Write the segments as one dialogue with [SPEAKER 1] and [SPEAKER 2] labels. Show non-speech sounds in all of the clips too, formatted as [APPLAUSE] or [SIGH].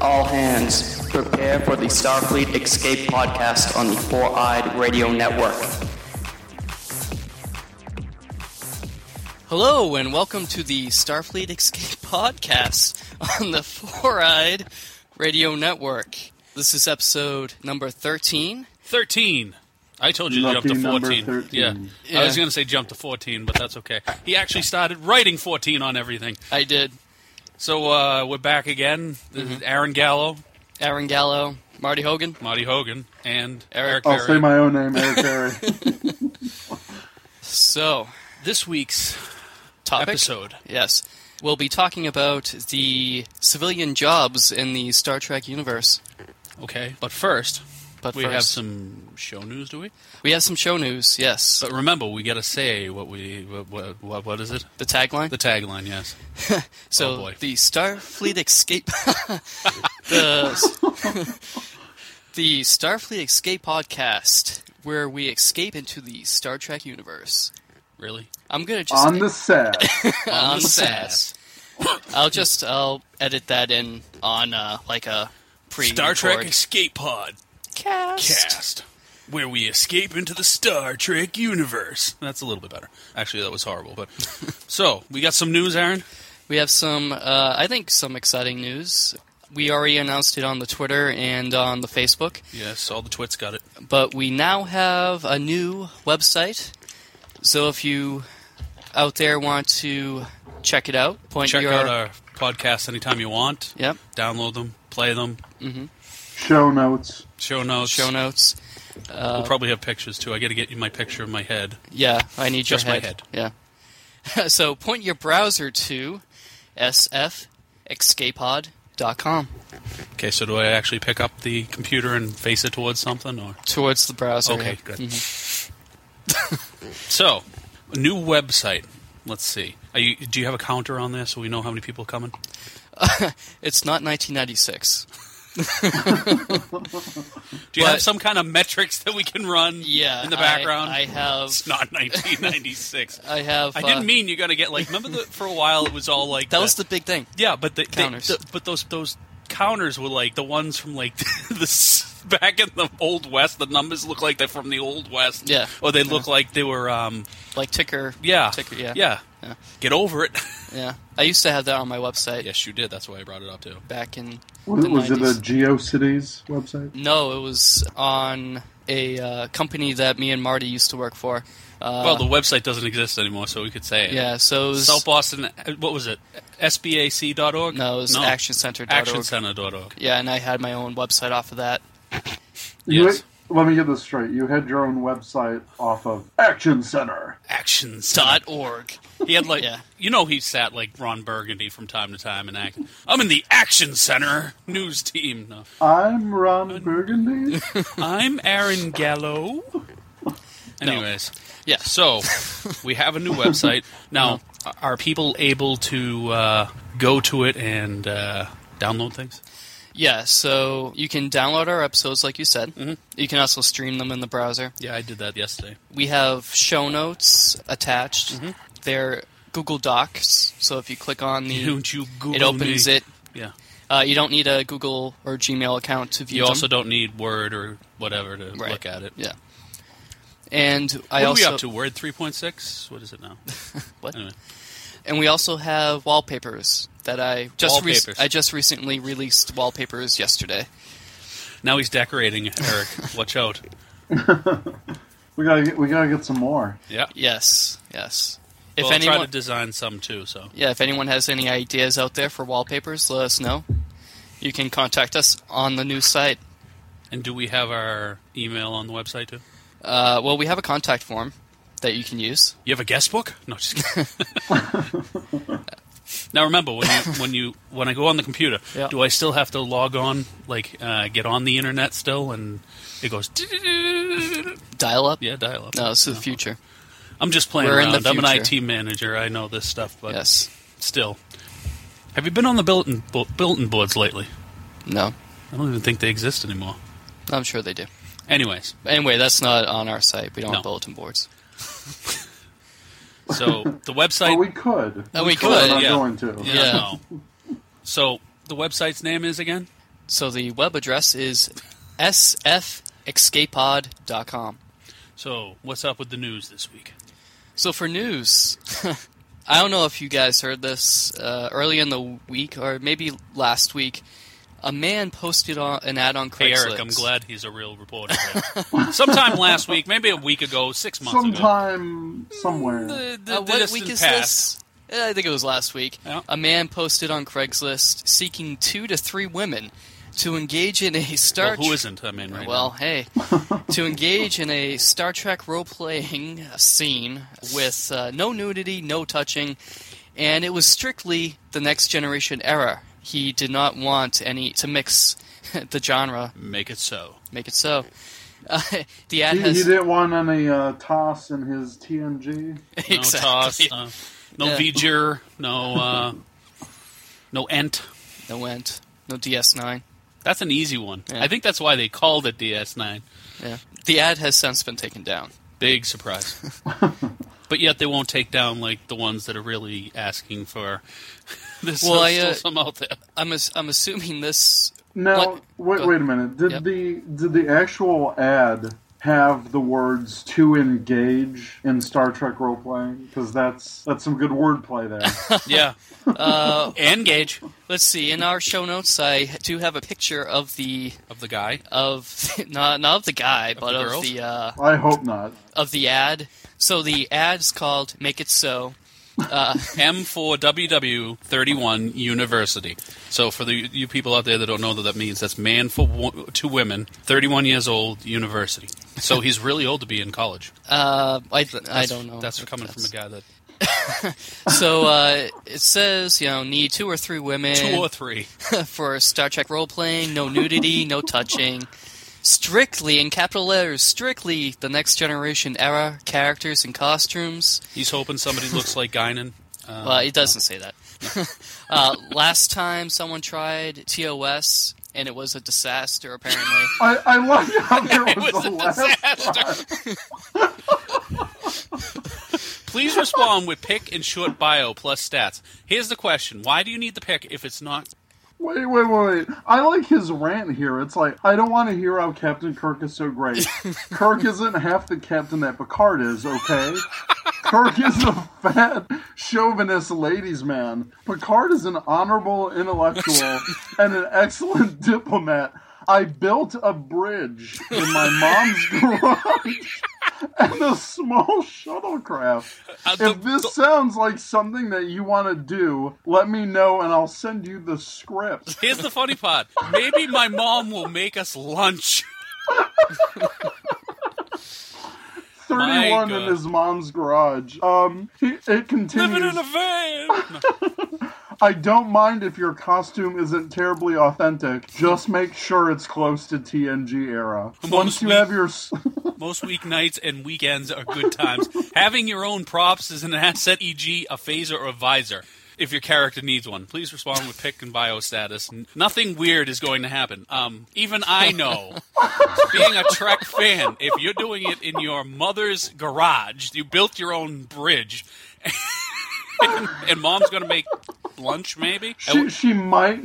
[SPEAKER 1] All hands, prepare for the Starfleet Escape podcast on the Four Eyed Radio Network. Hello, and welcome to the Starfleet Escape [LAUGHS] podcast on the Four Eyed Radio Network. This is episode number 13.
[SPEAKER 2] 13. I told you to jump
[SPEAKER 3] Lucky
[SPEAKER 2] to
[SPEAKER 3] number
[SPEAKER 2] 14.
[SPEAKER 3] 13.
[SPEAKER 2] Yeah.
[SPEAKER 1] Yeah.
[SPEAKER 2] I was going to say jump to 14, but that's okay. He actually started writing 14 on everything.
[SPEAKER 1] I did
[SPEAKER 2] So uh, we're back again. This
[SPEAKER 1] Mm-hmm.
[SPEAKER 2] is Aaron Gallo,
[SPEAKER 1] Aaron Gallo, Marty Hogan.
[SPEAKER 2] Marty Hogan, and
[SPEAKER 1] Eric
[SPEAKER 2] Eric
[SPEAKER 3] I'll say
[SPEAKER 2] Berry.
[SPEAKER 3] my own name,
[SPEAKER 1] [LAUGHS]
[SPEAKER 3] Eric Berry.
[SPEAKER 1] So,
[SPEAKER 2] This week's
[SPEAKER 1] topic.
[SPEAKER 2] episode.
[SPEAKER 1] Yes. We'll be talking about the civilian jobs in the Star Trek universe.
[SPEAKER 2] Okay. But first,
[SPEAKER 1] But
[SPEAKER 2] we
[SPEAKER 1] first,
[SPEAKER 2] have some show news, do we?
[SPEAKER 1] we have some show news. Yes.
[SPEAKER 2] But remember, we got to say what we what, what- what what is it?
[SPEAKER 1] the tagline.
[SPEAKER 2] The tagline, yes.
[SPEAKER 1] so
[SPEAKER 2] oh, boy.
[SPEAKER 1] the Starfleet escape. [LAUGHS]
[SPEAKER 2] [LAUGHS]
[SPEAKER 1] the, the Starfleet escape podcast, where we escape into the Star Trek universe.
[SPEAKER 2] Really?
[SPEAKER 1] I'm gonna just
[SPEAKER 3] On the set.
[SPEAKER 1] on the
[SPEAKER 2] sass.
[SPEAKER 1] I'll just I'll edit that in on uh, like a pre
[SPEAKER 2] Star Trek Escape Pod
[SPEAKER 1] cast.
[SPEAKER 2] cast where we escape into the Star Trek universe. That's a little bit better. Actually, that was horrible, but so, we got some news, Aaron?
[SPEAKER 1] We have some, uh, I think, some exciting news. We already announced it on the Twitter and on the Facebook,
[SPEAKER 2] Yes, all the twits got it.
[SPEAKER 1] but we now have a new website. So if you out there want to check it out, point
[SPEAKER 2] Check
[SPEAKER 1] your
[SPEAKER 2] out our podcasts anytime you want.
[SPEAKER 1] yep
[SPEAKER 2] Download them, play them,
[SPEAKER 3] Show notes.
[SPEAKER 2] show notes.
[SPEAKER 1] show notes.
[SPEAKER 2] We'll probably have pictures too. I got to get you my picture of my head.
[SPEAKER 1] Yeah, I need
[SPEAKER 2] Just
[SPEAKER 1] your
[SPEAKER 2] my
[SPEAKER 1] head. Yeah. [LAUGHS] so point your browser to sfescapepod.com
[SPEAKER 2] Okay, so do I actually pick up the computer and face it towards something or
[SPEAKER 1] towards the browser.
[SPEAKER 2] Okay,
[SPEAKER 1] yeah.
[SPEAKER 2] good.
[SPEAKER 1] Mm-hmm.
[SPEAKER 2] [LAUGHS] so, a new website. Let's see. Are you, do you have a counter on there so we know how many people are coming?
[SPEAKER 1] It's not 1996.
[SPEAKER 2] Do you
[SPEAKER 1] But-
[SPEAKER 2] have some kind of metrics that we can run
[SPEAKER 1] Yeah.
[SPEAKER 2] in the
[SPEAKER 1] I-
[SPEAKER 2] background?
[SPEAKER 1] I, have.
[SPEAKER 2] it's
[SPEAKER 1] [LAUGHS]
[SPEAKER 2] not 1996.
[SPEAKER 1] I have.
[SPEAKER 2] I
[SPEAKER 1] uh,
[SPEAKER 2] didn't mean you got to get like. Remember, the, for a while it was all like
[SPEAKER 1] That was the big thing.
[SPEAKER 2] yeah, but the, they-
[SPEAKER 1] Counters.
[SPEAKER 2] the- but those those counters were like the ones from like [LAUGHS] the s- back in the old west. The numbers look like they're from the old west.
[SPEAKER 1] Yeah.
[SPEAKER 2] or they look like they were. um
[SPEAKER 1] Like ticker.
[SPEAKER 2] Yeah,
[SPEAKER 1] Ticker. Yeah.
[SPEAKER 2] yeah.
[SPEAKER 1] Yeah.
[SPEAKER 2] Get over it. [LAUGHS]
[SPEAKER 1] Yeah. I used to have that on my website
[SPEAKER 2] yes, you did. That's why I brought it up too.
[SPEAKER 1] back in.
[SPEAKER 3] Was,
[SPEAKER 1] the
[SPEAKER 3] was it uh,
[SPEAKER 1] 90s.
[SPEAKER 3] a GeoCities website?
[SPEAKER 1] No, it was on a uh, company that me and Marty used to work for. Uh,
[SPEAKER 2] well, Oh, the website doesn't exist anymore, so we could say it.
[SPEAKER 1] yeah. So it was.
[SPEAKER 2] South Boston. What was it? SBAC.org.
[SPEAKER 1] no, it was actioncenter.org.
[SPEAKER 2] ActionCenter.org.
[SPEAKER 1] Yeah, and I had my own website off of that.
[SPEAKER 2] Yes.
[SPEAKER 3] You, let me get this straight. You had your own website off of Action Center.
[SPEAKER 2] Actions
[SPEAKER 1] Dot org.
[SPEAKER 2] He had
[SPEAKER 1] [LAUGHS]
[SPEAKER 2] like
[SPEAKER 1] Yeah.
[SPEAKER 2] you know he sat like Ron Burgundy from time to time and act. I'm in the Action Center news team. No.
[SPEAKER 3] I'm Ron
[SPEAKER 1] [LAUGHS]
[SPEAKER 3] Burgundy.
[SPEAKER 2] I'm Aaron Gallo. Anyways,
[SPEAKER 1] Yes.
[SPEAKER 2] so we have a new website now.
[SPEAKER 1] Uh-huh.
[SPEAKER 2] Are people able to uh, go to it and uh, download things?
[SPEAKER 1] Yeah. So you can download our episodes, like you said. Mm-hmm. You can also stream them in the browser.
[SPEAKER 2] Yeah, I did that yesterday.
[SPEAKER 1] We have show notes attached.
[SPEAKER 2] Mm-hmm.
[SPEAKER 1] They're Google Docs. So if you click on the,
[SPEAKER 2] Don't you Google
[SPEAKER 1] it opens
[SPEAKER 2] me.
[SPEAKER 1] it.
[SPEAKER 2] Yeah.
[SPEAKER 1] Uh, you don't need a Google or Gmail account to view
[SPEAKER 2] You
[SPEAKER 1] them.
[SPEAKER 2] also don't need Word or whatever to
[SPEAKER 1] Right.
[SPEAKER 2] look at it.
[SPEAKER 1] Yeah. And I
[SPEAKER 2] What are
[SPEAKER 1] also
[SPEAKER 2] we up to? Word 3.6? What is it now?
[SPEAKER 1] What?
[SPEAKER 2] Anyway.
[SPEAKER 1] and we also have wallpapers that I just rec-
[SPEAKER 2] Wallpapers.
[SPEAKER 1] I just recently released wallpapers yesterday.
[SPEAKER 2] Now he's decorating, Eric. Watch out.
[SPEAKER 3] we gotta get, we gotta get some more.
[SPEAKER 2] Yeah.
[SPEAKER 1] Yes, yes. If
[SPEAKER 2] well, I'll try
[SPEAKER 1] anyone,
[SPEAKER 2] to design some too. So
[SPEAKER 1] yeah, if anyone has any ideas out there for wallpapers, let us know. You can contact us on the new site.
[SPEAKER 2] and do we have our email on the website too?
[SPEAKER 1] Uh, well, we have a contact form that you can use.
[SPEAKER 2] You have a guest book? No, just kidding. now remember when you when you when I go on the computer,
[SPEAKER 1] Yeah.
[SPEAKER 2] do I still have to log on, like uh, get on the internet still, and it goes?
[SPEAKER 1] Dial up.
[SPEAKER 2] Yeah, dial up.
[SPEAKER 1] No, this is the future.
[SPEAKER 2] I'm just playing
[SPEAKER 1] We're in
[SPEAKER 2] around.
[SPEAKER 1] the
[SPEAKER 2] I'm an
[SPEAKER 1] future.
[SPEAKER 2] IT manager. I know this stuff, but
[SPEAKER 1] Yes.
[SPEAKER 2] still. Have you been on the bulletin, bu- bulletin boards lately?
[SPEAKER 1] No.
[SPEAKER 2] I don't even think they exist anymore.
[SPEAKER 1] I'm sure they do.
[SPEAKER 2] Anyways,
[SPEAKER 1] Anyway, that's not on our site. We don't have
[SPEAKER 2] No.
[SPEAKER 1] bulletin boards. [LAUGHS]
[SPEAKER 2] so the website.
[SPEAKER 3] But Oh, we could.
[SPEAKER 1] Oh, we
[SPEAKER 3] But
[SPEAKER 1] could,
[SPEAKER 3] we're not
[SPEAKER 2] yeah.
[SPEAKER 3] going to.
[SPEAKER 1] Yeah.
[SPEAKER 2] No. So the website's name is again
[SPEAKER 1] So the web address is sfescapepod.com.
[SPEAKER 2] So, what's up with the news this week?
[SPEAKER 1] So for news, [LAUGHS] I don't know if you guys heard this uh, early in the week or maybe last week. A man posted on, an ad on
[SPEAKER 2] Hey,
[SPEAKER 1] Craigslist.
[SPEAKER 2] Eric, I'm glad he's a real reporter. here. Sometime last week, maybe a week ago, six months ago.
[SPEAKER 3] Sometime, somewhere.
[SPEAKER 2] The, the,
[SPEAKER 1] Uh,
[SPEAKER 2] the
[SPEAKER 1] what
[SPEAKER 2] distant
[SPEAKER 1] week is
[SPEAKER 2] past.
[SPEAKER 1] this? Uh, I think it was last week.
[SPEAKER 2] Yeah.
[SPEAKER 1] A man posted on Craigslist seeking two to three women to engage in a Star
[SPEAKER 2] Well, who
[SPEAKER 1] Tr-
[SPEAKER 2] isn't? I mean, right
[SPEAKER 1] well,
[SPEAKER 2] now. [LAUGHS]
[SPEAKER 1] hey, to engage in a Star Trek role playing scene with uh, no nudity, no touching, and it was strictly the Next Generation era. He did not want any to mix [LAUGHS] the genre,
[SPEAKER 2] make it so.
[SPEAKER 1] make it so. Uh, the ad
[SPEAKER 3] He, he
[SPEAKER 1] has [LAUGHS]
[SPEAKER 3] didn't want any uh, toss in his TNG.
[SPEAKER 2] No
[SPEAKER 1] exactly.
[SPEAKER 2] toss. Uh, no
[SPEAKER 1] Yeah.
[SPEAKER 2] V'ger. No. Uh, no Ent.
[SPEAKER 1] no went no DS9.
[SPEAKER 2] That's an easy one.
[SPEAKER 1] Yeah.
[SPEAKER 2] I think that's why they called it DS9.
[SPEAKER 1] Yeah, the ad has since been taken down.
[SPEAKER 2] Big
[SPEAKER 1] [LAUGHS]
[SPEAKER 2] surprise. but yet they won't take down like the ones that are really asking for. [LAUGHS] There's
[SPEAKER 1] Well,
[SPEAKER 2] still,
[SPEAKER 1] I, uh,
[SPEAKER 2] still some
[SPEAKER 1] [LAUGHS]
[SPEAKER 2] out there.
[SPEAKER 1] I'm as- I'm assuming this.
[SPEAKER 3] Now,
[SPEAKER 1] What-
[SPEAKER 3] wait,
[SPEAKER 1] go-
[SPEAKER 3] wait a minute. Did
[SPEAKER 1] Yep.
[SPEAKER 3] the did the actual ad have the words "to engage" in Star Trek role playing? Because that's that's some good wordplay
[SPEAKER 1] [LAUGHS]
[SPEAKER 3] there.
[SPEAKER 2] [LAUGHS] Yeah. Uh, Engage
[SPEAKER 1] Let's see. In our show notes, I do have a picture of the
[SPEAKER 2] of the guy.
[SPEAKER 1] of [LAUGHS] not not of the guy, but
[SPEAKER 2] the
[SPEAKER 1] of
[SPEAKER 2] girls?
[SPEAKER 1] the uh,
[SPEAKER 3] I hope not.
[SPEAKER 1] of the ad. So the ad's called "Make It So."
[SPEAKER 2] M4WW31 University. So for the you people out there that don't know that that means that's man for wo- two women, 31 years old, university. So he's really old to be in college.
[SPEAKER 1] Uh, I I
[SPEAKER 2] That's-
[SPEAKER 1] don't know.
[SPEAKER 2] That's
[SPEAKER 1] if
[SPEAKER 2] coming from a guy [LAUGHS] that
[SPEAKER 1] So uh, it says you know need two or three women
[SPEAKER 2] two or three.
[SPEAKER 1] for Star Trek role playing. No nudity, no touching. Strictly in capital letters, strictly the next generation era characters and costumes.
[SPEAKER 2] He's hoping somebody looks like Guinan. Uh,
[SPEAKER 1] Well, it doesn't say that. [LAUGHS] uh, last time someone tried TOS and it was a disaster. Apparently,
[SPEAKER 3] I, I love how
[SPEAKER 1] [LAUGHS]
[SPEAKER 3] there was,
[SPEAKER 2] [LAUGHS] it was
[SPEAKER 3] a
[SPEAKER 2] a
[SPEAKER 3] last
[SPEAKER 2] disaster. [LAUGHS] Please respond with pick and short bio plus stats. Here's the question: Why do you need the pick if it's not?
[SPEAKER 3] Wait, wait, wait. I like his rant here. It's like, I don't want to hear how Captain Kirk is so great. Kirk isn't half the captain that Picard is, okay? Kirk is a fat, chauvinist ladies' man. Picard is an honorable intellectual and an excellent [LAUGHS] diplomat. I built a bridge in my mom's [LAUGHS] garage and a small shuttlecraft.
[SPEAKER 2] Uh, the-
[SPEAKER 3] If this sounds like something that you want to do, let me know and I'll send you the script.
[SPEAKER 2] Here's the funny part. Maybe my mom will make us
[SPEAKER 3] [LAUGHS]
[SPEAKER 2] lunch.
[SPEAKER 3] 31
[SPEAKER 2] [LAUGHS] My
[SPEAKER 3] in
[SPEAKER 2] God.
[SPEAKER 3] his mom's garage. Um, he, it
[SPEAKER 2] Living
[SPEAKER 3] continues.
[SPEAKER 2] in a van. No.
[SPEAKER 3] I don't mind if your costume isn't terribly authentic. Just make sure it's close to TNG era. Once you
[SPEAKER 2] sweet.
[SPEAKER 3] have
[SPEAKER 2] [LAUGHS]
[SPEAKER 3] your s- [LAUGHS]
[SPEAKER 2] Most weeknights and weekends are good times. Having your own props is an asset, e.g., a phaser or a visor. If your character needs one, please respond with pick and bio status. N- Nothing weird is going to happen. Um, even I know, being a Trek fan, if you're doing it in your mother's garage, you built your own bridge, [LAUGHS] and, and mom's going to make lunch, maybe.
[SPEAKER 3] she, she might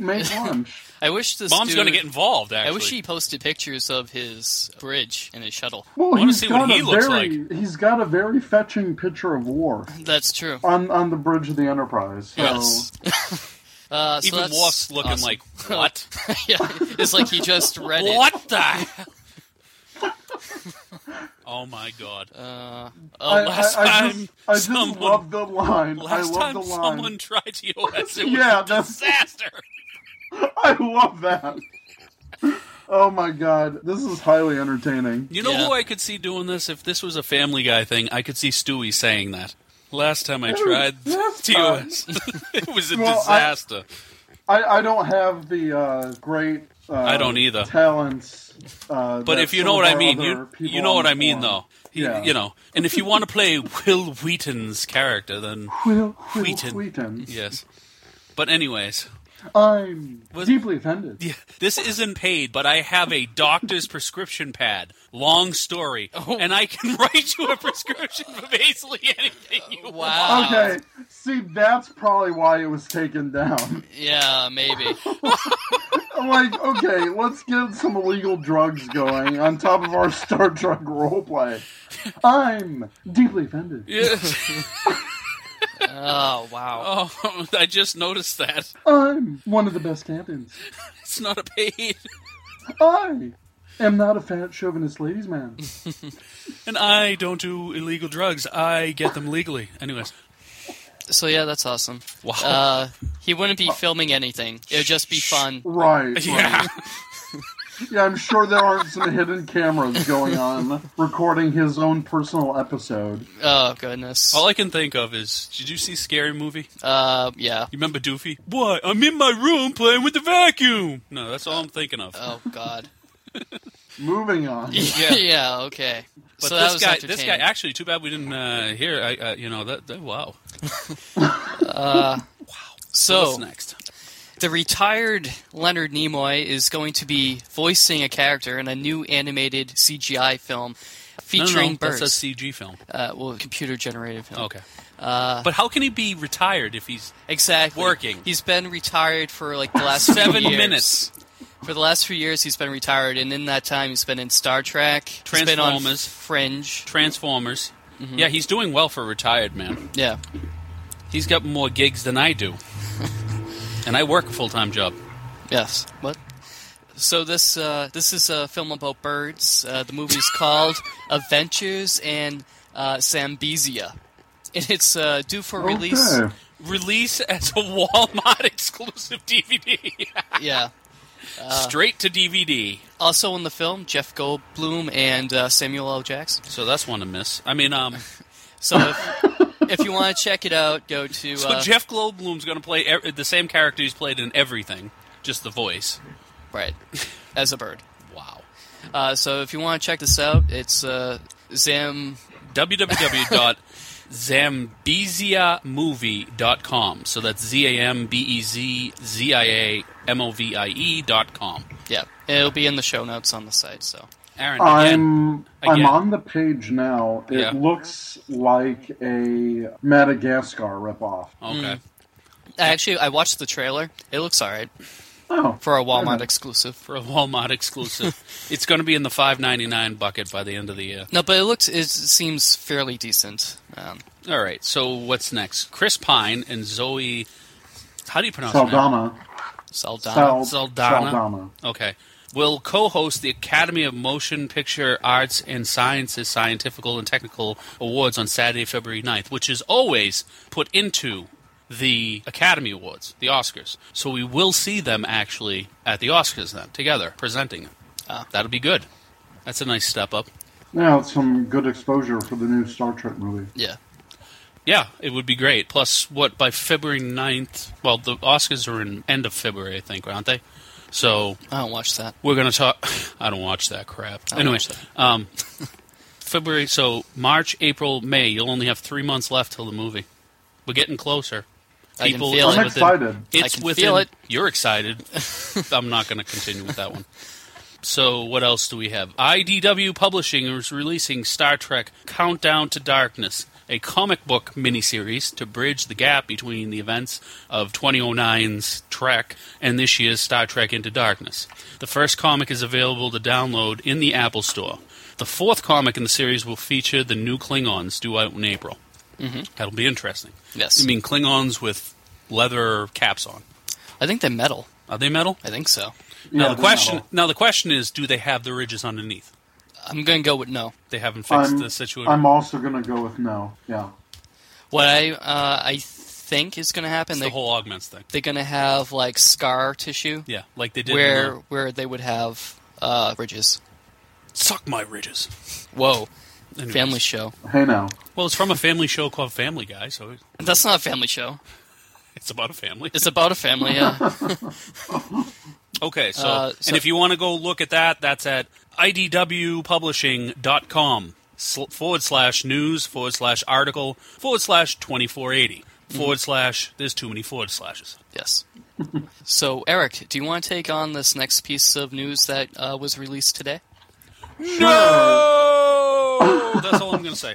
[SPEAKER 2] [LAUGHS]
[SPEAKER 3] make lunch.
[SPEAKER 1] I wish this
[SPEAKER 2] mom's
[SPEAKER 1] dude-
[SPEAKER 2] going to get involved. Actually,
[SPEAKER 1] I wish he posted pictures of his bridge and his
[SPEAKER 3] [LAUGHS]
[SPEAKER 1] shuttle.
[SPEAKER 3] Well,
[SPEAKER 2] wanna
[SPEAKER 3] he's
[SPEAKER 2] see what
[SPEAKER 3] got
[SPEAKER 2] he
[SPEAKER 3] a
[SPEAKER 2] looks
[SPEAKER 3] very he's got a very fetching picture of war
[SPEAKER 1] That's true.
[SPEAKER 3] on on the bridge of the Enterprise. So
[SPEAKER 1] Yes. [LAUGHS] Uh, so
[SPEAKER 2] even
[SPEAKER 1] that's
[SPEAKER 2] Worf's looking
[SPEAKER 1] awesome. [LAUGHS]
[SPEAKER 2] like what?
[SPEAKER 1] yeah, it's like he just read it.
[SPEAKER 2] What the? hell?
[SPEAKER 3] [LAUGHS]
[SPEAKER 2] oh my god!
[SPEAKER 1] Uh,
[SPEAKER 3] I,
[SPEAKER 1] oh,
[SPEAKER 3] I-
[SPEAKER 1] last
[SPEAKER 3] I
[SPEAKER 1] time,
[SPEAKER 3] just, I just
[SPEAKER 2] someone-
[SPEAKER 3] love the line. I
[SPEAKER 2] Last
[SPEAKER 3] love
[SPEAKER 2] time
[SPEAKER 3] the line.
[SPEAKER 2] someone tried TOS, it was
[SPEAKER 3] Yeah,
[SPEAKER 2] a
[SPEAKER 3] that's-
[SPEAKER 2] disaster.
[SPEAKER 3] [LAUGHS] I love that. Oh my god, this is highly entertaining.
[SPEAKER 2] You know
[SPEAKER 1] Yeah.
[SPEAKER 2] who I could see doing this? If this was a Family Guy thing, I could see Stewie saying that. Last time I tried
[SPEAKER 3] last
[SPEAKER 2] TOS, [LAUGHS] it was a
[SPEAKER 3] Well, I-
[SPEAKER 2] disaster.
[SPEAKER 3] I, I don't have the uh, great. Uh, I
[SPEAKER 2] don't either.
[SPEAKER 3] Talents. Uh,
[SPEAKER 2] But
[SPEAKER 3] that
[SPEAKER 2] if you
[SPEAKER 3] some
[SPEAKER 2] know
[SPEAKER 3] of
[SPEAKER 2] what I
[SPEAKER 3] our
[SPEAKER 2] mean,
[SPEAKER 3] other
[SPEAKER 2] you
[SPEAKER 3] people
[SPEAKER 2] you know
[SPEAKER 3] on
[SPEAKER 2] what
[SPEAKER 3] the
[SPEAKER 2] I mean,
[SPEAKER 3] forum-
[SPEAKER 2] though. He-
[SPEAKER 3] Yeah.
[SPEAKER 2] You know, and if you want to play Will Wheaton's character, then
[SPEAKER 3] Will, Will
[SPEAKER 2] Wheaton.
[SPEAKER 3] Wheaton.
[SPEAKER 2] yes. But anyways,
[SPEAKER 3] I'm
[SPEAKER 2] Was-
[SPEAKER 3] deeply offended.
[SPEAKER 2] Yeah, this isn't paid, but I have a doctor's prescription pad. Long story,
[SPEAKER 1] Oh.
[SPEAKER 2] and I can [LAUGHS] write you a prescription for basically anything you want.
[SPEAKER 1] Wow.
[SPEAKER 3] Okay, see, that's probably why it was taken down. [LAUGHS]
[SPEAKER 1] Yeah, maybe.
[SPEAKER 3] I'm like, okay, let's get some illegal drugs going on top of our [LAUGHS] Star Trek roleplay. I'm deeply offended.
[SPEAKER 2] Yeah.
[SPEAKER 1] Oh, wow.
[SPEAKER 2] [LAUGHS] Oh, I just noticed that
[SPEAKER 3] I'm one of the best captains.
[SPEAKER 2] it's not a paid,
[SPEAKER 3] I am not a fat chauvinist ladies' man.
[SPEAKER 2] and I don't do illegal drugs. I get them legally. Anyways,
[SPEAKER 1] So, yeah, that's awesome.
[SPEAKER 2] wow.
[SPEAKER 1] Uh, he wouldn't be filming anything, it would just be fun.
[SPEAKER 3] Right.
[SPEAKER 2] [LAUGHS] [LAUGHS] yeah,
[SPEAKER 3] Yeah, I'm sure there aren't some hidden cameras going on recording his own personal episode.
[SPEAKER 1] Oh, goodness.
[SPEAKER 2] all I can think of is, did you see Scary Movie?
[SPEAKER 1] Uh, yeah.
[SPEAKER 2] You remember Doofy? What? I'm in my room playing with the vacuum. No, that's all I'm thinking of.
[SPEAKER 1] Oh,
[SPEAKER 2] [LAUGHS]
[SPEAKER 1] God.
[SPEAKER 3] Moving on.
[SPEAKER 1] [LAUGHS] Yeah, okay.
[SPEAKER 2] But
[SPEAKER 1] so that
[SPEAKER 2] this
[SPEAKER 1] was
[SPEAKER 2] guy, this guy,
[SPEAKER 1] entertaining.
[SPEAKER 2] actually, too bad we didn't uh, hear. I, uh, you know, that, that wow.
[SPEAKER 1] so,
[SPEAKER 2] What's next?
[SPEAKER 1] the retired Leonard Nimoy is going to be voicing a character in a new animated CGI film
[SPEAKER 2] No, no,
[SPEAKER 1] featuring Uh,
[SPEAKER 2] no,
[SPEAKER 1] birds.
[SPEAKER 2] That's a CG film.
[SPEAKER 1] uh, well, computer generated film.
[SPEAKER 2] Okay. but how can he be retired if he's
[SPEAKER 1] Exactly.
[SPEAKER 2] Oh, Working.
[SPEAKER 1] He's been retired for like the
[SPEAKER 2] [LAUGHS]
[SPEAKER 1] last
[SPEAKER 2] seven
[SPEAKER 1] few years.
[SPEAKER 2] minutes?
[SPEAKER 1] For the last few years, he's been retired, and in that time, he's been in Star Trek, he's been on
[SPEAKER 2] Transformers.
[SPEAKER 1] Fringe.
[SPEAKER 2] Transformers.
[SPEAKER 1] Mm-hmm.
[SPEAKER 2] Yeah, he's doing well for a retired man.
[SPEAKER 1] Yeah.
[SPEAKER 2] He's got more gigs than
[SPEAKER 1] [LAUGHS]
[SPEAKER 2] I do, and I work a full time job.
[SPEAKER 1] Yes. What? So this uh, this is a film about birds. Uh, the movie is called Adventures in uh, Zambesia, and it's uh, due for release.
[SPEAKER 3] Okay.
[SPEAKER 2] Release as a Walmart [LAUGHS] exclusive DVD,
[SPEAKER 1] Yeah. Uh.
[SPEAKER 2] straight to DVD.
[SPEAKER 1] Also in the film, Jeff Goldblum and uh, Samuel L. Jackson.
[SPEAKER 2] So that's one to miss. I
[SPEAKER 1] [LAUGHS]
[SPEAKER 2] mean, um,
[SPEAKER 1] So if, if you want to check it out, go to.
[SPEAKER 2] so
[SPEAKER 1] uh,
[SPEAKER 2] Jeff Goldblum's going to play ev- the same character he's played in everything, just the voice.
[SPEAKER 1] Right. As a bird.
[SPEAKER 2] Wow.
[SPEAKER 1] Uh, so if you want to check this out, it's uh, Zam.
[SPEAKER 2] www.zambeziamovie.com. So that's Z A M B E Z Z I A M O V I E dot com.
[SPEAKER 1] Yeah, it'll be in the show notes on the site. So
[SPEAKER 2] Aaron, again,
[SPEAKER 3] I'm
[SPEAKER 2] Again.
[SPEAKER 3] I'm on the page now. It
[SPEAKER 2] Yeah.
[SPEAKER 3] looks like a Madagascar ripoff.
[SPEAKER 2] okay.
[SPEAKER 1] actually, I watched the trailer. It looks alright
[SPEAKER 3] Oh,
[SPEAKER 1] for a Walmart
[SPEAKER 3] enough.
[SPEAKER 1] exclusive.
[SPEAKER 2] For a Walmart exclusive, it's going to be in the five ninety nine bucket by the end of the year.
[SPEAKER 1] No, but it looks it seems fairly decent. Um,
[SPEAKER 2] All right. So what's next? Chris Pine and Zoe. How do you pronounce it?
[SPEAKER 3] Saldana.
[SPEAKER 1] Saldana.
[SPEAKER 3] Sal-
[SPEAKER 2] Saldana.
[SPEAKER 3] Saldana.
[SPEAKER 2] Okay. Will co host the Academy of Motion Picture Arts and Sciences Scientifical and Technical Awards on Saturday, February 9th, which is always put into the Academy Awards, the Oscars. So we will see them actually at the Oscars then, together, presenting them.
[SPEAKER 1] Ah.
[SPEAKER 2] That'll be good. That's a nice step up.
[SPEAKER 3] Now it's some good exposure for the new Star Trek movie.
[SPEAKER 1] Yeah,
[SPEAKER 2] Yeah, it would be great. Plus, what, by February 9th? Well, the Oscars are in end of February, I think, aren't they? So
[SPEAKER 1] I don't watch that.
[SPEAKER 2] We're gonna talk. [LAUGHS] I don't watch that crap.
[SPEAKER 1] don't
[SPEAKER 2] anyway,
[SPEAKER 1] watch that.
[SPEAKER 2] um, February. So March, April, May. You'll only have three months left till the movie. We're getting closer.
[SPEAKER 1] I can feel
[SPEAKER 2] it's
[SPEAKER 1] it.
[SPEAKER 3] I'm excited.
[SPEAKER 2] It's
[SPEAKER 1] I can
[SPEAKER 2] within,
[SPEAKER 1] feel it. [LAUGHS]
[SPEAKER 2] You're excited. I'm not gonna continue with that one. So what else do we have? IDW Publishing is releasing Star Trek: Countdown to Darkness, a comic book miniseries to bridge the gap between the events of 2009's Trek and this year's Star Trek Into Darkness. The first comic is available to download in the Apple Store. The fourth comic in the series will feature the new Klingons due out in April. Mm-hmm. That'll be interesting.
[SPEAKER 1] Yes.
[SPEAKER 2] I mean Klingons with leather caps on.
[SPEAKER 1] I think they metal.
[SPEAKER 2] Are they metal?
[SPEAKER 1] I think so.
[SPEAKER 2] now
[SPEAKER 3] Yeah,
[SPEAKER 2] the question.
[SPEAKER 3] no.
[SPEAKER 2] Now the question is, do they have the ridges underneath?
[SPEAKER 1] I'm gonna go with no.
[SPEAKER 2] They haven't fixed
[SPEAKER 3] I'm,
[SPEAKER 2] the situation.
[SPEAKER 3] I'm also going to go with no. Yeah.
[SPEAKER 1] What I uh, I think is gonna happen.
[SPEAKER 2] It's
[SPEAKER 1] they
[SPEAKER 2] the whole augments thing.
[SPEAKER 1] they're gonna have like scar tissue
[SPEAKER 2] Yeah, like they did. in
[SPEAKER 1] where
[SPEAKER 2] the-
[SPEAKER 1] where they would have uh, ridges.
[SPEAKER 2] suck my ridges.
[SPEAKER 1] Whoa,
[SPEAKER 2] Anyways.
[SPEAKER 1] family show.
[SPEAKER 3] Hey now.
[SPEAKER 2] Well, it's from a family show called Family Guy, so
[SPEAKER 1] That's not a family show.
[SPEAKER 2] it's about a family.
[SPEAKER 1] It's about a family. Yeah.
[SPEAKER 2] Okay, so,
[SPEAKER 1] Uh, so-
[SPEAKER 2] and if you want to go look at that, that's at idwpublishing.com sl- forward slash news forward slash article forward slash 2480.
[SPEAKER 1] Mm-hmm.
[SPEAKER 2] Forward slash. There's too many forward slashes.
[SPEAKER 1] Yes. so, Eric, do you want to take on this next piece of news that uh, was released today?
[SPEAKER 2] No. [LAUGHS] That's all I'm gonna say.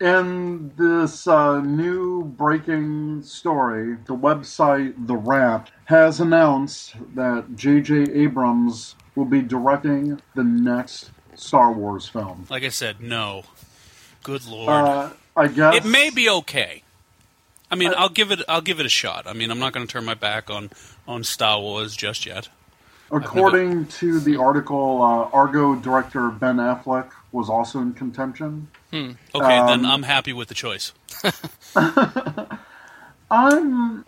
[SPEAKER 3] In this uh, new breaking story, the website The Wrap has announced that J.J. Abrams will be directing the next Star Wars film.
[SPEAKER 2] Like I said, no. Good lord.
[SPEAKER 3] Uh, I guess
[SPEAKER 2] it may be okay. I mean, I'll give it. I'll give it a shot. I mean, I'm not going to turn my back on on Star Wars just yet.
[SPEAKER 3] According to the article, uh, Argo director Ben Affleck was also in contention.
[SPEAKER 2] Okay,
[SPEAKER 3] Um,
[SPEAKER 2] then I'm happy with the choice.
[SPEAKER 3] I'm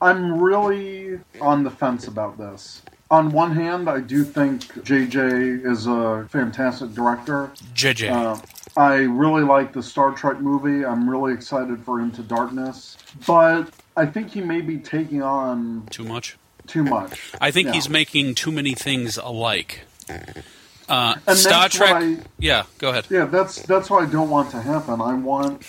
[SPEAKER 3] I'm really on the fence about this. On one hand, I do think JJ is a fantastic director.
[SPEAKER 2] JJ.
[SPEAKER 3] Uh, I really like the Star Trek movie. I'm really excited for Into Darkness, but I think he may be taking on
[SPEAKER 2] too much.
[SPEAKER 3] too much.
[SPEAKER 2] I think
[SPEAKER 3] Yeah.
[SPEAKER 2] he's making too many things alike. Uh,
[SPEAKER 3] And
[SPEAKER 2] Star
[SPEAKER 3] that's
[SPEAKER 2] Trek.
[SPEAKER 3] why-
[SPEAKER 2] yeah, go ahead.
[SPEAKER 3] Yeah, that's that's what I don't want to happen. I want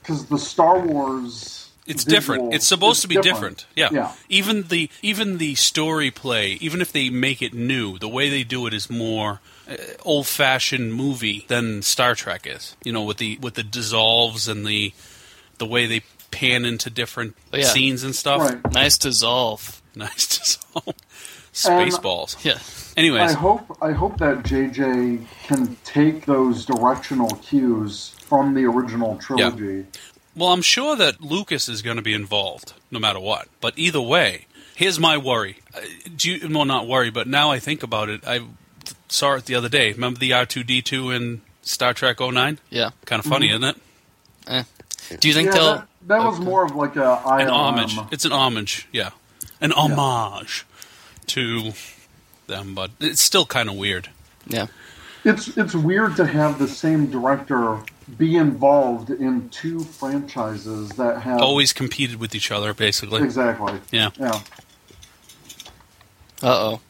[SPEAKER 3] because the Star Wars
[SPEAKER 2] It's
[SPEAKER 3] visual-
[SPEAKER 2] different. It's supposed to be different. Yeah.
[SPEAKER 3] Yeah.
[SPEAKER 2] Even the even the story play, even if they make it new, the way they do it is more uh, old-fashioned movie than Star Trek is. You know, with the with the dissolves and the the way they pan into different
[SPEAKER 1] Yeah.
[SPEAKER 2] scenes and stuff.
[SPEAKER 3] Right.
[SPEAKER 1] Nice dissolve.
[SPEAKER 2] [LAUGHS] Nice dissolve. Spaceballs.
[SPEAKER 1] Yeah.
[SPEAKER 2] Anyways,
[SPEAKER 3] I hope I hope that JJ can take those directional cues from the original trilogy.
[SPEAKER 2] Well, I'm sure that Lucas is going to be involved no matter what. But either way, here's my worry. Uh, Do you, well, not worry, but now I think about it, I th- saw it the other day. Remember the R2D2 in Star Trek 09?
[SPEAKER 1] Yeah.
[SPEAKER 2] Kind of funny,
[SPEAKER 3] Mm-hmm.
[SPEAKER 2] isn't it?
[SPEAKER 1] Eh. Do you think
[SPEAKER 3] Yeah,
[SPEAKER 1] they'll?
[SPEAKER 3] that, that was more of like a I um,
[SPEAKER 2] An
[SPEAKER 3] am-
[SPEAKER 2] homage. It's an homage, yeah. An homage to them, but it's still kind of weird.
[SPEAKER 1] Yeah.
[SPEAKER 3] It's it's weird to have the same director be involved in two franchises that have
[SPEAKER 2] Always competed with each other, basically.
[SPEAKER 3] exactly
[SPEAKER 2] Yeah.
[SPEAKER 3] yeah.
[SPEAKER 1] Uh oh.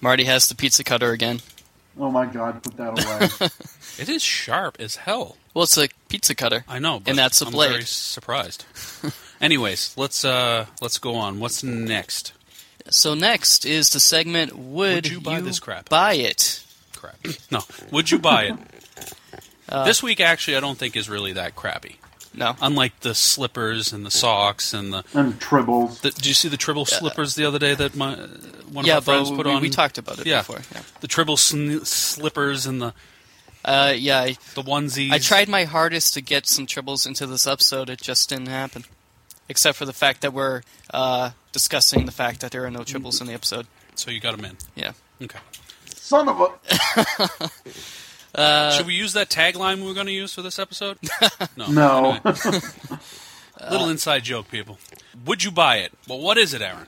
[SPEAKER 1] Marty has the pizza cutter again.
[SPEAKER 3] Oh my God, put that
[SPEAKER 2] [LAUGHS]
[SPEAKER 3] away.
[SPEAKER 2] It is sharp as hell.
[SPEAKER 1] Well, it's a pizza cutter.
[SPEAKER 2] I know, but
[SPEAKER 1] And that's a
[SPEAKER 2] I'm
[SPEAKER 1] blade.
[SPEAKER 2] very
[SPEAKER 1] [LAUGHS]
[SPEAKER 2] surprised. Anyways, let's uh let's go on. What's next?
[SPEAKER 1] So next is the segment. Would,
[SPEAKER 2] Would you buy this crap?
[SPEAKER 1] Buy it.
[SPEAKER 2] Crap. No, would you buy it?
[SPEAKER 1] Uh,
[SPEAKER 2] this week actually I don't think is really that crappy.
[SPEAKER 1] No.
[SPEAKER 2] Unlike the slippers and the socks and the,
[SPEAKER 3] and Tribbles.
[SPEAKER 2] the did you see the Tribble slippers the other day that my one
[SPEAKER 1] Uh, yeah, but
[SPEAKER 2] of my friends
[SPEAKER 1] we,
[SPEAKER 2] put
[SPEAKER 1] we-
[SPEAKER 2] on?
[SPEAKER 1] we talked about it
[SPEAKER 2] Yeah.
[SPEAKER 1] before. Yeah.
[SPEAKER 2] the Tribble sn- slippers and the
[SPEAKER 1] Uh, yeah. I,
[SPEAKER 2] the onesies.
[SPEAKER 1] I tried my hardest to get some tribbles into this episode. It just didn't happen. Except for the fact that we're uh, discussing the fact that there are no tribbles in the episode.
[SPEAKER 2] so you got them in.
[SPEAKER 1] Yeah.
[SPEAKER 2] Okay.
[SPEAKER 3] Son of a
[SPEAKER 1] Uh,
[SPEAKER 2] Should we use that tagline we were going to use for
[SPEAKER 1] [LAUGHS]
[SPEAKER 2] this episode? No.
[SPEAKER 3] no.
[SPEAKER 2] Anyway.
[SPEAKER 1] Uh,
[SPEAKER 2] Little inside joke, people. Would you buy it? Well, what is it, Aaron?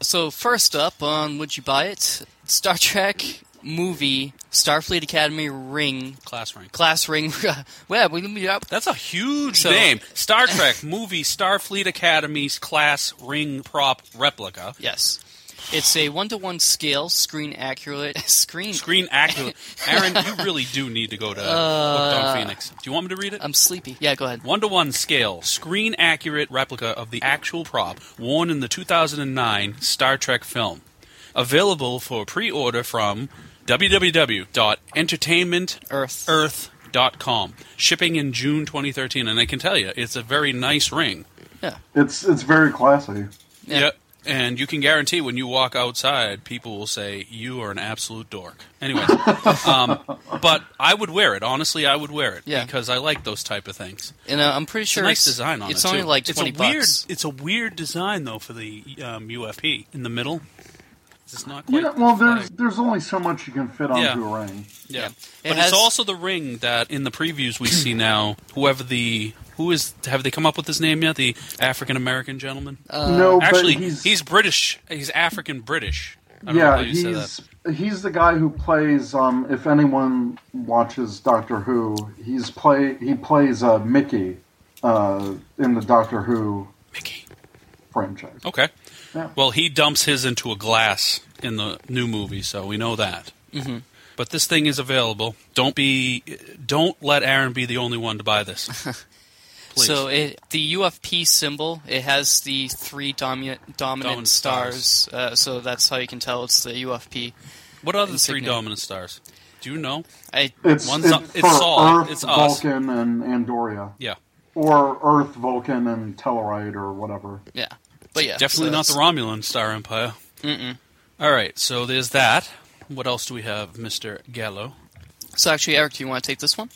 [SPEAKER 1] So first up on Would You Buy It? Star Trek movie Starfleet Academy ring
[SPEAKER 2] Class rank.
[SPEAKER 1] class ring. [LAUGHS] well, we we- yeah.
[SPEAKER 2] That's a huge
[SPEAKER 1] So-
[SPEAKER 2] name. Star Trek movie Starfleet Academy's class ring prop replica.
[SPEAKER 1] Yes. It's a one to one scale, screen accurate, [LAUGHS] screen.
[SPEAKER 2] Screen accurate. Aaron, you really do need to go to Hooked on Phoenix. Do you want me to read it?
[SPEAKER 1] I'm sleepy. Yeah, go ahead.
[SPEAKER 2] One to one scale, screen accurate replica of the actual prop worn in the 2009 Star Trek film. Available for pre order from www.entertainmentearth.com.
[SPEAKER 1] Earth.
[SPEAKER 2] Shipping in June 2013. And I can tell you, it's a very nice ring.
[SPEAKER 1] Yeah.
[SPEAKER 3] It's it's very classy.
[SPEAKER 1] Yeah.
[SPEAKER 2] Yep. And you can guarantee when you walk outside, people will say, You are an absolute dork.
[SPEAKER 1] [LAUGHS]
[SPEAKER 2] Anyway, um, but I would wear it. Honestly, I would wear it
[SPEAKER 1] Yeah.
[SPEAKER 2] because I like those type of things.
[SPEAKER 1] And uh, I'm pretty
[SPEAKER 2] It's a
[SPEAKER 1] sure
[SPEAKER 2] nice design on
[SPEAKER 1] it's
[SPEAKER 2] it.
[SPEAKER 1] only
[SPEAKER 2] too.
[SPEAKER 1] like
[SPEAKER 2] it's
[SPEAKER 1] twenty
[SPEAKER 2] a weird,
[SPEAKER 1] bucks.
[SPEAKER 2] It's a weird design though for the um, UFP in the middle. It's not quite.
[SPEAKER 3] You know, well, there's there's only so much you can fit onto
[SPEAKER 2] Yeah.
[SPEAKER 3] a ring.
[SPEAKER 2] yeah.
[SPEAKER 1] Yeah.
[SPEAKER 2] but
[SPEAKER 1] It
[SPEAKER 2] it's
[SPEAKER 1] has-
[SPEAKER 2] also the ring that in the previews
[SPEAKER 1] [CLEARS THROAT]
[SPEAKER 2] we see now. Whoever the who is have they come up with his name yet? The African American gentleman.
[SPEAKER 1] Uh,
[SPEAKER 3] no,
[SPEAKER 2] Uh, Actually,
[SPEAKER 3] but
[SPEAKER 2] he's,
[SPEAKER 3] he's,
[SPEAKER 2] British. He's African British. I don't know
[SPEAKER 3] yeah,
[SPEAKER 2] how you say that.
[SPEAKER 3] he's he's the guy who plays. Um, if anyone watches Doctor Who, he's play he plays uh, Mickey uh, in the Doctor Who
[SPEAKER 2] Mickey.
[SPEAKER 3] franchise.
[SPEAKER 2] Okay.
[SPEAKER 3] Yeah.
[SPEAKER 2] Well, he dumps his into a glass in the new movie, so we know that. Mm-hmm. But
[SPEAKER 1] [LAUGHS]
[SPEAKER 2] this thing is available. Don't be, don't let Aaron be the only one to buy this. Please.
[SPEAKER 1] So it, the UFP symbol it has the three dominant dominant
[SPEAKER 2] Dominant
[SPEAKER 1] stars,
[SPEAKER 2] stars.
[SPEAKER 1] Uh, so that's how you can tell it's the UFP.
[SPEAKER 2] what are the three
[SPEAKER 1] insignia.
[SPEAKER 2] dominant stars? Do you know?
[SPEAKER 1] I
[SPEAKER 3] It's
[SPEAKER 2] One's
[SPEAKER 3] it's,
[SPEAKER 2] up- it's
[SPEAKER 3] for
[SPEAKER 2] Saul,
[SPEAKER 3] Earth,
[SPEAKER 2] it's us.
[SPEAKER 3] Vulcan, and Andoria,
[SPEAKER 2] Yeah,
[SPEAKER 3] or Earth, Vulcan, and Tellarite, or whatever.
[SPEAKER 1] yeah, but yeah,
[SPEAKER 2] definitely not the Romulan Star Empire.
[SPEAKER 1] Mm-mm.
[SPEAKER 2] All right, so there's that. What else do we have, Mister Gallo?
[SPEAKER 1] So actually, Eric, do you want to take this one?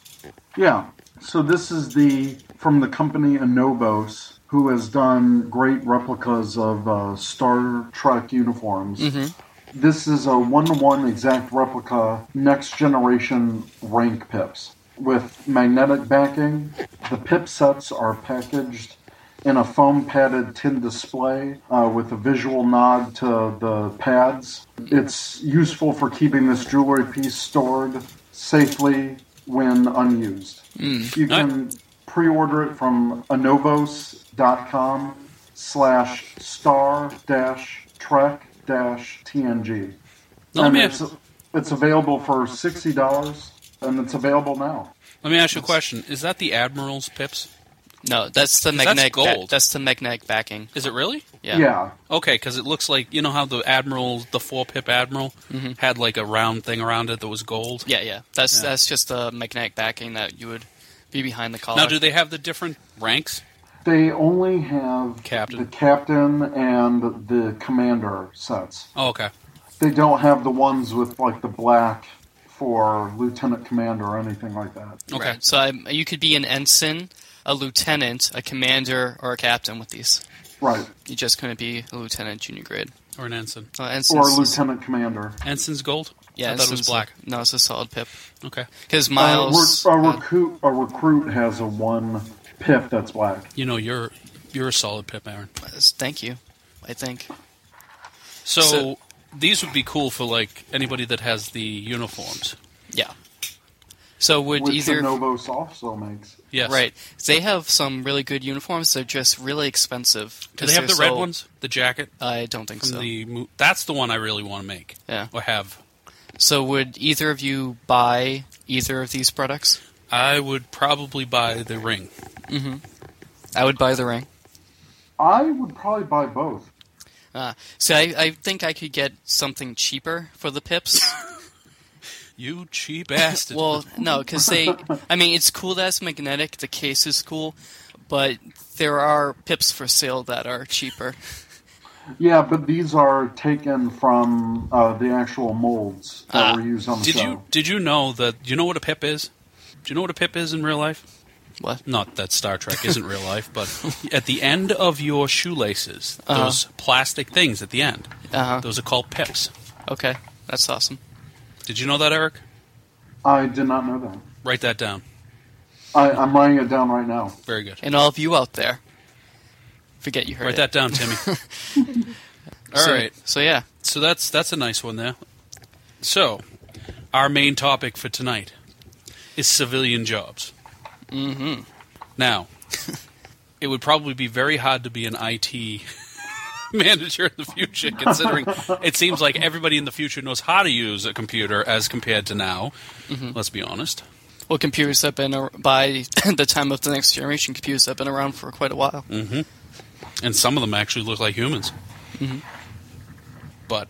[SPEAKER 3] Yeah. So this is the from the company Anobos, who has done great replicas of uh, Star Trek uniforms.
[SPEAKER 2] Mm-hmm.
[SPEAKER 3] This is a one-to-one exact replica next generation rank pips with magnetic backing. The pip sets are packaged in a foam padded tin display uh, with a visual nod to the pads. It's useful for keeping this jewelry piece stored safely when unused.
[SPEAKER 2] Mm.
[SPEAKER 3] You can pre-order it from anovos.com slash star dash trek dash TNG.
[SPEAKER 2] Now, let
[SPEAKER 3] And
[SPEAKER 2] me
[SPEAKER 3] it's, it's available for $60 and it's available now.
[SPEAKER 2] Let me ask you a question. Is that the Admiral's pips?
[SPEAKER 1] No, that's the
[SPEAKER 2] That's
[SPEAKER 1] magnetic. ba-
[SPEAKER 2] gold.
[SPEAKER 1] that's the magnetic backing.
[SPEAKER 2] Is it really?
[SPEAKER 1] Yeah.
[SPEAKER 3] yeah.
[SPEAKER 2] Okay, because it looks like you know how the admiral, the four pip admiral,
[SPEAKER 1] Mm-hmm.
[SPEAKER 2] had like a round thing around it that was gold.
[SPEAKER 1] Yeah, yeah. That's
[SPEAKER 2] Yeah.
[SPEAKER 1] that's just the magnetic backing that you would be behind the collar.
[SPEAKER 2] Now, do they have the different ranks?
[SPEAKER 3] They only have
[SPEAKER 2] Captain.
[SPEAKER 3] the captain and the commander sets.
[SPEAKER 2] Oh, okay.
[SPEAKER 3] They don't have the ones with like the black for lieutenant commander or anything like that.
[SPEAKER 2] Okay.
[SPEAKER 1] Right. So I'm, you could be an ensign, a lieutenant, a commander, or a captain with these.
[SPEAKER 3] Right.
[SPEAKER 1] You just couldn't be a lieutenant junior grade.
[SPEAKER 2] Or an ensign.
[SPEAKER 1] Uh,
[SPEAKER 3] Or
[SPEAKER 1] ensigns-
[SPEAKER 3] lieutenant commander.
[SPEAKER 2] Ensign's gold.
[SPEAKER 1] Yeah,
[SPEAKER 2] I thought it was
[SPEAKER 1] ensigns-
[SPEAKER 2] black.
[SPEAKER 1] No, it's a solid pip.
[SPEAKER 2] Okay.
[SPEAKER 1] Because
[SPEAKER 3] Uh,
[SPEAKER 1] Miles.
[SPEAKER 3] rec- a,
[SPEAKER 1] uh,
[SPEAKER 3] recruit, a recruit has a one pip that's black.
[SPEAKER 2] You know, you're you're a solid pip, Aaron.
[SPEAKER 1] uh, thank you. I think.
[SPEAKER 2] So,
[SPEAKER 1] So-
[SPEAKER 2] these would be cool for like anybody that has the uniforms.
[SPEAKER 1] Yeah. So would
[SPEAKER 3] Which
[SPEAKER 1] either
[SPEAKER 3] Novos also makes.
[SPEAKER 2] Yes.
[SPEAKER 1] right? They have some really good uniforms. They're just really expensive.
[SPEAKER 2] Do they
[SPEAKER 1] 'cause
[SPEAKER 2] have the
[SPEAKER 1] they're
[SPEAKER 2] red
[SPEAKER 1] so-
[SPEAKER 2] ones? The jacket
[SPEAKER 1] I don't think
[SPEAKER 2] from
[SPEAKER 1] so.
[SPEAKER 2] the mo- that's the one I really want to make
[SPEAKER 1] Yeah.
[SPEAKER 2] or have.
[SPEAKER 1] So would either of you buy either of these products?
[SPEAKER 2] I would probably buy the ring.
[SPEAKER 1] I would buy the ring.
[SPEAKER 3] I would probably buy both.
[SPEAKER 1] Uh, so I, I think I could get something cheaper for the [LAUGHS] pips.
[SPEAKER 2] You
[SPEAKER 1] [LAUGHS]
[SPEAKER 2] cheap bastard.
[SPEAKER 1] well, no, because they. I mean, it's cool that it's magnetic. The case is cool, but there are pips for sale that are cheaper.
[SPEAKER 3] Yeah, but these are taken from uh, the actual molds that
[SPEAKER 1] Ah,
[SPEAKER 3] were used on the
[SPEAKER 2] Uh, Did
[SPEAKER 3] show.
[SPEAKER 2] you did you know that? Do you know what a pip is? Do you know what a pip is in real life?
[SPEAKER 1] What?
[SPEAKER 2] Not that Star Trek isn't real life,
[SPEAKER 1] [LAUGHS]
[SPEAKER 2] but at the end of your shoelaces,
[SPEAKER 1] Uh-huh.
[SPEAKER 2] those plastic things at the end,
[SPEAKER 1] Uh huh.
[SPEAKER 2] those are called pips.
[SPEAKER 1] Okay, that's awesome.
[SPEAKER 2] Did you know that, Eric?
[SPEAKER 3] I did not know that.
[SPEAKER 2] Write that down.
[SPEAKER 3] I, I'm writing it down right now.
[SPEAKER 2] Very good.
[SPEAKER 1] And all of you out there, forget you heard
[SPEAKER 2] Write
[SPEAKER 1] it.
[SPEAKER 2] that down, Timmy. All
[SPEAKER 1] [LAUGHS] so,
[SPEAKER 2] right.
[SPEAKER 1] So yeah,
[SPEAKER 2] So that's that's a nice one there. So, our main topic for tonight is civilian jobs. Mm-hmm. Now, it would probably be very hard to be an IT [LAUGHS] manager in the future, considering it seems like everybody in the future knows how to use a computer as compared to now. Let's be honest.
[SPEAKER 1] well, computers have been ar- by [LAUGHS] the time of the next generation. Computers have been around for quite a while.
[SPEAKER 2] Mm. And some of them actually look like humans. But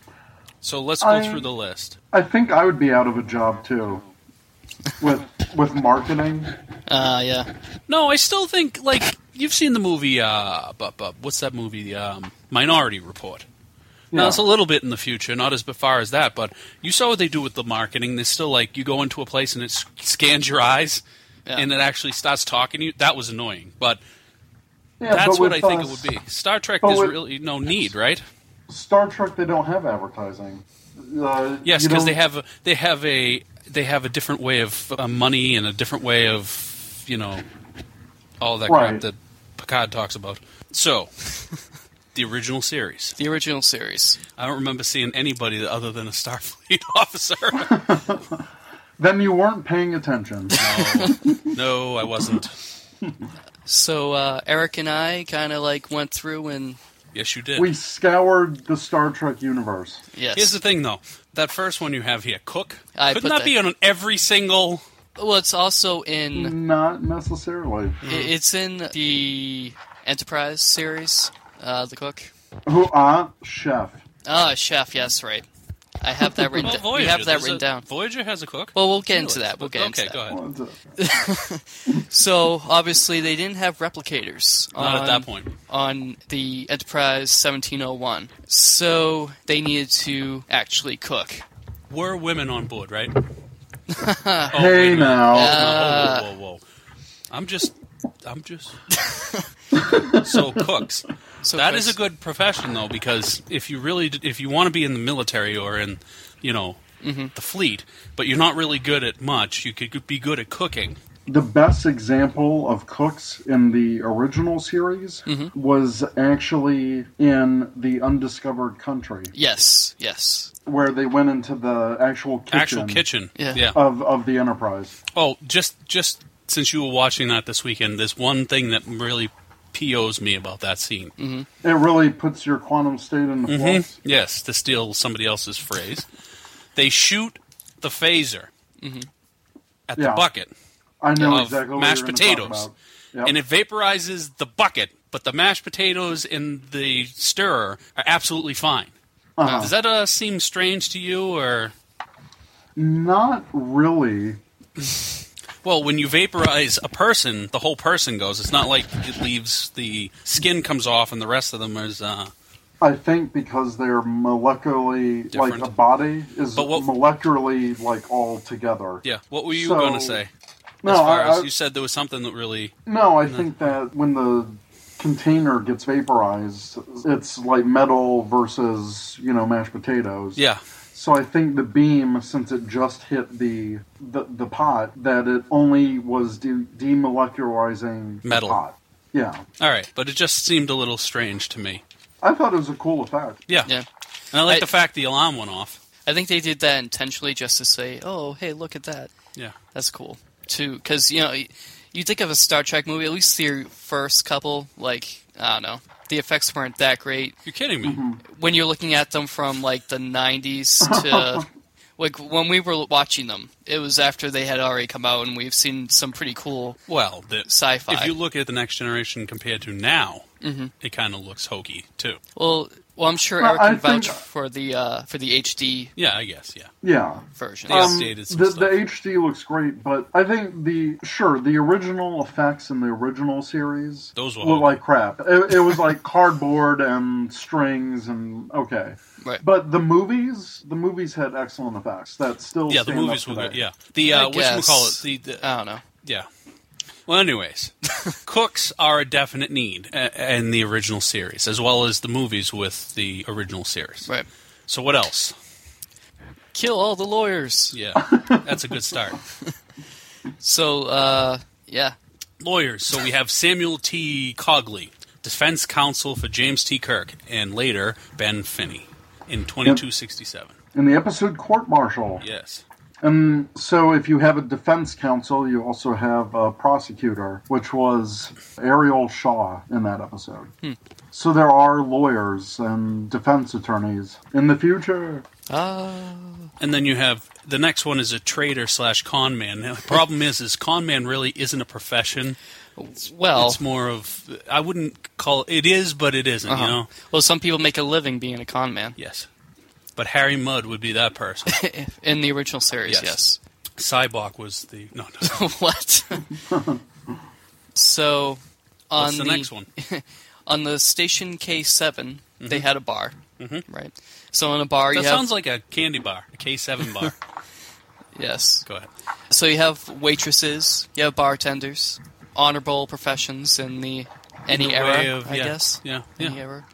[SPEAKER 2] so let's go
[SPEAKER 3] I-
[SPEAKER 2] through the list.
[SPEAKER 3] I think I would be out of a job too. With with marketing,
[SPEAKER 1] Uh, yeah.
[SPEAKER 2] No, I still think like you've seen the movie. Uh, bu- bu- what's that movie? Um, Minority Report. Now
[SPEAKER 3] Yeah.
[SPEAKER 2] it's a little bit in the future, not as far as that, but you saw what they do with the marketing. They still like you go into a place and it s- scans your eyes,
[SPEAKER 1] Yeah.
[SPEAKER 2] and it actually starts talking to you. That was annoying, but
[SPEAKER 3] yeah,
[SPEAKER 2] that's
[SPEAKER 3] but
[SPEAKER 2] what I
[SPEAKER 3] with,
[SPEAKER 2] think
[SPEAKER 3] uh,
[SPEAKER 2] it would be. Star Trek,
[SPEAKER 3] but
[SPEAKER 2] there's
[SPEAKER 3] with-
[SPEAKER 2] really no need, right?
[SPEAKER 3] Star Trek, they don't have advertising. Uh,
[SPEAKER 2] Yes,
[SPEAKER 3] you
[SPEAKER 2] because
[SPEAKER 3] don't-
[SPEAKER 2] they have a, they have a they have a different way of uh, money and a different way of you know all that crap
[SPEAKER 3] Right.
[SPEAKER 2] that Picard talks about. So, the original series.
[SPEAKER 1] The original series.
[SPEAKER 2] I don't remember seeing anybody other than a Starfleet [LAUGHS] officer.
[SPEAKER 3] Then you weren't paying attention.
[SPEAKER 2] no, I wasn't.
[SPEAKER 1] So uh, Eric and I kind of like went through and
[SPEAKER 2] Yes, you did.
[SPEAKER 3] we scoured the Star Trek universe.
[SPEAKER 1] yes,
[SPEAKER 2] Here's the thing, though. That first one you have here, Cook.
[SPEAKER 1] I
[SPEAKER 2] Couldn't
[SPEAKER 1] put
[SPEAKER 2] that,
[SPEAKER 1] that-
[SPEAKER 2] be on every single
[SPEAKER 1] Well, it's also in
[SPEAKER 3] Not necessarily.
[SPEAKER 2] Hmm.
[SPEAKER 1] i- it's in the Enterprise series. Uh, the cook.
[SPEAKER 3] Who ah chef?
[SPEAKER 1] Ah, chef. Yes, right. I have
[SPEAKER 2] [LAUGHS]
[SPEAKER 1] that written. down.
[SPEAKER 2] Well, Oh, Voyager,
[SPEAKER 1] we have that
[SPEAKER 2] there's
[SPEAKER 1] written
[SPEAKER 2] a-
[SPEAKER 1] down.
[SPEAKER 2] Voyager has a cook.
[SPEAKER 1] Well, we'll get into that. We'll get into
[SPEAKER 2] okay,
[SPEAKER 1] that.
[SPEAKER 2] go ahead.
[SPEAKER 3] What's it?
[SPEAKER 1] So obviously they didn't have replicators.
[SPEAKER 2] Not
[SPEAKER 1] on-
[SPEAKER 2] at that point.
[SPEAKER 1] on the Enterprise 1701. So they needed to actually cook.
[SPEAKER 2] Were women on board, right? oh, wait
[SPEAKER 3] Hey
[SPEAKER 2] a minute.
[SPEAKER 3] now.
[SPEAKER 2] No, whoa, whoa, whoa, whoa. I'm just, I'm just. [LAUGHS] so cooks.
[SPEAKER 1] So
[SPEAKER 2] That
[SPEAKER 1] cooks-
[SPEAKER 2] is a good profession though, because if you really, d- if you want to be in the military or in, you know, the fleet, but you're not really good at much, you could be good at cooking.
[SPEAKER 3] the best example of cooks in the original series
[SPEAKER 2] Mm-hmm.
[SPEAKER 3] was actually in the undiscovered country
[SPEAKER 1] Yes, yes.
[SPEAKER 3] where they went into the actual kitchen,
[SPEAKER 2] Actual kitchen.
[SPEAKER 1] Yeah.
[SPEAKER 3] of of the enterprise
[SPEAKER 2] Oh, just just since you were watching that this weekend, there's one thing that really POs me about that scene.
[SPEAKER 3] it really puts your quantum state in
[SPEAKER 2] Mm-hmm.
[SPEAKER 3] flux
[SPEAKER 2] Yes, to steal somebody else's phrase, they shoot the phaser at the
[SPEAKER 3] Yeah.
[SPEAKER 2] bucket,
[SPEAKER 3] i know
[SPEAKER 2] Of
[SPEAKER 3] exactly what
[SPEAKER 2] mashed
[SPEAKER 3] you're gonna
[SPEAKER 2] potatoes.
[SPEAKER 3] talk about. Yep.
[SPEAKER 2] and it vaporizes the bucket. But the mashed potatoes in the stirrer are absolutely fine.
[SPEAKER 3] Uh-huh.
[SPEAKER 2] Does that uh, seem strange to you, or
[SPEAKER 3] not really
[SPEAKER 2] well, when you vaporize a person, the whole person goes. It's not like it leaves the skin comes off and the rest of them is. Uh,
[SPEAKER 3] I think because they're molecularly like
[SPEAKER 2] Different.
[SPEAKER 3] the body is
[SPEAKER 2] But what-
[SPEAKER 3] molecularly like all together.
[SPEAKER 2] yeah. What were you
[SPEAKER 3] So-
[SPEAKER 2] going to say?
[SPEAKER 3] No,
[SPEAKER 2] as far
[SPEAKER 3] I,
[SPEAKER 2] as
[SPEAKER 3] I-
[SPEAKER 2] you said, there was something that really
[SPEAKER 3] No,
[SPEAKER 2] Mm-hmm.
[SPEAKER 3] I think that when the container gets vaporized, it's like metal versus you know mashed potatoes.
[SPEAKER 2] yeah.
[SPEAKER 3] So I think the beam, since it just hit the the, the pot, that it only was de- demolecularizing the
[SPEAKER 2] Metal.
[SPEAKER 3] pot. Yeah,
[SPEAKER 2] All right, but it just seemed a little strange to me.
[SPEAKER 3] I thought it was a cool effect.
[SPEAKER 2] Yeah,
[SPEAKER 1] Yeah.
[SPEAKER 2] and I like
[SPEAKER 1] I-
[SPEAKER 2] the fact the alarm went off.
[SPEAKER 1] I think they did that intentionally just to say, "Oh, hey, look at that.
[SPEAKER 2] Yeah,
[SPEAKER 1] That's cool." Too cuz you know, y- you think of a Star Trek movie, at least the first couple, like I don't know. The effects weren't that great
[SPEAKER 2] you're kidding me.
[SPEAKER 1] Mm-hmm. when you're looking at them from like the
[SPEAKER 3] [LAUGHS]
[SPEAKER 1] 90s to like when we were watching them. It was after they had already come out and we've seen some pretty cool
[SPEAKER 2] Well, the,
[SPEAKER 1] Sci-fi.
[SPEAKER 2] If you look at the next generation compared to now,
[SPEAKER 1] Mm-hmm.
[SPEAKER 2] it kind of looks hokey too.
[SPEAKER 1] Well, well, I'm sure
[SPEAKER 3] Well,
[SPEAKER 1] Eric can
[SPEAKER 3] I think-
[SPEAKER 1] vouch for the uh, for the HD
[SPEAKER 2] Yeah, I guess. Yeah,
[SPEAKER 3] Yeah.
[SPEAKER 1] version.
[SPEAKER 2] Yeah.
[SPEAKER 1] Yes.
[SPEAKER 3] Um,
[SPEAKER 2] updated some
[SPEAKER 3] the,
[SPEAKER 2] stuff.
[SPEAKER 3] the HD looks great, but I think the sure the original effects in the original series
[SPEAKER 2] Those were
[SPEAKER 3] look like crap. It, it was like cardboard and strings and okay,
[SPEAKER 1] Right.
[SPEAKER 3] but the movies the movies had excellent effects that still
[SPEAKER 2] yeah. The
[SPEAKER 3] stand
[SPEAKER 2] movies were
[SPEAKER 3] up today.
[SPEAKER 2] good. Yeah, the
[SPEAKER 1] I
[SPEAKER 2] uh, what call it?
[SPEAKER 1] guess.
[SPEAKER 2] The, the uh,
[SPEAKER 1] I don't know.
[SPEAKER 2] yeah. Well,
[SPEAKER 1] [LAUGHS]
[SPEAKER 2] anyways, cooks are a definite need uh, in the original series, as well as the movies with the original series.
[SPEAKER 1] Right.
[SPEAKER 2] So what else?
[SPEAKER 1] Kill all the lawyers.
[SPEAKER 2] Yeah, that's a good start.
[SPEAKER 1] So, uh, yeah.
[SPEAKER 2] lawyers. So we have Samuel T. Cogley, defense counsel for James T. Kirk, and later Ben Finney in 2267.
[SPEAKER 3] In the episode court martial,
[SPEAKER 2] Yes.
[SPEAKER 3] and so if you have a defense counsel, you also have a prosecutor, which was Ariel Shaw in that episode.
[SPEAKER 2] Hmm.
[SPEAKER 3] So there are lawyers and defense attorneys in the future.
[SPEAKER 1] Uh,
[SPEAKER 2] And then you have the next one is a trader slash con man. Now, the problem is, is con man really isn't a profession.
[SPEAKER 1] well,
[SPEAKER 2] It's more of I wouldn't call it is, but it isn't,
[SPEAKER 1] Uh-huh.
[SPEAKER 2] You know.
[SPEAKER 1] well, some people make a living being a con
[SPEAKER 2] [LAUGHS]
[SPEAKER 1] man
[SPEAKER 2] Yes. But Harry Mudd would be that person.
[SPEAKER 1] [LAUGHS] in the original series. Yes.
[SPEAKER 2] Yes. Cybok was the no no.
[SPEAKER 1] [LAUGHS] what? so, on
[SPEAKER 2] What's the next one? Mm-hmm.
[SPEAKER 1] on the station K7, they had a bar. Right. So in a bar,
[SPEAKER 2] That
[SPEAKER 1] you have
[SPEAKER 2] sounds like a candy bar, a K seven bar.
[SPEAKER 1] yes.
[SPEAKER 2] Go ahead.
[SPEAKER 1] So you have waitresses, you have bartenders, honorable professions in the any
[SPEAKER 2] Way
[SPEAKER 1] era,
[SPEAKER 2] of-
[SPEAKER 1] I
[SPEAKER 2] yeah,
[SPEAKER 1] guess.
[SPEAKER 2] Yeah.
[SPEAKER 1] Any
[SPEAKER 2] yeah.
[SPEAKER 1] era.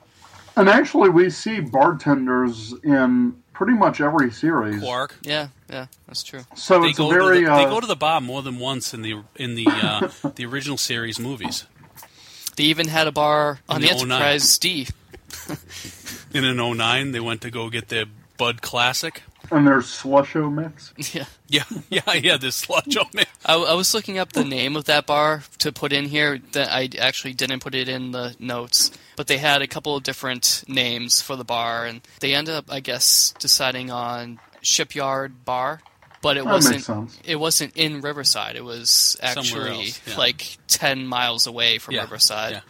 [SPEAKER 3] And actually, we see bartenders in pretty much every series.
[SPEAKER 2] Quark.
[SPEAKER 1] Yeah, yeah, that's true.
[SPEAKER 3] So
[SPEAKER 2] they
[SPEAKER 3] it's a
[SPEAKER 2] go,
[SPEAKER 3] very
[SPEAKER 2] to the,
[SPEAKER 3] uh,
[SPEAKER 2] they go to the bar more than once in the in the uh,
[SPEAKER 3] [LAUGHS]
[SPEAKER 2] the original series movies
[SPEAKER 1] They even had a bar on
[SPEAKER 2] In
[SPEAKER 1] the,
[SPEAKER 2] the 09.
[SPEAKER 1] Enterprise D. [LAUGHS]
[SPEAKER 2] in an 09 they went to go get their bud classic
[SPEAKER 3] and there's slusho mix.
[SPEAKER 1] yeah.
[SPEAKER 2] yeah [LAUGHS] yeah yeah this sludge on
[SPEAKER 3] [LAUGHS]
[SPEAKER 2] it
[SPEAKER 1] I, I was looking up the name of that bar to put in here. That I actually didn't put it in the notes, but they had a couple of different names for the bar, and they ended up, I guess, deciding on Shipyard Bar but it
[SPEAKER 3] That makes
[SPEAKER 1] wasn't
[SPEAKER 3] sense.
[SPEAKER 1] it wasn't in Riverside. It was
[SPEAKER 2] Somewhere
[SPEAKER 1] actually
[SPEAKER 2] else, yeah.
[SPEAKER 1] like ten miles away from
[SPEAKER 2] Yeah,
[SPEAKER 1] Riverside.
[SPEAKER 2] yeah.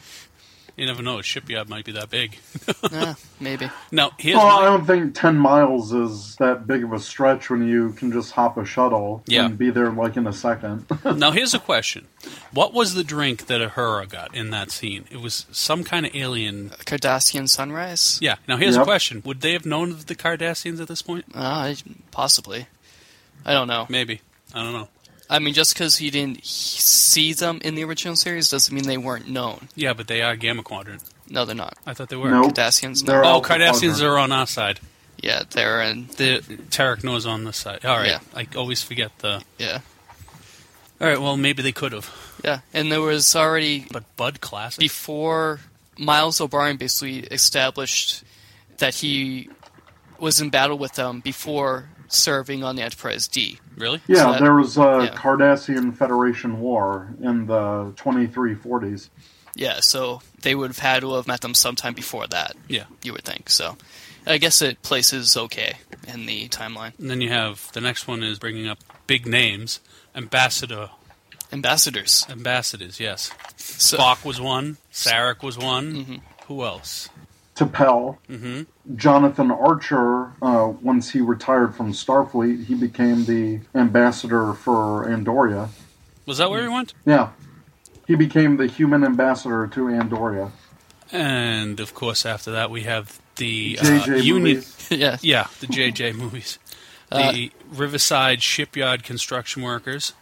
[SPEAKER 2] You never know. A shipyard might be that big. [LAUGHS]
[SPEAKER 1] [LAUGHS] Eh, maybe.
[SPEAKER 2] now, here's
[SPEAKER 3] Well, I
[SPEAKER 2] my,
[SPEAKER 3] don't think 10 miles is that big of a stretch when you can just hop a shuttle
[SPEAKER 2] Yeah.
[SPEAKER 3] and be there like in a second.
[SPEAKER 2] now here's a question. What was the drink that Ahura got in that scene? It was some kind of alien.
[SPEAKER 1] Cardassian sunrise.
[SPEAKER 2] Yeah. Now here's a
[SPEAKER 3] Yep.
[SPEAKER 2] question. Would they have known of the Cardassians at this point?
[SPEAKER 1] Uh, possibly. I don't know.
[SPEAKER 2] Maybe. I don't know.
[SPEAKER 1] I mean, just because he didn't he- see them in the original series doesn't mean they weren't known.
[SPEAKER 2] Yeah, but they are Gamma Quadrant.
[SPEAKER 1] No, they're not.
[SPEAKER 2] I thought they were.
[SPEAKER 3] [LAUGHS] Nope.
[SPEAKER 1] Cardassians,
[SPEAKER 3] They're
[SPEAKER 1] no.
[SPEAKER 2] Oh,
[SPEAKER 3] Alpha
[SPEAKER 2] Cardassians
[SPEAKER 3] Quadrant.
[SPEAKER 2] are on our side.
[SPEAKER 1] Yeah, they're in.
[SPEAKER 2] The Tarek knows on this side. All right.
[SPEAKER 1] Yeah.
[SPEAKER 2] I always forget the.
[SPEAKER 1] Yeah.
[SPEAKER 2] All right. Well, maybe they could have.
[SPEAKER 1] Yeah. And there was already,
[SPEAKER 2] But Bud Classic.
[SPEAKER 1] before Miles O'Brien basically established that he was in battle with them before serving on the Enterprise D.
[SPEAKER 2] really?
[SPEAKER 3] yeah,
[SPEAKER 1] So that-
[SPEAKER 3] there was a
[SPEAKER 1] yeah.
[SPEAKER 3] Cardassian Federation war in the 2340s.
[SPEAKER 1] Yeah, so they would have had to have met them sometime before that,
[SPEAKER 2] Yeah.
[SPEAKER 1] you would think. So I guess it places okay in the timeline.
[SPEAKER 2] And then you have the next one is bringing up big names. Ambassador,
[SPEAKER 1] Ambassadors. [LAUGHS]
[SPEAKER 2] ambassadors. Yes.
[SPEAKER 1] So, Mm-hmm.
[SPEAKER 2] Spock was one. Sarek was one. Who else?
[SPEAKER 3] T'Pel,
[SPEAKER 2] Mm-hmm.
[SPEAKER 3] Jonathan Archer, uh, once he retired from Starfleet, he became the ambassador for Andoria.
[SPEAKER 2] Was that where he went?
[SPEAKER 3] Yeah, he became the human ambassador to Andoria.
[SPEAKER 2] And of course, after that, we have the uh,
[SPEAKER 3] JJ
[SPEAKER 2] Union.
[SPEAKER 3] movies.
[SPEAKER 1] yeah.
[SPEAKER 2] Yeah,
[SPEAKER 1] [LAUGHS]
[SPEAKER 2] the JJ movies.
[SPEAKER 1] Uh,
[SPEAKER 2] The Riverside Shipyard construction workers,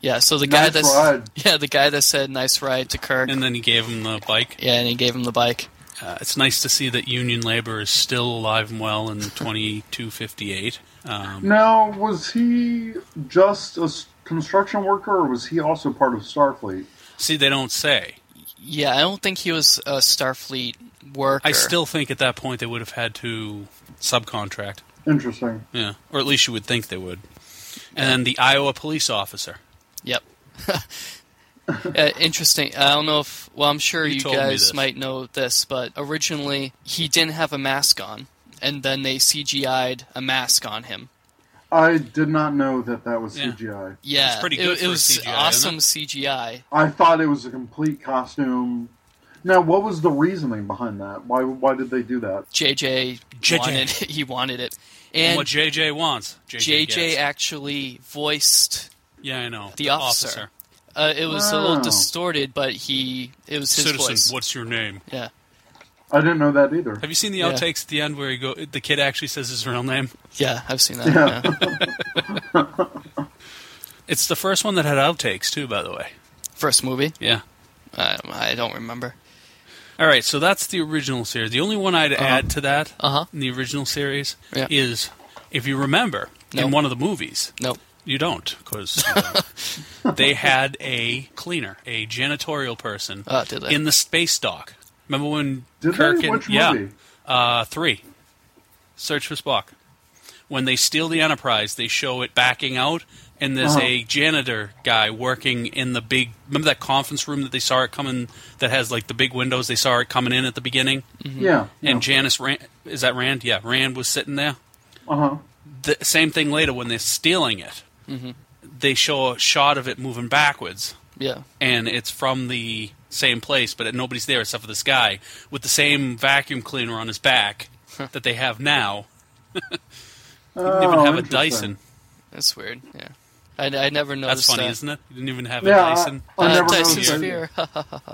[SPEAKER 1] Yeah, so the
[SPEAKER 3] Nice
[SPEAKER 1] guy that
[SPEAKER 3] ride.
[SPEAKER 1] [LAUGHS] yeah the guy that said nice ride to Kirk,
[SPEAKER 2] and then he gave him the bike.
[SPEAKER 1] yeah, and he gave him the bike.
[SPEAKER 2] Uh, it's nice to see that union labor is still alive and well in 2258. Um,
[SPEAKER 3] Now, was he just a s- construction worker, or was he also part of Starfleet?
[SPEAKER 2] see, they don't say.
[SPEAKER 1] Yeah, I don't think he was a Starfleet worker.
[SPEAKER 2] I still think at that point they would have had to subcontract.
[SPEAKER 3] Interesting.
[SPEAKER 2] Yeah, or at least you would think they would. And then the Iowa police officer.
[SPEAKER 1] yep. [LAUGHS] Uh, interesting. I don't know if well, I'm sure
[SPEAKER 2] You
[SPEAKER 1] you,
[SPEAKER 2] told me
[SPEAKER 1] guys
[SPEAKER 2] this.
[SPEAKER 1] might know this, but originally he didn't have a mask on, and then they CGI'd a mask on him.
[SPEAKER 3] I did not know that that was
[SPEAKER 2] Yeah.
[SPEAKER 3] CGI.
[SPEAKER 1] Yeah,
[SPEAKER 2] That's pretty
[SPEAKER 1] it-
[SPEAKER 2] good
[SPEAKER 1] It,
[SPEAKER 2] for a
[SPEAKER 1] was
[SPEAKER 2] CGI, isn't it?
[SPEAKER 1] awesome CGI.
[SPEAKER 3] I thought it was a complete costume. Now, what was the reasoning behind that? Why? Why did they do that?
[SPEAKER 1] JJ,
[SPEAKER 2] JJ.
[SPEAKER 1] wanted he wanted it, [LAUGHS]
[SPEAKER 2] And
[SPEAKER 1] and
[SPEAKER 2] what JJ wants. JJ.
[SPEAKER 1] JJ
[SPEAKER 2] gets.
[SPEAKER 1] actually voiced
[SPEAKER 2] Yeah, I know.
[SPEAKER 1] the officer. Uh, it was a
[SPEAKER 3] Wow.
[SPEAKER 1] little distorted, but he it was his
[SPEAKER 2] Citizen,
[SPEAKER 1] voice.
[SPEAKER 2] what's your name?
[SPEAKER 1] Yeah,
[SPEAKER 3] I didn't know that either.
[SPEAKER 2] Have you seen the
[SPEAKER 1] Yeah.
[SPEAKER 2] outtakes at the end where he go? The kid actually says his real name.
[SPEAKER 1] yeah, I've seen that.
[SPEAKER 3] Yeah.
[SPEAKER 1] yeah. [LAUGHS]
[SPEAKER 2] It's the first one that had outtakes too, by the way.
[SPEAKER 1] First movie,
[SPEAKER 2] Yeah.
[SPEAKER 1] I, I don't remember.
[SPEAKER 2] All right, so that's the original series. The only one I'd add to that
[SPEAKER 1] Uh-huh.
[SPEAKER 2] in the original series
[SPEAKER 1] Yeah.
[SPEAKER 2] is if you remember in
[SPEAKER 1] Nope.
[SPEAKER 2] one of the movies,
[SPEAKER 1] Nope.
[SPEAKER 2] you don't because
[SPEAKER 1] [LAUGHS]
[SPEAKER 2] they had a cleaner, a janitorial person
[SPEAKER 1] Oh, did they?
[SPEAKER 2] in the space dock. Remember when
[SPEAKER 3] Did
[SPEAKER 2] Kirk
[SPEAKER 3] they?
[SPEAKER 2] and
[SPEAKER 3] Which
[SPEAKER 2] yeah,
[SPEAKER 3] movie?
[SPEAKER 2] Uh, three. Search for Spock. When they steal the Enterprise, they show it backing out, and there's
[SPEAKER 3] Uh-huh.
[SPEAKER 2] a janitor guy working in the big. Remember that conference room that they saw it coming? That has like the big windows. They saw it coming in at the beginning,
[SPEAKER 3] Yeah.
[SPEAKER 2] Mm-hmm. and Janice Rand is that Rand? Yeah, Rand was sitting there.
[SPEAKER 3] uh huh.
[SPEAKER 2] The same thing later when they're stealing it.
[SPEAKER 3] Mm-hmm.
[SPEAKER 2] They show a shot of it moving backwards,
[SPEAKER 1] Yeah,
[SPEAKER 2] and it's from the same place, but nobody's there except for this guy with the same vacuum cleaner on his back that they have now.
[SPEAKER 3] You
[SPEAKER 2] He didn't even have a Dyson.
[SPEAKER 1] that's weird. Yeah, I, I never
[SPEAKER 2] That's
[SPEAKER 1] noticed.
[SPEAKER 2] funny,
[SPEAKER 1] that.
[SPEAKER 2] isn't it? You didn't even have
[SPEAKER 3] Yeah,
[SPEAKER 2] a Dyson.
[SPEAKER 3] I- I
[SPEAKER 1] Uh,
[SPEAKER 3] never
[SPEAKER 1] Dyson
[SPEAKER 3] noticed that.
[SPEAKER 1] Sphere.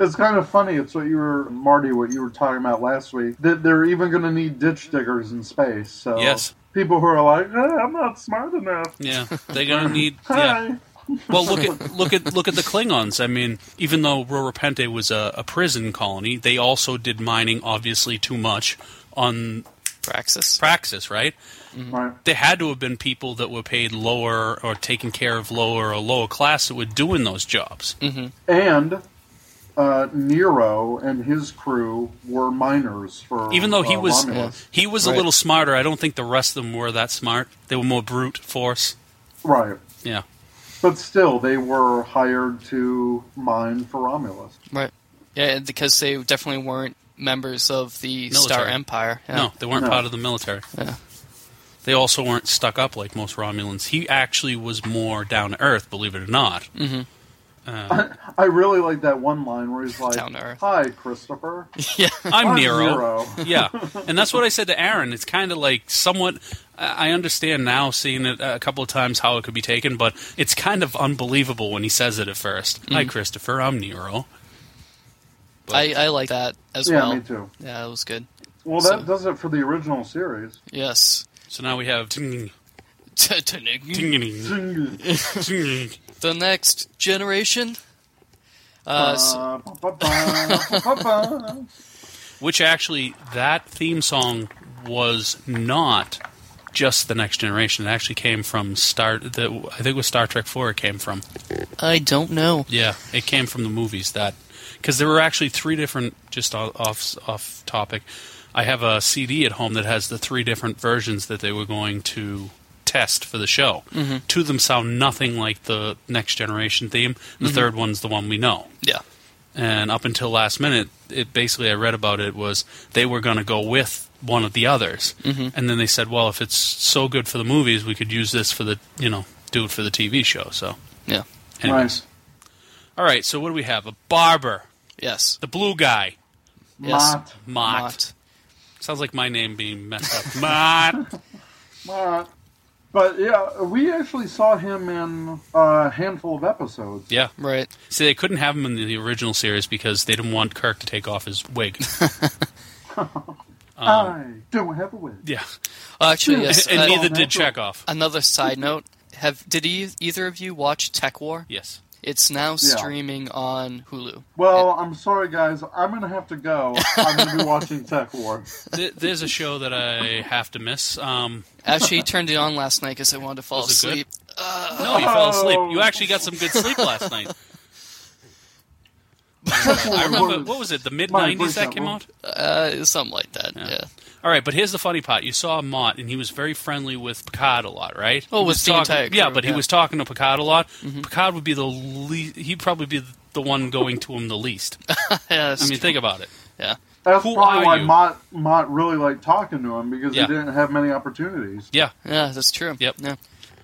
[SPEAKER 3] It's kind of funny. It's what you were, Marty, what you were talking about last week. That they're even going to need ditch diggers in space. So
[SPEAKER 2] Yes.
[SPEAKER 3] people who are like, eh, I'm not smart enough.
[SPEAKER 2] yeah, they're
[SPEAKER 3] [LAUGHS]
[SPEAKER 2] gonna need.
[SPEAKER 3] Hi.
[SPEAKER 2] Yeah. Well, look at look at look at the Klingons. I mean, even though Roropente was a, a prison colony, they also did mining, obviously too much on
[SPEAKER 1] Praxis.
[SPEAKER 2] Praxis, right?
[SPEAKER 3] Right.
[SPEAKER 2] There had to have been people that were paid lower or taken care of lower or lower class that were doing those jobs.
[SPEAKER 3] And uh, Nero and his crew were miners for
[SPEAKER 2] Even though he
[SPEAKER 3] uh,
[SPEAKER 2] was
[SPEAKER 3] Romulus.
[SPEAKER 2] he was a
[SPEAKER 1] Right.
[SPEAKER 2] little smarter, I don't think the rest of them were that smart. They were more brute force.
[SPEAKER 3] right,
[SPEAKER 2] uh, Yeah.
[SPEAKER 3] but still they were hired to mine for Romulus.
[SPEAKER 1] Right. Yeah, because they definitely weren't members of the Star
[SPEAKER 2] Military.
[SPEAKER 1] Empire. Yeah.
[SPEAKER 2] No, they weren't
[SPEAKER 3] No.
[SPEAKER 2] part of the military.
[SPEAKER 1] Yeah.
[SPEAKER 2] they also weren't stuck up like most Romulans. He actually was more down to earth, believe it or not.
[SPEAKER 1] Hmm.
[SPEAKER 3] I really like that one line where he's like,
[SPEAKER 1] Down to earth.
[SPEAKER 3] "Hi, Christopher."
[SPEAKER 1] [LAUGHS] Yeah.
[SPEAKER 2] I'm
[SPEAKER 3] I'm
[SPEAKER 2] Nero.
[SPEAKER 3] Nero.
[SPEAKER 2] [LAUGHS] yeah, and that's what I said to Aaron. It's kind of like somewhat. I I understand now, seeing it a couple of times, how it could be taken, but it's kind of unbelievable when he says it at 1st Hi,
[SPEAKER 1] Hmm.
[SPEAKER 2] Christopher. I'm Nero.
[SPEAKER 1] I, I like that as
[SPEAKER 3] Yeah,
[SPEAKER 1] well.
[SPEAKER 3] me too.
[SPEAKER 1] Yeah, that was good.
[SPEAKER 3] Well, that
[SPEAKER 1] So-
[SPEAKER 3] does it for the original series.
[SPEAKER 1] Yes. [LAUGHS]
[SPEAKER 2] So now we have ting
[SPEAKER 1] T- t- n-
[SPEAKER 2] ting
[SPEAKER 3] Uh,
[SPEAKER 2] ting.
[SPEAKER 1] the next generation. Uh, s-
[SPEAKER 3] ba-ba-ba, ba-ba-ba. [LAUGHS]
[SPEAKER 2] which actually that theme song was not just the next generation. It actually came from Star. The, I think it was Star Trek Four. It came from.
[SPEAKER 1] I don't know.
[SPEAKER 2] Yeah, it came from the movies that because there were actually three different. Just o- off off topic, I have a CD at home that has the three different versions that they were going to test for the show. Two of them sound nothing like the next generation theme. The third one's the one we know
[SPEAKER 1] Yeah.
[SPEAKER 2] and up until last minute, it basically I read about it was they were going to go with one of the others, and then they said, well, if it's so good for the movies, we could use this for the you know do it for the TV show. So,
[SPEAKER 1] Yeah.
[SPEAKER 2] anyways,
[SPEAKER 3] Right.
[SPEAKER 2] all right. So what do we have? A barber,
[SPEAKER 1] Yes.
[SPEAKER 2] the blue guy,
[SPEAKER 1] Yes.
[SPEAKER 3] Mott.
[SPEAKER 2] Mott.
[SPEAKER 1] Mott.
[SPEAKER 2] Sounds like my name being messed up. [LAUGHS] Mott.
[SPEAKER 3] Mott. But yeah, we actually saw him in a handful of episodes.
[SPEAKER 2] Yeah.
[SPEAKER 1] Right.
[SPEAKER 2] See, they couldn't have him in the original series because they didn't want Kirk to take off his wig. Uh-huh.
[SPEAKER 3] I don't have a wig.
[SPEAKER 2] Yeah,
[SPEAKER 1] Uh, actually, yes.
[SPEAKER 2] [LAUGHS] and
[SPEAKER 1] uh,
[SPEAKER 2] neither
[SPEAKER 3] natural.
[SPEAKER 2] did Chekhov.
[SPEAKER 1] another side note. Have did e- either of you watch Tech War?
[SPEAKER 2] Yes.
[SPEAKER 1] It's now streaming on Hulu.
[SPEAKER 3] Well, I'm sorry, guys. I'm gonna have to go. I'm gonna
[SPEAKER 2] [LAUGHS]
[SPEAKER 3] be watching Tech War.
[SPEAKER 2] Th- There's a show that I have to miss. Um,
[SPEAKER 1] Actually, turned it on last night because I wanted to fall
[SPEAKER 2] Was it good?
[SPEAKER 1] asleep.
[SPEAKER 2] No, you fell asleep.
[SPEAKER 3] Oh.
[SPEAKER 2] You actually got some good sleep last night.
[SPEAKER 3] Tech War
[SPEAKER 2] I remember
[SPEAKER 3] was-
[SPEAKER 2] what was it? The mid
[SPEAKER 3] My
[SPEAKER 2] '90s that
[SPEAKER 3] voice
[SPEAKER 2] came
[SPEAKER 3] not
[SPEAKER 2] out.
[SPEAKER 1] Uh, something like that. Yeah.
[SPEAKER 2] All right, but here's the funny part. You saw Mott, and he was very friendly with Picard a lot, right?
[SPEAKER 1] Oh,
[SPEAKER 2] He
[SPEAKER 1] with
[SPEAKER 2] was
[SPEAKER 1] the
[SPEAKER 2] talking,
[SPEAKER 1] entire crew,
[SPEAKER 2] yeah, but he
[SPEAKER 1] yeah. Mm-hmm.
[SPEAKER 2] was talking to Picard a lot. Picard would be the least. He'd probably be the one going to him the least.
[SPEAKER 1] Yeah,
[SPEAKER 2] I mean, think about it.
[SPEAKER 1] yeah.
[SPEAKER 3] That's
[SPEAKER 2] Who
[SPEAKER 3] probably
[SPEAKER 2] are
[SPEAKER 3] why
[SPEAKER 2] you?
[SPEAKER 3] Mott, Mott really liked talking to him because
[SPEAKER 2] Yeah.
[SPEAKER 3] he didn't have many opportunities.
[SPEAKER 2] Yeah.
[SPEAKER 1] Yeah, that's true.
[SPEAKER 2] Yep.
[SPEAKER 1] Yeah.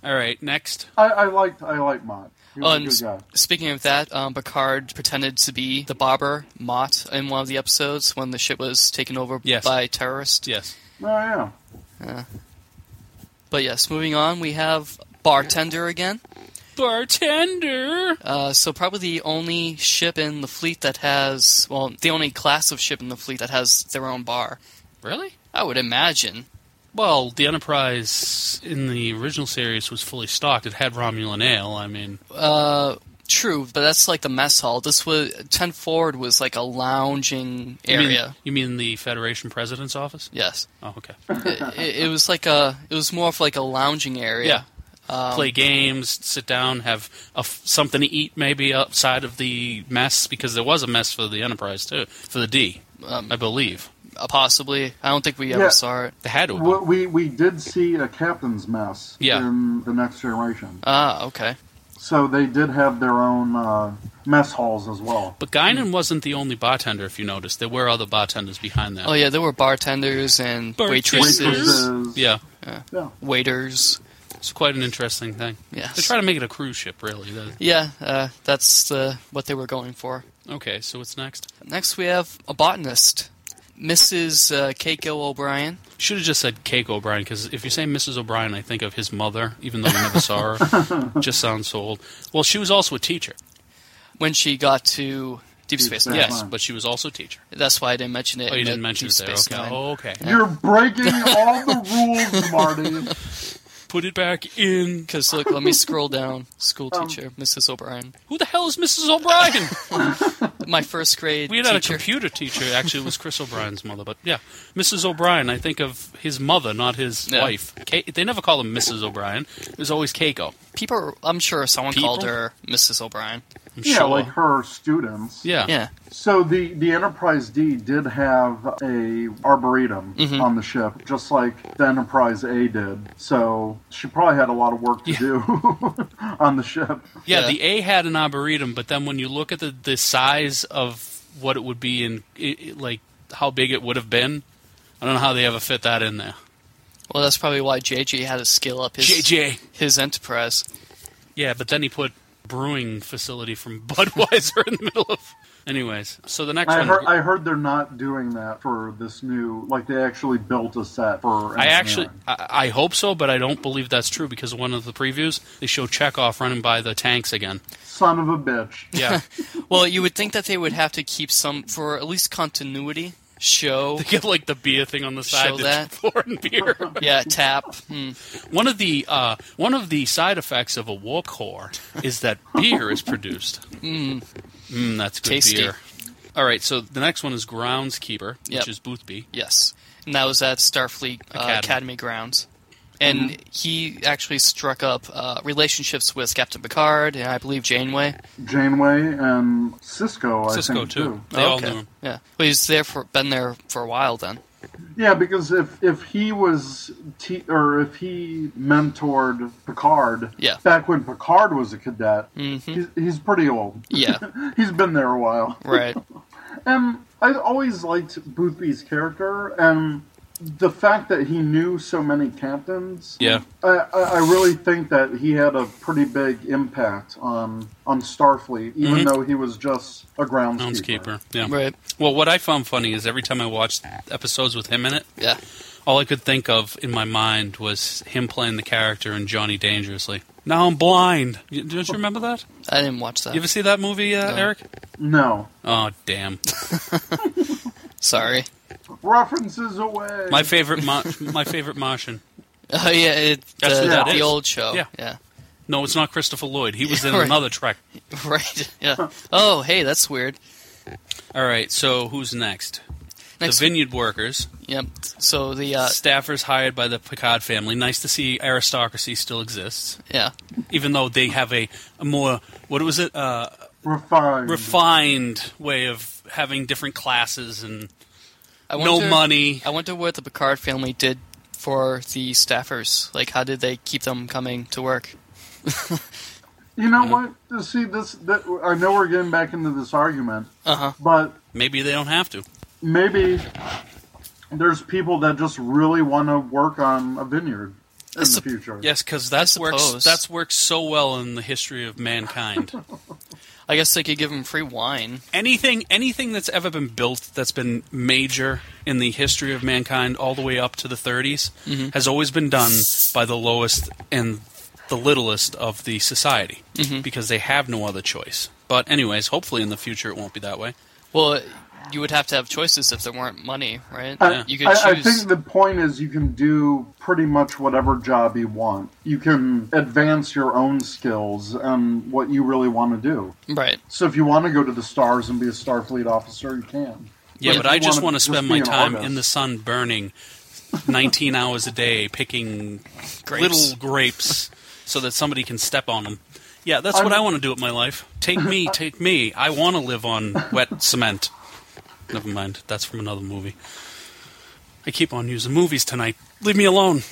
[SPEAKER 2] All right, next.
[SPEAKER 3] I, I liked I liked Mott. He was
[SPEAKER 1] Oh,
[SPEAKER 3] a
[SPEAKER 1] and
[SPEAKER 3] good
[SPEAKER 1] s-
[SPEAKER 3] guy.
[SPEAKER 1] speaking of that, um, Picard pretended to be the barber Mott in one of the episodes when the ship was taken over
[SPEAKER 2] Yes.
[SPEAKER 1] by terrorists.
[SPEAKER 2] Yes.
[SPEAKER 3] Oh yeah.
[SPEAKER 1] But yes, moving on, we have bartender again.
[SPEAKER 2] Bartender.
[SPEAKER 1] Uh, so probably the only ship in the fleet that has, well, the only class of ship in the fleet that has their own bar.
[SPEAKER 2] Really?
[SPEAKER 1] I would imagine.
[SPEAKER 2] Well, the Enterprise in the original series was fully stocked. It had Romulan ale. I mean,
[SPEAKER 1] Uh, true, but that's like the mess hall. This was ten forward was like a lounging
[SPEAKER 2] you mean-
[SPEAKER 1] area.
[SPEAKER 2] you mean the Federation President's office?
[SPEAKER 1] Yes,
[SPEAKER 2] Oh, okay.
[SPEAKER 1] it, it, it was like a, it was more of like a lounging area. um,
[SPEAKER 2] Yeah. Play games, sit down, have a f something to eat, maybe outside of the mess because there was a mess for the Enterprise too, for the D,
[SPEAKER 1] Um,
[SPEAKER 2] I believe.
[SPEAKER 1] Uh, possibly. I don't think we ever
[SPEAKER 3] Yeah.
[SPEAKER 1] saw it.
[SPEAKER 2] They had to. have
[SPEAKER 3] We,
[SPEAKER 2] been.
[SPEAKER 3] we we did see a captain's mess
[SPEAKER 2] Yeah.
[SPEAKER 3] in the Next Generation,
[SPEAKER 1] Ah, okay.
[SPEAKER 3] so they did have their own uh, mess halls as well.
[SPEAKER 2] But Guinan wasn't the only bartender. If you noticed, there were other bartenders behind that.
[SPEAKER 1] Oh yeah, there were bartenders and
[SPEAKER 2] Bartenders.
[SPEAKER 1] waitresses,
[SPEAKER 3] Waitresses.
[SPEAKER 2] yeah.
[SPEAKER 3] yeah.
[SPEAKER 1] waiters.
[SPEAKER 2] It's quite an interesting thing. They
[SPEAKER 1] Yes.
[SPEAKER 2] try to make it a cruise ship, really. The-
[SPEAKER 1] Yeah, uh, that's uh, what they were going for.
[SPEAKER 2] Okay, so what's next?
[SPEAKER 1] Next, we have a botanist, Mrs. Uh, Keiko O'Brien.
[SPEAKER 2] Should have just said Cake O'Brien because if you say Mrs. O'Brien, I think of his mother, even though we never saw her. Just sounds so old. Well, she was also a teacher.
[SPEAKER 1] When she got to Deep Space Nine,
[SPEAKER 3] Space
[SPEAKER 2] Yes,
[SPEAKER 3] Nine.
[SPEAKER 2] but she was also a teacher.
[SPEAKER 1] that's why I didn't mention it.
[SPEAKER 2] Oh, you
[SPEAKER 1] in
[SPEAKER 2] didn't
[SPEAKER 1] the
[SPEAKER 2] mention
[SPEAKER 1] Deep
[SPEAKER 2] it there.
[SPEAKER 1] Space
[SPEAKER 2] Okay. Oh.
[SPEAKER 1] Nine.
[SPEAKER 2] okay.
[SPEAKER 3] You're
[SPEAKER 2] [LAUGHS]
[SPEAKER 3] breaking all the rules, Marty.
[SPEAKER 2] Put it back in.
[SPEAKER 1] Because look, let me scroll down. School
[SPEAKER 3] Um,
[SPEAKER 1] teacher, Mrs. O'Brien.
[SPEAKER 2] Who the hell is Mrs.
[SPEAKER 1] [LAUGHS]
[SPEAKER 2] O'Brien?
[SPEAKER 1] My first grade
[SPEAKER 2] we had a
[SPEAKER 1] teacher.
[SPEAKER 2] computer teacher. Actually, it was Chris O'Brien's mother. But yeah, Mrs. O'Brien. I think of his mother, not his
[SPEAKER 1] Yeah.
[SPEAKER 2] wife. Ka- they never call him Mrs. O'Brien. It was always Keiko.
[SPEAKER 1] People, I'm sure someone
[SPEAKER 2] People?
[SPEAKER 1] called her Mrs. O'Brien.
[SPEAKER 2] I'm
[SPEAKER 3] yeah,
[SPEAKER 2] sure.
[SPEAKER 3] like her students.
[SPEAKER 2] yeah.
[SPEAKER 1] Yeah.
[SPEAKER 3] So the the Enterprise D did have a arboretum
[SPEAKER 2] Mm-hmm.
[SPEAKER 3] on the ship, just like the Enterprise A did. So she probably had a lot of work to do [LAUGHS] on the ship.
[SPEAKER 2] Yeah,
[SPEAKER 1] Yeah.
[SPEAKER 2] the A had an arboretum, but then when you look at the, the size of what it would be in, i i- like how big it would have been, I don't know how they ever fit that in there.
[SPEAKER 1] Well, that's probably why JJ had to scale up his
[SPEAKER 2] JJ.
[SPEAKER 1] his enterprise.
[SPEAKER 2] Yeah, but then he put brewing facility from [LAUGHS] Budweiser in the middle of. Anyways, so the next
[SPEAKER 3] I
[SPEAKER 2] one.
[SPEAKER 3] heard, I heard they're not doing that for this new. Like they actually built a set for.
[SPEAKER 2] I actually,
[SPEAKER 3] engineering.
[SPEAKER 2] I, I hope so, but I don't believe that's true because one of the previews they show Chekhov running by the tanks again.
[SPEAKER 3] son of a bitch.
[SPEAKER 2] Yeah,
[SPEAKER 1] Well, you would think that they would have to keep some for at least continuity.
[SPEAKER 2] [LAUGHS]
[SPEAKER 1] Show,
[SPEAKER 2] [LAUGHS] they get like the beer thing on the side.
[SPEAKER 1] Show
[SPEAKER 2] that's [LAUGHS] foreign
[SPEAKER 3] [LAUGHS]
[SPEAKER 2] beer.
[SPEAKER 1] yeah, tap. Hmm.
[SPEAKER 2] One of the uh, one of the side effects of a warp core is that beer is
[SPEAKER 3] [LAUGHS]
[SPEAKER 2] produced. Mm. that's good
[SPEAKER 1] Hmm. Tasty.
[SPEAKER 2] beer. All right, so the next one is groundskeeper,
[SPEAKER 1] Yep.
[SPEAKER 2] which is Boothby.
[SPEAKER 1] Yes, and that was at Starfleet uh, Academy.
[SPEAKER 2] Academy. Mm-hmm.
[SPEAKER 1] grounds, and he actually struck up uh, relationships with Captain Picard and I believe Janeway.
[SPEAKER 3] Janeway and Cisco. I
[SPEAKER 2] Cisco
[SPEAKER 3] think
[SPEAKER 2] too.
[SPEAKER 3] too.
[SPEAKER 2] They all knew him.
[SPEAKER 1] Yeah, well, he's there for been there for a while then.
[SPEAKER 3] Yeah, because if if he was te- or if he mentored Picard,
[SPEAKER 1] Yeah.
[SPEAKER 3] back when Picard was a cadet,
[SPEAKER 2] Mm-hmm.
[SPEAKER 3] he's, he's pretty old.
[SPEAKER 1] Yeah,
[SPEAKER 3] He's been there a while.
[SPEAKER 1] [LAUGHS] right.
[SPEAKER 3] And I always liked Boothby's character and the fact that he knew so many captains.
[SPEAKER 2] Yeah.
[SPEAKER 3] I, I I really think that he had a pretty big impact on on Starfleet, even though he was just a groundskeeper.
[SPEAKER 2] Mm-hmm. Groundskeeper. Yeah.
[SPEAKER 1] Right.
[SPEAKER 2] Well, what I found funny is every time I watched episodes with him in it,
[SPEAKER 1] Yeah.
[SPEAKER 2] all I could think of in my mind was him playing the character in Johnny Dangerously. Now I'm blind. You- Don't you remember that?
[SPEAKER 1] I didn't watch that.
[SPEAKER 2] You ever see that movie, uh,
[SPEAKER 1] No.
[SPEAKER 2] Eric?
[SPEAKER 3] No
[SPEAKER 2] Oh, damn.
[SPEAKER 1] Sorry. [LAUGHS]
[SPEAKER 3] references away.
[SPEAKER 2] My favorite, Mar- [LAUGHS] my favorite Martian.
[SPEAKER 1] Oh yeah, it,
[SPEAKER 2] That's
[SPEAKER 1] the,
[SPEAKER 2] who that
[SPEAKER 1] the
[SPEAKER 2] is.
[SPEAKER 1] old show.
[SPEAKER 2] Yeah.
[SPEAKER 1] yeah. [LAUGHS]
[SPEAKER 2] No, it's not Christopher Lloyd. He was in
[SPEAKER 1] Right.
[SPEAKER 2] another Trek.
[SPEAKER 1] Right. Yeah. Oh, hey, that's weird.
[SPEAKER 2] All right. So who's next?
[SPEAKER 1] Next.
[SPEAKER 2] The vineyard workers,
[SPEAKER 1] yep. So the uh,
[SPEAKER 2] staffers hired by the Picard family. Nice to see aristocracy still exists,
[SPEAKER 1] yeah.
[SPEAKER 2] even though they have a, a more what was it? Uh,
[SPEAKER 3] refined.
[SPEAKER 2] refined way of having different classes and
[SPEAKER 1] I
[SPEAKER 2] no
[SPEAKER 1] wonder-
[SPEAKER 2] money.
[SPEAKER 1] I wonder what the Picard family did for the staffers. Like, how did they keep them coming to work?
[SPEAKER 3] You know what? See this. That, I know we're getting back into this argument,
[SPEAKER 1] Uh huh.
[SPEAKER 3] but
[SPEAKER 2] Maybe they don't have to.
[SPEAKER 3] maybe there's people that just really want to work on a vineyard in
[SPEAKER 1] That's
[SPEAKER 3] the
[SPEAKER 1] a-
[SPEAKER 3] future.
[SPEAKER 2] Yes, because that's works.
[SPEAKER 1] suppose.
[SPEAKER 2] That's worked so well in the history of mankind.
[SPEAKER 1] I guess they could give them free wine.
[SPEAKER 2] [LAUGHS] anything, anything that's ever been built that's been major in the history of mankind, all the way up to the 30s, has always been done by the lowest and the littlest of the society because they have no other choice. But anyways, hopefully in the future it won't be that way.
[SPEAKER 1] Well, you would have to have choices if there weren't money, right?
[SPEAKER 3] I,
[SPEAKER 1] You could
[SPEAKER 3] I, I
[SPEAKER 1] choose.
[SPEAKER 3] think the point is you can do pretty much whatever job you want. You can advance your own skills and what you really want to do.
[SPEAKER 1] right.
[SPEAKER 3] So if you want to go to the stars and be a Starfleet officer, you can.
[SPEAKER 2] Yeah,
[SPEAKER 3] if
[SPEAKER 2] but
[SPEAKER 3] you
[SPEAKER 2] I just
[SPEAKER 3] wanna
[SPEAKER 2] want to
[SPEAKER 3] just
[SPEAKER 2] spend
[SPEAKER 3] be
[SPEAKER 2] my
[SPEAKER 3] an
[SPEAKER 2] time
[SPEAKER 3] artist-
[SPEAKER 2] in the sun burning 19 hours a day picking
[SPEAKER 1] Grapes.
[SPEAKER 2] little grapes so that somebody can step on them. Yeah, that's what I
[SPEAKER 3] I'm-
[SPEAKER 2] want to do with my life. Take
[SPEAKER 3] [LAUGHS]
[SPEAKER 2] me, take me. I want to live on wet cement. Never mind. That's from another movie. I keep on using movies tonight. Leave me alone.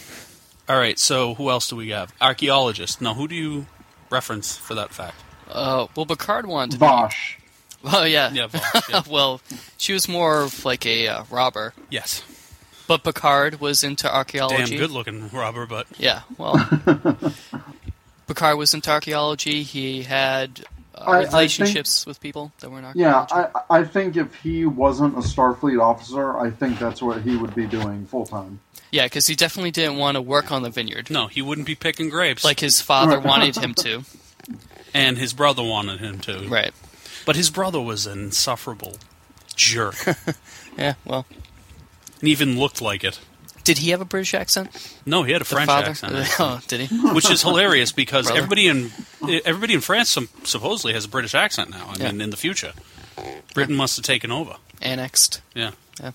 [SPEAKER 2] All right, so who else do we have? Archaeologist. Now, who do you reference for that fact?
[SPEAKER 1] Uh, well, Picard wanted to [LAUGHS] be.
[SPEAKER 3] Bosh.
[SPEAKER 1] Oh, yeah.
[SPEAKER 2] Yeah, Vosh, yeah.
[SPEAKER 1] [LAUGHS] well, she was more of like a uh, robber,
[SPEAKER 2] yes.
[SPEAKER 1] but Picard was into archaeology.
[SPEAKER 2] Damn good looking robber, but
[SPEAKER 1] Yeah,
[SPEAKER 3] [LAUGHS]
[SPEAKER 1] well, Picard was into archaeology. He had uh,
[SPEAKER 3] I- I think-
[SPEAKER 1] relationships with people that were in
[SPEAKER 3] Yeah,
[SPEAKER 1] archaeology.
[SPEAKER 3] I, I think if he wasn't a Starfleet officer, I think that's what he would be doing full time.
[SPEAKER 1] Yeah, because he definitely didn't want to work on the vineyard
[SPEAKER 2] no, he wouldn't be picking grapes.
[SPEAKER 1] like his father wanted
[SPEAKER 3] [LAUGHS]
[SPEAKER 1] him to.
[SPEAKER 2] and his brother wanted him to.
[SPEAKER 1] Right.
[SPEAKER 2] But his brother was an insufferable jerk, and
[SPEAKER 1] Yeah, well.
[SPEAKER 2] even looked like it.
[SPEAKER 1] Did he have a British accent?
[SPEAKER 2] No, he had a
[SPEAKER 1] The
[SPEAKER 2] French
[SPEAKER 1] father?
[SPEAKER 2] accent,
[SPEAKER 1] [LAUGHS] oh, did
[SPEAKER 3] [LAUGHS]
[SPEAKER 1] he?
[SPEAKER 2] which is hilarious because
[SPEAKER 1] Brother?
[SPEAKER 2] everybody in everybody in France some, supposedly has a British accent now. I
[SPEAKER 1] Yeah.
[SPEAKER 2] mean, in the future, Britain must have taken over.
[SPEAKER 1] Annexed.
[SPEAKER 2] Yeah.
[SPEAKER 1] Yeah.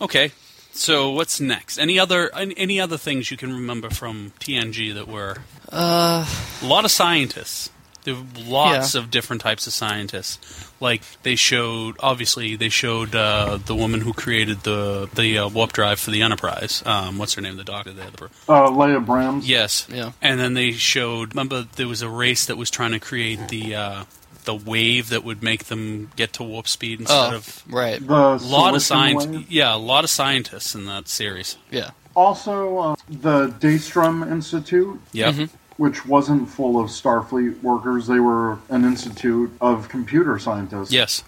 [SPEAKER 2] Okay. So what's next? Any other any, any other things you can remember from TNG that were
[SPEAKER 1] Uh,
[SPEAKER 2] a lot of scientists. There were lots of different types of scientists. Like they showed, obviously, they showed uh, the woman who created the the uh, warp drive for the Enterprise. Um, what's her name? The doctor there. The,
[SPEAKER 3] Uh, Leia Brams.
[SPEAKER 2] yes.
[SPEAKER 1] Yeah.
[SPEAKER 2] And then they showed. Remember, there was a race that was trying to create the uh, the wave that would make them get to warp speed instead
[SPEAKER 1] oh,
[SPEAKER 2] of.
[SPEAKER 1] right.
[SPEAKER 3] The
[SPEAKER 2] A lot of
[SPEAKER 3] Silician
[SPEAKER 2] science.
[SPEAKER 3] Wave.
[SPEAKER 2] Yeah, a lot of scientists in that series.
[SPEAKER 1] Yeah.
[SPEAKER 3] Also, uh, the Daystrom Institute,
[SPEAKER 2] Yep.
[SPEAKER 3] which wasn't full of Starfleet workers, they were an institute of computer scientists.
[SPEAKER 2] Yes.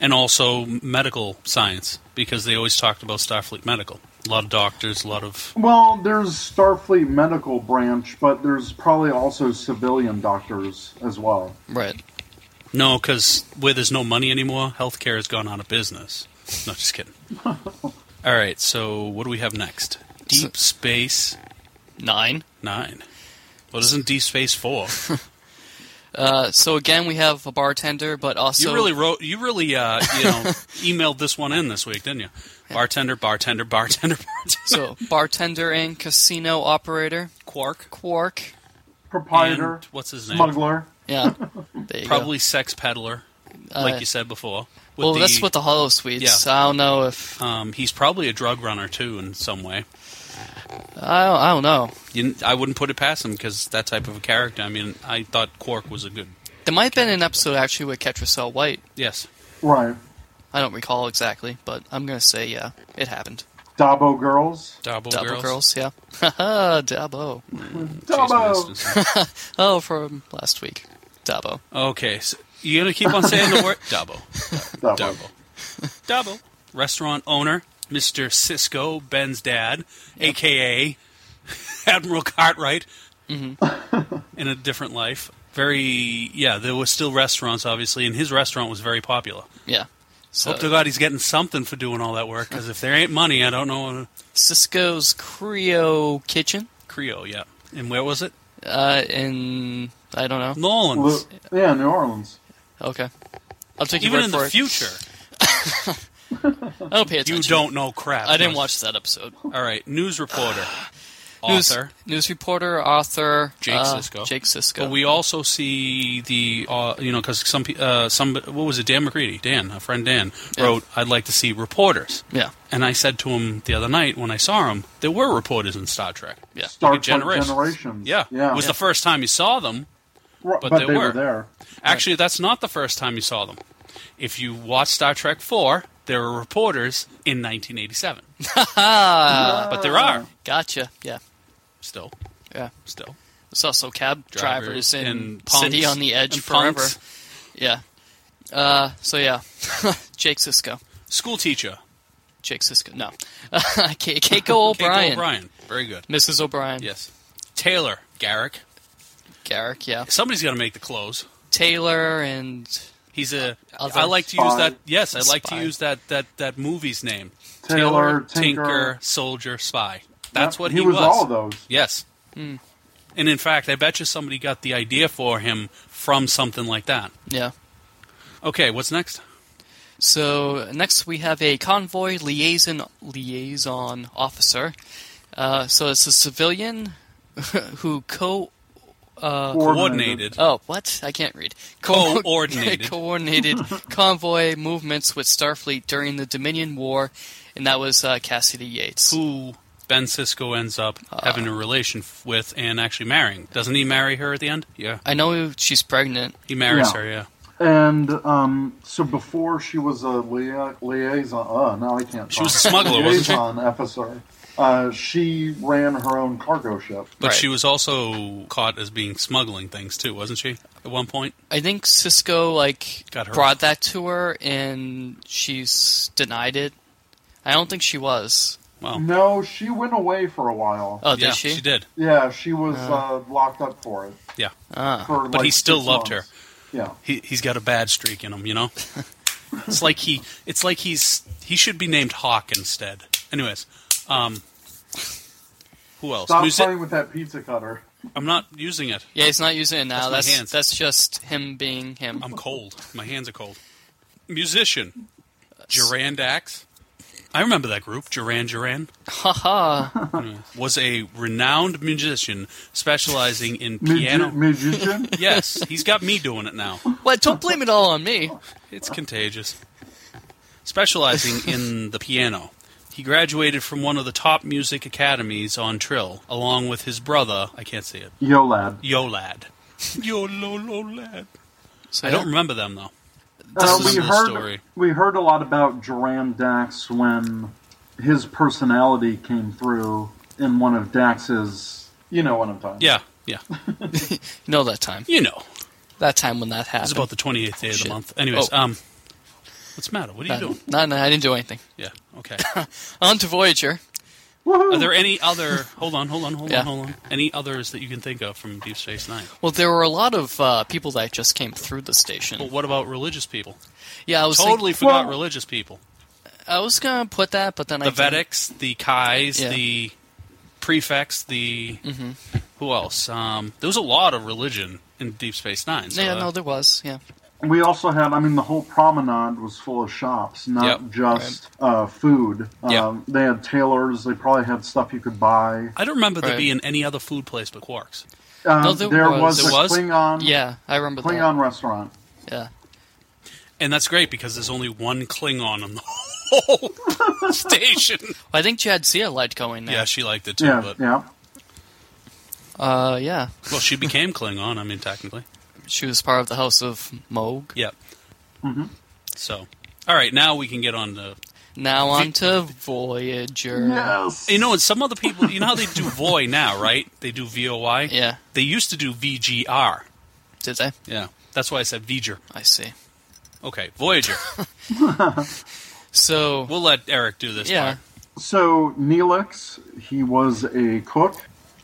[SPEAKER 2] And also medical science because they always talked about Starfleet Medical. A lot of doctors, a lot of
[SPEAKER 3] Well, there's Starfleet medical branch, but there's probably also civilian doctors as well.
[SPEAKER 1] Right.
[SPEAKER 2] no, because where there's no money anymore, healthcare has gone out of business. No, just kidding. All right. So what do we have next? Deep Space
[SPEAKER 1] Nine.
[SPEAKER 2] Nine. Well, isn't Deep Space Four?
[SPEAKER 1] Uh, so again, we have a bartender, but also
[SPEAKER 2] you really wrote. You really, uh, you know, emailed this one in this week, didn't you? Bartender, bartender, bartender, [LAUGHS] bartender.
[SPEAKER 1] so bartender and casino operator
[SPEAKER 2] Quark.
[SPEAKER 1] Quark.
[SPEAKER 3] Proprietor,
[SPEAKER 2] And what's his name?
[SPEAKER 3] smuggler.
[SPEAKER 2] [LAUGHS]
[SPEAKER 1] Yeah, there you
[SPEAKER 2] Probably sex peddler,
[SPEAKER 1] go. Uh,
[SPEAKER 2] like you said before. with
[SPEAKER 1] Well,
[SPEAKER 2] the-
[SPEAKER 1] that's what the Hollow Suites.
[SPEAKER 2] Yeah.
[SPEAKER 1] I don't know if
[SPEAKER 2] Um, he's probably a drug runner too, in some way.
[SPEAKER 1] I don't, I don't know.
[SPEAKER 2] You, I wouldn't put it past him because that type of a character. I mean, I thought Quark was a good.
[SPEAKER 1] There might have been an episode actually with Ketracel White.
[SPEAKER 2] Yes,
[SPEAKER 3] Right.
[SPEAKER 1] I don't recall exactly, but I'm gonna say yeah, it happened.
[SPEAKER 3] Dabo girls.
[SPEAKER 2] Double,
[SPEAKER 1] Double
[SPEAKER 2] girls.
[SPEAKER 1] girls, yeah. [LAUGHS] Haha, Dabo.
[SPEAKER 2] Jason
[SPEAKER 3] Dabo.
[SPEAKER 2] Anderson.
[SPEAKER 1] Oh, from last week, Dabo.
[SPEAKER 2] okay, so you gonna keep on
[SPEAKER 1] [LAUGHS]
[SPEAKER 2] saying the word Dabo?
[SPEAKER 3] Dabo.
[SPEAKER 2] Double. [LAUGHS] Double. Restaurant owner, Mr. Cisco, Ben's dad, a.k.a. [LAUGHS] Admiral Cartwright,
[SPEAKER 1] Mm-hmm.
[SPEAKER 2] in a different life. Very, yeah, there were still restaurants, obviously, and his restaurant was very popular.
[SPEAKER 1] Yeah. So
[SPEAKER 2] Hope to God he's getting something for doing all that work, because if there ain't money, I don't know.
[SPEAKER 1] Cisco's Creo Kitchen,
[SPEAKER 2] Creole, yeah. And where was it?
[SPEAKER 1] uh, in I don't know.
[SPEAKER 3] Lu-
[SPEAKER 2] Nolan's.
[SPEAKER 3] Yeah, New Orleans.
[SPEAKER 1] Okay, I'll take your
[SPEAKER 2] Even
[SPEAKER 1] word
[SPEAKER 2] in
[SPEAKER 1] for
[SPEAKER 2] the
[SPEAKER 1] it.
[SPEAKER 2] future,
[SPEAKER 1] I don't pay attention.
[SPEAKER 2] you don't know crap.
[SPEAKER 1] I didn't watch that episode.
[SPEAKER 2] All right, news reporter,
[SPEAKER 1] [SIGHS] News-
[SPEAKER 2] author.
[SPEAKER 1] news, reporter, author,
[SPEAKER 2] Jake
[SPEAKER 1] uh,
[SPEAKER 2] Sisko.
[SPEAKER 1] Jake Sisko.
[SPEAKER 2] But we also see the uh, you know because some pe- uh, some what was it Dan McCready Dan a friend Dan
[SPEAKER 1] Yeah.
[SPEAKER 2] wrote I'd like to see reporters
[SPEAKER 1] yeah,
[SPEAKER 2] and I said to him the other night when I saw him there were reporters in Star Trek
[SPEAKER 1] yeah.
[SPEAKER 3] Star
[SPEAKER 2] Look
[SPEAKER 3] Trek
[SPEAKER 2] at Generations.
[SPEAKER 3] Generations.
[SPEAKER 2] yeah,
[SPEAKER 3] Yeah.
[SPEAKER 2] it was the first time you saw them
[SPEAKER 3] Ru-
[SPEAKER 2] but
[SPEAKER 3] but,
[SPEAKER 2] they
[SPEAKER 3] they, were.
[SPEAKER 2] were.
[SPEAKER 3] there.
[SPEAKER 2] actually that's not the first time you saw them if you watch Star Trek four there were reporters
[SPEAKER 1] [LAUGHS]
[SPEAKER 2] in 1987 but there are
[SPEAKER 1] Gotcha. Yeah,
[SPEAKER 2] still
[SPEAKER 1] yeah.
[SPEAKER 2] still
[SPEAKER 1] There's also cab drivers, in
[SPEAKER 2] and
[SPEAKER 1] City
[SPEAKER 2] punks
[SPEAKER 1] on the Edge
[SPEAKER 2] and
[SPEAKER 1] forever.
[SPEAKER 2] punks.
[SPEAKER 1] Yeah. Uh, so yeah, [LAUGHS] Jake Sisko.
[SPEAKER 2] school teacher
[SPEAKER 1] Jake Sisko. No, [LAUGHS]
[SPEAKER 2] [LAUGHS]
[SPEAKER 1] Ke- Keiko
[SPEAKER 2] Keiko
[SPEAKER 1] O'Brien.
[SPEAKER 2] O'Brien very good
[SPEAKER 1] Mrs. O'Brien.
[SPEAKER 2] yes Taylor Garrick
[SPEAKER 1] Garrick. Yeah.
[SPEAKER 2] Somebody's got to make the clothes.
[SPEAKER 1] Taylor and
[SPEAKER 2] He's a. I
[SPEAKER 1] Other
[SPEAKER 2] like to use
[SPEAKER 3] spy.
[SPEAKER 2] that. Yes, I like to
[SPEAKER 1] Spy.
[SPEAKER 2] use that that that movie's name.
[SPEAKER 3] Taylor,
[SPEAKER 2] Tinker,
[SPEAKER 3] Tinker.
[SPEAKER 2] Soldier, Spy. That's
[SPEAKER 3] Yep,
[SPEAKER 2] what
[SPEAKER 3] he was. all those.
[SPEAKER 2] Yes.
[SPEAKER 1] Hmm.
[SPEAKER 2] And in fact, I bet you somebody got the idea for him from something like that.
[SPEAKER 1] yeah.
[SPEAKER 2] Okay, what's next?
[SPEAKER 1] So next we have a convoy liaison liaison officer. Uh, so it's a civilian [LAUGHS] who co uh,
[SPEAKER 2] Coordinated.
[SPEAKER 1] oh what I can't read [LAUGHS]
[SPEAKER 2] Coordinated.
[SPEAKER 1] coordinated convoy movements with Starfleet during the Dominion War, and that was uh, Cassidy Yates.
[SPEAKER 2] Who Ben Cisco ends up
[SPEAKER 1] Uh.
[SPEAKER 2] having a relation f- with and actually marrying. Doesn't he marry her at the end? Yeah.
[SPEAKER 1] I know she's pregnant.
[SPEAKER 2] He marries
[SPEAKER 3] Yeah.
[SPEAKER 2] her, yeah.
[SPEAKER 3] And um, so before she was a lia- liaison. Uh, now I can't.
[SPEAKER 2] She was
[SPEAKER 3] talk.
[SPEAKER 2] a smuggler, wasn't she?
[SPEAKER 3] Liaison officer. Uh, she ran her own cargo ship.
[SPEAKER 2] But
[SPEAKER 1] Right.
[SPEAKER 2] she was also caught as being smuggling things too, wasn't she? At one point?
[SPEAKER 1] I think Cisco like
[SPEAKER 2] Got her.
[SPEAKER 1] brought that to her, and she's denied it. I don't think she was.
[SPEAKER 2] Wow.
[SPEAKER 3] No, she went away for a while.
[SPEAKER 1] Oh, did
[SPEAKER 2] yeah,
[SPEAKER 1] she?
[SPEAKER 2] she did.
[SPEAKER 3] yeah, she was uh, locked up for it.
[SPEAKER 2] Yeah.
[SPEAKER 1] Ah.
[SPEAKER 3] For
[SPEAKER 2] Uh-huh. But he still loved
[SPEAKER 3] her. Yeah.
[SPEAKER 2] he he's got a bad streak in him, you know. it's like he it's like he's he should be named Hawk instead. Anyways, um, who else?
[SPEAKER 3] Stop
[SPEAKER 2] Musi-
[SPEAKER 3] playing with that pizza cutter.
[SPEAKER 2] I'm not using it.
[SPEAKER 1] Yeah, he's not using it now.
[SPEAKER 2] That's
[SPEAKER 1] That's
[SPEAKER 2] my
[SPEAKER 1] that's,
[SPEAKER 2] hands. Um,
[SPEAKER 1] just him being him.
[SPEAKER 2] I'm cold. My hands are cold. Musician, Durandax. I remember that group, Duran Duran,
[SPEAKER 1] Haha.
[SPEAKER 2] was a renowned musician specializing in
[SPEAKER 3] Magi-
[SPEAKER 2] piano.
[SPEAKER 3] magician?
[SPEAKER 2] Yes, he's got me doing it now.
[SPEAKER 1] What?
[SPEAKER 2] [LAUGHS]
[SPEAKER 1] Don't blame it all on me.
[SPEAKER 2] It's contagious. Specializing in the piano, he graduated from one of the top music academies on Trill, along with his brother. I can't say it.
[SPEAKER 3] Yo, lad.
[SPEAKER 2] Yolad. Yolololad.
[SPEAKER 1] So,
[SPEAKER 2] I don't remember them though.
[SPEAKER 3] Uh,
[SPEAKER 2] This
[SPEAKER 3] we
[SPEAKER 2] is the
[SPEAKER 3] heard
[SPEAKER 2] story.
[SPEAKER 3] we heard a lot about Duran Dax when his personality came through in one of Dax's. You know what I'm talking.
[SPEAKER 2] Yeah, yeah.
[SPEAKER 1] You know that time.
[SPEAKER 2] You know,
[SPEAKER 1] That time when that
[SPEAKER 2] it's
[SPEAKER 1] happened.
[SPEAKER 2] about the 28th day of the
[SPEAKER 1] Shit.
[SPEAKER 2] month. Anyways,
[SPEAKER 1] Oh.
[SPEAKER 2] um, what's the matter? What are you doing?
[SPEAKER 1] That- no, no, I didn't do anything.
[SPEAKER 2] Yeah,
[SPEAKER 1] [COUGHS]
[SPEAKER 2] okay.
[SPEAKER 1] On to Voyager.
[SPEAKER 2] Are there any other? Hold on, hold on, hold
[SPEAKER 1] Yeah.
[SPEAKER 2] on, hold on. Any others that you can think of from Deep Space Nine?
[SPEAKER 1] Well, there were a lot of uh, people that just came through the station.
[SPEAKER 2] But what about religious people?
[SPEAKER 1] yeah, I was think-
[SPEAKER 2] Oh, Totally forgot
[SPEAKER 3] Well-
[SPEAKER 2] religious people.
[SPEAKER 1] I was gonna put that, but then I
[SPEAKER 2] The
[SPEAKER 1] didn't.
[SPEAKER 2] Vedics, the Kais,
[SPEAKER 1] Yeah. Mm-hmm.
[SPEAKER 2] the prefects, the who else? Um, there was a lot of religion in Deep Space Nine. So
[SPEAKER 1] Yeah,
[SPEAKER 2] that-
[SPEAKER 1] no, there was. Yeah,
[SPEAKER 3] We also had, I mean, the whole promenade was full of shops, not
[SPEAKER 2] Yep.
[SPEAKER 3] just uh, food.
[SPEAKER 2] Yeah.
[SPEAKER 3] Um, they had tailors. They probably had stuff you could buy.
[SPEAKER 2] I don't remember there
[SPEAKER 1] Right.
[SPEAKER 2] being any other food place but Quarks.
[SPEAKER 3] Um,
[SPEAKER 1] No, there
[SPEAKER 3] there,
[SPEAKER 1] was-
[SPEAKER 3] was,
[SPEAKER 2] There
[SPEAKER 3] a
[SPEAKER 2] was?
[SPEAKER 3] Klingon,
[SPEAKER 1] yeah, I remember
[SPEAKER 3] Klingon restaurant.
[SPEAKER 1] that. Yeah,
[SPEAKER 2] And that's great because there's only one Klingon on the [LAUGHS] whole [LAUGHS] station.
[SPEAKER 1] I think Jadzia liked going
[SPEAKER 2] Yeah,
[SPEAKER 1] there.
[SPEAKER 2] she liked it too,
[SPEAKER 3] Yeah,
[SPEAKER 2] but
[SPEAKER 3] yeah.
[SPEAKER 1] Uh, yeah,
[SPEAKER 2] well, she became Klingon. I mean, technically,
[SPEAKER 1] she was part of the House of Moog.
[SPEAKER 2] yeah.
[SPEAKER 3] Mm-hmm.
[SPEAKER 2] So, all right, now we can get on to
[SPEAKER 1] Now on to Voyager.
[SPEAKER 3] Yes.
[SPEAKER 2] You know, and some other people, you know how they do VOI now, right? They do VOI.
[SPEAKER 1] Yeah,
[SPEAKER 2] They used to do VGR.
[SPEAKER 1] did they?
[SPEAKER 2] Yeah. That's why I said V'ger.
[SPEAKER 1] I see.
[SPEAKER 2] Okay, Voyager.
[SPEAKER 1] So
[SPEAKER 2] we'll let Eric do this
[SPEAKER 1] yeah,
[SPEAKER 2] part.
[SPEAKER 3] So Neelix, he was a cook,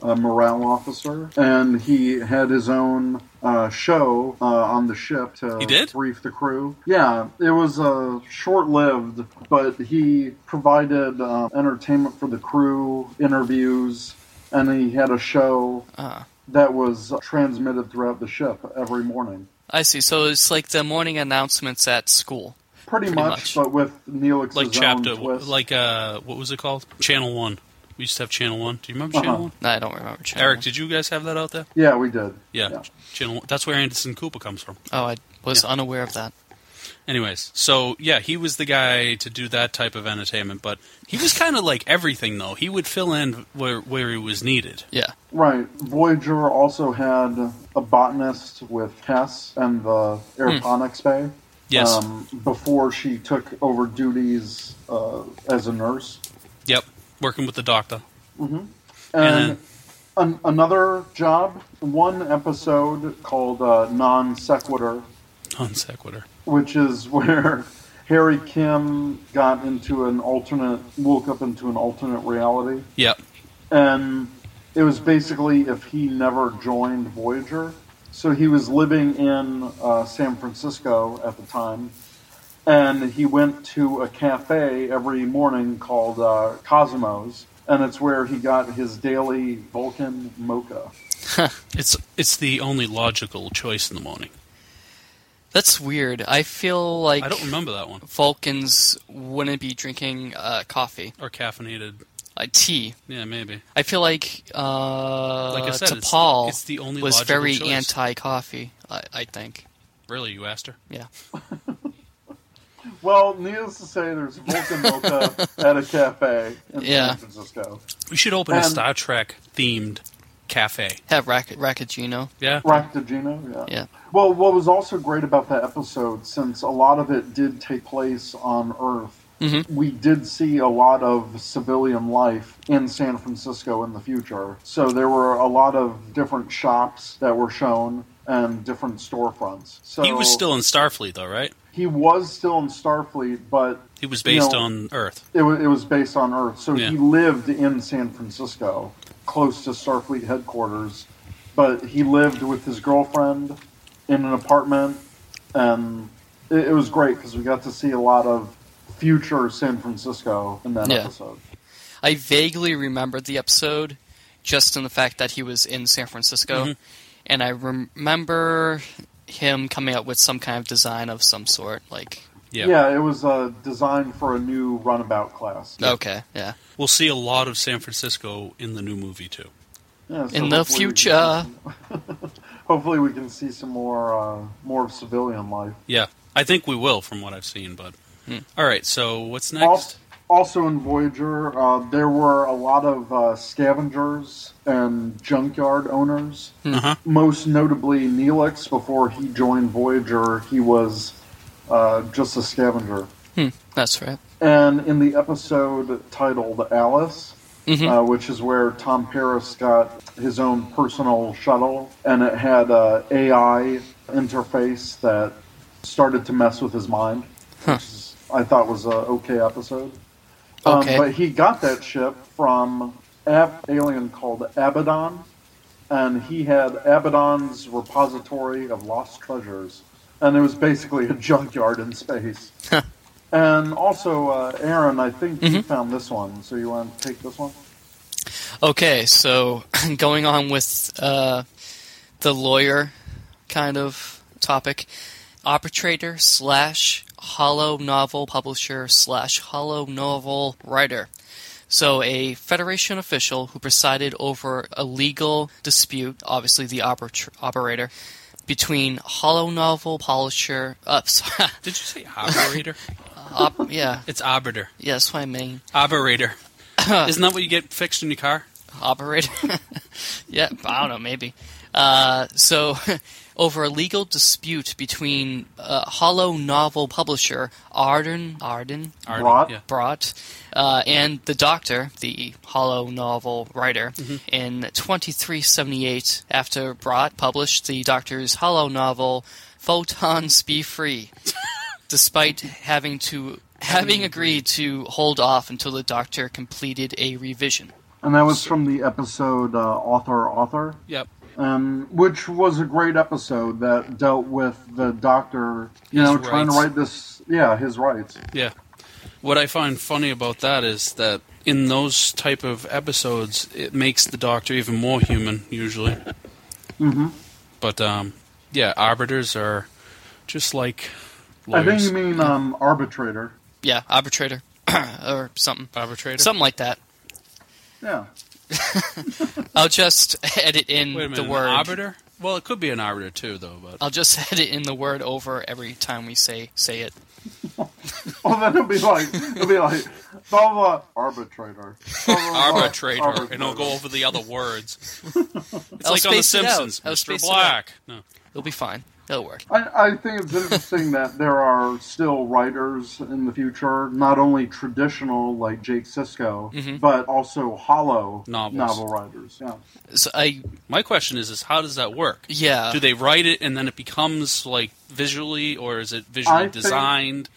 [SPEAKER 3] a morale officer, and he had his own uh, show uh, on the ship to
[SPEAKER 2] He did?
[SPEAKER 3] brief the crew. Yeah, it was uh, short-lived, but he provided uh, entertainment for the crew, interviews, and he had a show
[SPEAKER 1] Ah.
[SPEAKER 3] that was transmitted throughout the ship every morning.
[SPEAKER 1] I see. So it's like the morning announcements at school.
[SPEAKER 3] Pretty,
[SPEAKER 1] Pretty much.
[SPEAKER 3] much, but with Neelix's
[SPEAKER 2] Like chapter,
[SPEAKER 3] own twist.
[SPEAKER 2] like, uh, what was it called? Channel 1. We used to have Channel 1. Do you remember
[SPEAKER 3] Uh-huh.
[SPEAKER 2] Channel 1?
[SPEAKER 1] No, I don't remember. Channel.
[SPEAKER 2] Eric, did you guys have that out there?
[SPEAKER 3] yeah, we did.
[SPEAKER 2] Yeah. Channel 1. That's where Anderson Cooper comes from.
[SPEAKER 1] Oh, I was unaware of that.
[SPEAKER 2] Anyways, so yeah, he was the guy to do that type of entertainment, but he was kind of like everything, though. He would fill in where, where he was needed.
[SPEAKER 1] Yeah.
[SPEAKER 3] Right. Voyager also had a botanist with Hess and the aeroponics bay.
[SPEAKER 2] Yes.
[SPEAKER 3] Um, before she took over duties uh, as a nurse.
[SPEAKER 2] Yep. Working with the doctor.
[SPEAKER 3] And
[SPEAKER 2] Mhm.
[SPEAKER 3] an, another job, one episode called uh, Non Sequitur,
[SPEAKER 2] Non sequitur.
[SPEAKER 3] which is [LAUGHS] where Harry Kim got into an alternate, woke up into an alternate reality.
[SPEAKER 2] Yep.
[SPEAKER 3] and it was basically if he never joined Voyager. So he was living in uh, San Francisco at the time, and he went to a cafe every morning called uh, Cosmos, and it's where he got his daily Vulcan mocha.
[SPEAKER 2] It's it's the only logical choice in the morning.
[SPEAKER 1] That's weird. I feel like
[SPEAKER 2] I don't remember that one
[SPEAKER 1] Vulcans wouldn't be drinking uh, coffee,
[SPEAKER 2] or caffeinated.
[SPEAKER 1] uh, tea.
[SPEAKER 2] Yeah, maybe.
[SPEAKER 1] I feel like uh,
[SPEAKER 2] Like I said, it's-
[SPEAKER 1] T'Pol
[SPEAKER 2] it's the only
[SPEAKER 1] was
[SPEAKER 2] logical
[SPEAKER 1] very
[SPEAKER 2] choice.
[SPEAKER 1] anti-coffee. I, I think.
[SPEAKER 2] Really, you asked her.
[SPEAKER 1] Yeah.
[SPEAKER 3] Well, needless to say, there's Vulcan mocha at a cafe in
[SPEAKER 1] Yeah.
[SPEAKER 3] San Francisco.
[SPEAKER 2] We should open a
[SPEAKER 3] Um,
[SPEAKER 2] Star Trek themed cafe.
[SPEAKER 1] Have rac- Racagino.
[SPEAKER 2] Yeah,
[SPEAKER 3] Ractagino, yeah.
[SPEAKER 1] Yeah.
[SPEAKER 3] Well, what was also great about that episode, since a lot of it did take place on Earth,
[SPEAKER 2] Mm-hmm.
[SPEAKER 3] we did see a lot of civilian life in San Francisco in the future. So there were a lot of different shops that were shown and different storefronts. So
[SPEAKER 2] he was still in Starfleet though, right?
[SPEAKER 3] he was still in Starfleet, but
[SPEAKER 2] He was based
[SPEAKER 3] No.
[SPEAKER 2] on Earth.
[SPEAKER 3] it, wa it was based on Earth. So
[SPEAKER 2] Yeah.
[SPEAKER 3] he lived in San Francisco, close to Starfleet headquarters, but he lived with his girlfriend in an apartment, and it, it was great because we got to see a lot of future San Francisco in that
[SPEAKER 1] Yeah.
[SPEAKER 3] episode.
[SPEAKER 1] I vaguely remembered the episode, just in the fact that he was in San Francisco, and I rem- remember him coming up with some kind of design of some sort. Like,
[SPEAKER 2] Yeah.
[SPEAKER 3] Yeah, it was uh, designed for a new runabout class.
[SPEAKER 1] okay, yeah.
[SPEAKER 2] We'll see a lot of San Francisco in the new movie too.
[SPEAKER 3] Yeah, so
[SPEAKER 1] In the
[SPEAKER 3] hopefully we can see
[SPEAKER 1] future.
[SPEAKER 3] some- [LAUGHS] hopefully, we can see some more uh, more of civilian life.
[SPEAKER 2] Yeah, I think we will from what I've seen. But all right, so what's next?
[SPEAKER 3] Also, also in Voyager, uh, there were a lot of uh, scavengers and junkyard owners.
[SPEAKER 2] Uh-huh.
[SPEAKER 3] Most notably, Neelix, before he joined Voyager, he was uh, just a scavenger.
[SPEAKER 1] That's right.
[SPEAKER 3] And in the episode titled Alice, uh, which is where Tom Paris got his own personal shuttle, and it had a AI interface that started to mess with his mind, which is, I thought was a okay episode. Um,
[SPEAKER 1] Okay.
[SPEAKER 3] But he got that ship from an alien called Abaddon, and he had Abaddon's repository of lost treasures, and it was basically a junkyard in space. and also, uh, Aaron, I think
[SPEAKER 2] Mm-hmm.
[SPEAKER 3] you found this one, so you want to take this one?
[SPEAKER 1] Okay, so [LAUGHS] going on with uh, the lawyer kind of topic, arbitrator slash hollow novel publisher slash hollow novel writer. So, a Federation official who presided over a legal dispute, obviously the arbit- operator, between hollow novel publisher. Uh, sorry,
[SPEAKER 2] Did you say operator?
[SPEAKER 1] [LAUGHS] op- yeah,
[SPEAKER 2] [LAUGHS] it's arbiter.
[SPEAKER 1] yeah, that's what I mean.
[SPEAKER 2] [COUGHS] Operator. Isn't that what you get fixed in your car?
[SPEAKER 1] operator. [LAUGHS] yeah, I don't know, maybe. Uh, so, [LAUGHS] over a legal dispute between uh, Hollow Novel publisher Arden Arden
[SPEAKER 2] Arden,
[SPEAKER 3] Rod?
[SPEAKER 2] Yeah.
[SPEAKER 1] Brought uh, and the Doctor, the Hollow Novel writer, in 2378, after Brought published the Doctor's Hollow Novel Photons Be [LAUGHS] Free, despite having to having agreed to hold off until the Doctor completed a revision.
[SPEAKER 3] And that was from the episode uh, Author Author,
[SPEAKER 2] Yep.
[SPEAKER 3] um, which was a great episode that dealt with the doctor, you
[SPEAKER 2] His
[SPEAKER 3] know, trying to
[SPEAKER 2] rights.
[SPEAKER 3] write this, yeah, his rights.
[SPEAKER 2] Yeah. What I find funny about that is that in those type of episodes, it makes the doctor even more human usually. Mm-hmm. But um, yeah, arbiters are just like
[SPEAKER 3] I
[SPEAKER 2] lawyers.
[SPEAKER 3] think you mean um, arbitrator.
[SPEAKER 1] Yeah, arbitrator [CLEARS THROAT] or something,
[SPEAKER 2] arbitrator.
[SPEAKER 1] something like that.
[SPEAKER 3] Yeah. [LAUGHS]
[SPEAKER 1] I'll just [LAUGHS] edit in
[SPEAKER 2] Wait a minute,
[SPEAKER 1] the
[SPEAKER 2] an
[SPEAKER 1] word.
[SPEAKER 2] arbiter. Well, it could be an arbiter too, though. But
[SPEAKER 1] I'll just [LAUGHS] edit in the word over every time we say say it.
[SPEAKER 3] Well, then it'll be like it'll be like blah blah arbitrator. Blah, blah,
[SPEAKER 2] [LAUGHS]
[SPEAKER 3] blah,
[SPEAKER 2] arbitrator, and I'll go over the other
[SPEAKER 3] [LAUGHS]
[SPEAKER 2] words. It's
[SPEAKER 1] I'll
[SPEAKER 2] like on The
[SPEAKER 1] space it out.
[SPEAKER 2] Simpsons,
[SPEAKER 1] I'll
[SPEAKER 2] Mr.
[SPEAKER 1] space it
[SPEAKER 2] Black. No.
[SPEAKER 1] It'll be fine. It'll work.
[SPEAKER 3] I, I think it's interesting that there are still writers in the future, not only traditional like Jake Sisko, but also hollow
[SPEAKER 2] Mm-hmm. Novels.
[SPEAKER 3] novel writers. Yeah.
[SPEAKER 1] So I
[SPEAKER 2] My question is: Is how does that work?
[SPEAKER 1] yeah.
[SPEAKER 3] Uh,
[SPEAKER 2] Do they write it and then it becomes like visually, or is it visually
[SPEAKER 3] I think-
[SPEAKER 2] designed?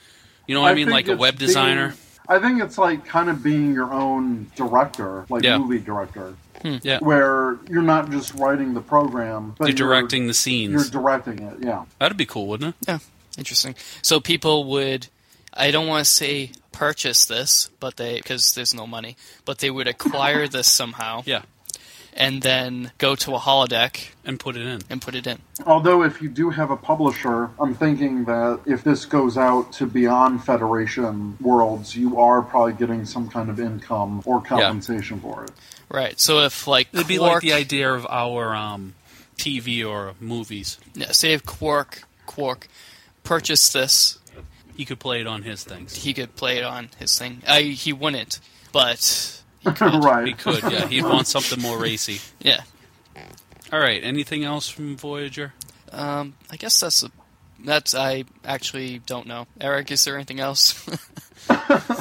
[SPEAKER 2] You know what I, mean,
[SPEAKER 3] think
[SPEAKER 2] like a
[SPEAKER 3] it's
[SPEAKER 2] web designer.
[SPEAKER 3] being- I think it's like kind of being your own director, like
[SPEAKER 2] Yeah. Hmm,
[SPEAKER 3] movie director,
[SPEAKER 2] yeah,
[SPEAKER 3] where you're not just writing the program, but
[SPEAKER 2] you're directing the
[SPEAKER 3] You're
[SPEAKER 2] scenes.
[SPEAKER 3] directing it. Yeah.
[SPEAKER 2] That'd be cool, wouldn't it?
[SPEAKER 1] yeah. Interesting. So people would. I don't want to say purchase this, but they because there's no money, but they would acquire this somehow
[SPEAKER 2] Yeah,
[SPEAKER 1] and then go to a holodeck
[SPEAKER 2] and put it in.
[SPEAKER 1] and put it in.
[SPEAKER 3] Although, if you do have a publisher, I'm thinking that if this goes out to beyond Federation worlds, you are probably getting some kind of income or compensation for it. [LAUGHS]
[SPEAKER 1] Right. So if like
[SPEAKER 2] It'd be like
[SPEAKER 1] Quark-
[SPEAKER 2] the idea of our um, TV or movies.
[SPEAKER 1] yeah, say if Quark Quark purchased this
[SPEAKER 2] He could play it on his things.
[SPEAKER 1] he could play it on his thing. I, he wouldn't, but
[SPEAKER 3] right.
[SPEAKER 2] He could, yeah. He'd want something more racy.
[SPEAKER 1] yeah,
[SPEAKER 2] All right. Anything else from Voyager?
[SPEAKER 1] um, I guess that's a, that's I actually don't know. Eric, is there anything else? [LAUGHS]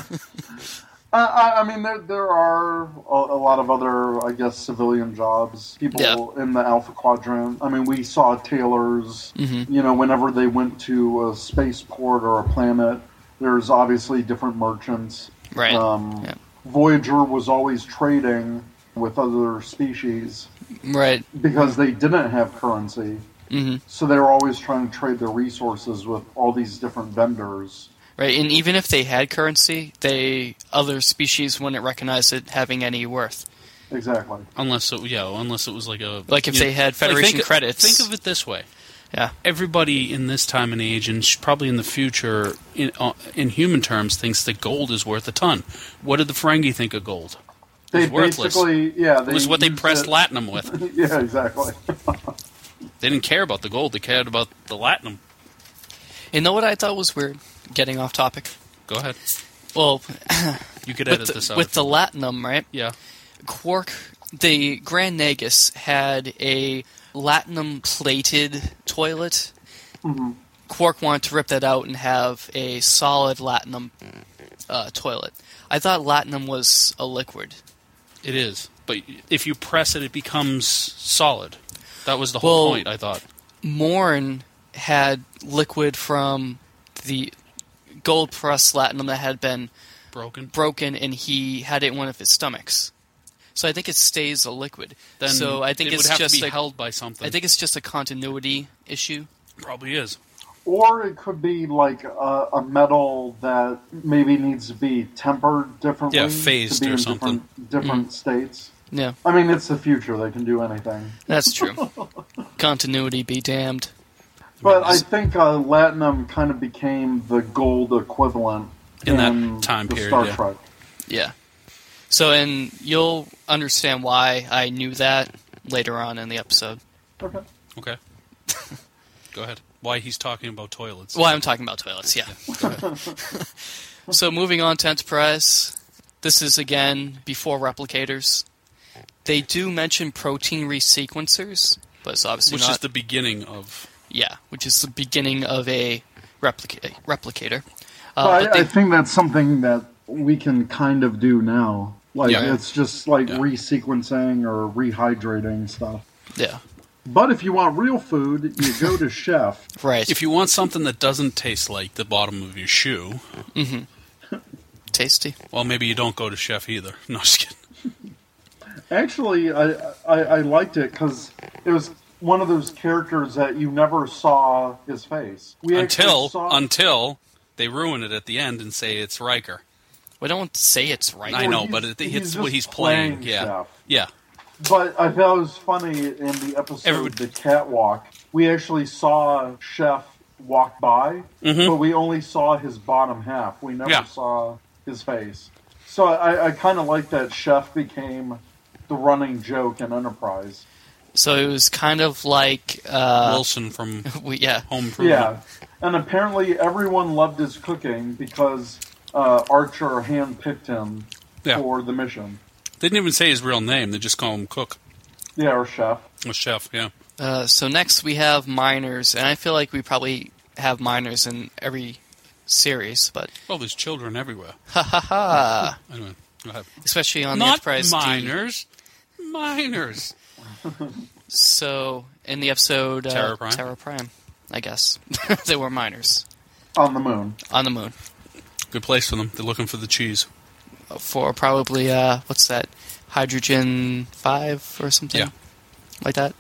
[SPEAKER 3] Uh, I, I mean, there, there are a, a lot of other, I guess, civilian jobs. People
[SPEAKER 1] Yeah.
[SPEAKER 3] in the Alpha Quadrant. I mean, we saw tailors,
[SPEAKER 1] Mm-hmm.
[SPEAKER 2] Mm-hmm.
[SPEAKER 3] you know, whenever they went to a spaceport or a planet, there's obviously different merchants.
[SPEAKER 1] right.
[SPEAKER 3] Um,
[SPEAKER 1] Yeah.
[SPEAKER 3] Voyager was always trading with other species
[SPEAKER 1] Right. Mm-hmm.
[SPEAKER 3] because they didn't have currency. So they were always trying to trade their resources with all these different vendors.
[SPEAKER 1] Right. And even if they had currency, they other species wouldn't recognize it having any worth.
[SPEAKER 3] Exactly.
[SPEAKER 2] Unless it, yeah, unless it was like a
[SPEAKER 1] Like if
[SPEAKER 2] you
[SPEAKER 1] they had Federation
[SPEAKER 2] think-
[SPEAKER 1] credits.
[SPEAKER 2] Think of it this way:
[SPEAKER 1] Yeah.
[SPEAKER 2] everybody in this time and age, and sh- probably in the future, in uh, in human terms, thinks that gold is worth a ton. What did the Ferengi think of gold?
[SPEAKER 3] They
[SPEAKER 2] worthless.
[SPEAKER 3] basically, yeah, they
[SPEAKER 2] It was what they
[SPEAKER 3] used
[SPEAKER 2] pressed
[SPEAKER 3] it-
[SPEAKER 2] latinum with.
[SPEAKER 3] [LAUGHS] Yeah, exactly.
[SPEAKER 2] They didn't care about the gold; they cared about the latinum.
[SPEAKER 1] You know what I thought was weird? Getting off topic.
[SPEAKER 2] Go ahead.
[SPEAKER 1] Well,
[SPEAKER 2] You could edit
[SPEAKER 1] with
[SPEAKER 2] this
[SPEAKER 1] the,
[SPEAKER 2] out.
[SPEAKER 1] with the latinum, right?
[SPEAKER 2] yeah,
[SPEAKER 1] Quark, the Grand Nagus had a latinum plated toilet. Quark wanted to rip that out and have a solid latinum uh, toilet. I thought latinum was a liquid.
[SPEAKER 2] It is, but if you press it, it becomes solid. That was the whole
[SPEAKER 1] Well-
[SPEAKER 2] point. I thought.
[SPEAKER 1] Morn had liquid from the gold pressed latinum that had been
[SPEAKER 2] Broken.
[SPEAKER 1] broken, and he had it in one of his stomachs. So I think it stays a liquid.
[SPEAKER 2] Then
[SPEAKER 1] so I think
[SPEAKER 2] it
[SPEAKER 1] it's
[SPEAKER 2] would have
[SPEAKER 1] just
[SPEAKER 2] to be
[SPEAKER 1] a-
[SPEAKER 2] held by something.
[SPEAKER 1] I think it's just a continuity issue.
[SPEAKER 2] probably is.
[SPEAKER 3] Or it could be like a, a metal that maybe needs to be tempered differently.
[SPEAKER 2] Yeah, phased
[SPEAKER 3] to be
[SPEAKER 2] or
[SPEAKER 3] in
[SPEAKER 2] something. Mm-hmm.
[SPEAKER 3] Different, different states.
[SPEAKER 1] No,
[SPEAKER 3] I mean, it's the future; they can do anything.
[SPEAKER 1] that's
[SPEAKER 2] [LAUGHS]
[SPEAKER 1] true. continuity be damned.
[SPEAKER 3] But I think uh, latinum kind of became the gold equivalent
[SPEAKER 2] In that time
[SPEAKER 3] the
[SPEAKER 2] period,
[SPEAKER 3] Star
[SPEAKER 2] yeah.
[SPEAKER 3] Trek.
[SPEAKER 1] Yeah. So and you'll understand why I knew that later on in the episode.
[SPEAKER 3] Okay.
[SPEAKER 2] Okay. [LAUGHS] Go ahead. Why he's talking about toilets?
[SPEAKER 1] Well, I'm talking about toilets,
[SPEAKER 2] [LAUGHS]
[SPEAKER 1] yeah. so moving on to Enterprise. This is again before replicators. They do mention protein resequencers, but it's obviously
[SPEAKER 2] Which
[SPEAKER 1] not.
[SPEAKER 2] is the beginning of.
[SPEAKER 1] yeah, which is the beginning of a replica- replicator.
[SPEAKER 3] But
[SPEAKER 1] Uh, but
[SPEAKER 3] I, I
[SPEAKER 1] they-
[SPEAKER 3] think that's something that we can kind of do now. Like
[SPEAKER 2] Yeah.
[SPEAKER 3] it's just like
[SPEAKER 2] Yeah.
[SPEAKER 3] resequencing or rehydrating stuff.
[SPEAKER 1] yeah,
[SPEAKER 3] But if you want real food, you go
[SPEAKER 2] [LAUGHS]
[SPEAKER 3] to chef.
[SPEAKER 1] right.
[SPEAKER 2] If you want something that doesn't taste like the bottom of your shoe,
[SPEAKER 1] Tasty.
[SPEAKER 2] well, maybe you don't go to chef either. [LAUGHS] No, just kidding.
[SPEAKER 3] Actually, I I, I liked it because it was one of those characters that you never saw his face we actually
[SPEAKER 2] Until
[SPEAKER 3] saw-
[SPEAKER 2] until they ruin it at the end and say it's Riker.
[SPEAKER 1] We don't say it's right.
[SPEAKER 2] I
[SPEAKER 3] Well,
[SPEAKER 2] know,
[SPEAKER 3] he's-
[SPEAKER 2] but it,
[SPEAKER 3] he's
[SPEAKER 2] it's
[SPEAKER 3] just
[SPEAKER 2] what he's playing.
[SPEAKER 3] playing
[SPEAKER 2] yeah,
[SPEAKER 3] chef.
[SPEAKER 2] yeah.
[SPEAKER 3] But I thought it was funny in the episode
[SPEAKER 2] Everyone-
[SPEAKER 3] the catwalk. We actually saw Chef walk by, but we only saw his bottom half. We never
[SPEAKER 2] Mm-hmm. Yeah.
[SPEAKER 3] saw his face. So I, I kind of like that Chef became the running joke in Enterprise.
[SPEAKER 1] So it was kind of like, uh,
[SPEAKER 2] Wilson [LAUGHS] from
[SPEAKER 1] we, yeah,
[SPEAKER 2] Home Improvement.
[SPEAKER 3] Yeah, and apparently everyone loved his cooking because uh, Archer handpicked him
[SPEAKER 2] Yeah.
[SPEAKER 3] for the mission.
[SPEAKER 2] They didn't even say his real name. They just call him Cook
[SPEAKER 3] Yeah, or Chef.
[SPEAKER 2] or Chef. Yeah.
[SPEAKER 1] Uh, so next we have minors, and I feel like we probably have minors in every series, but
[SPEAKER 2] Well, there's children [LAUGHS] everywhere.
[SPEAKER 1] ha ha ha,
[SPEAKER 2] Anyway, go ahead.
[SPEAKER 1] especially on the
[SPEAKER 2] Not
[SPEAKER 1] Enterprise D.
[SPEAKER 2] minors. Minors.
[SPEAKER 1] So in the episode uh,
[SPEAKER 2] Terra Prime?
[SPEAKER 1] Terra Prime, I guess [LAUGHS] they were minors
[SPEAKER 3] On the moon.
[SPEAKER 1] on the moon
[SPEAKER 2] Good place for them. They're looking for the cheese.
[SPEAKER 1] for probably uh, what's that, hydrogen five or something,
[SPEAKER 2] Yeah.
[SPEAKER 1] like that.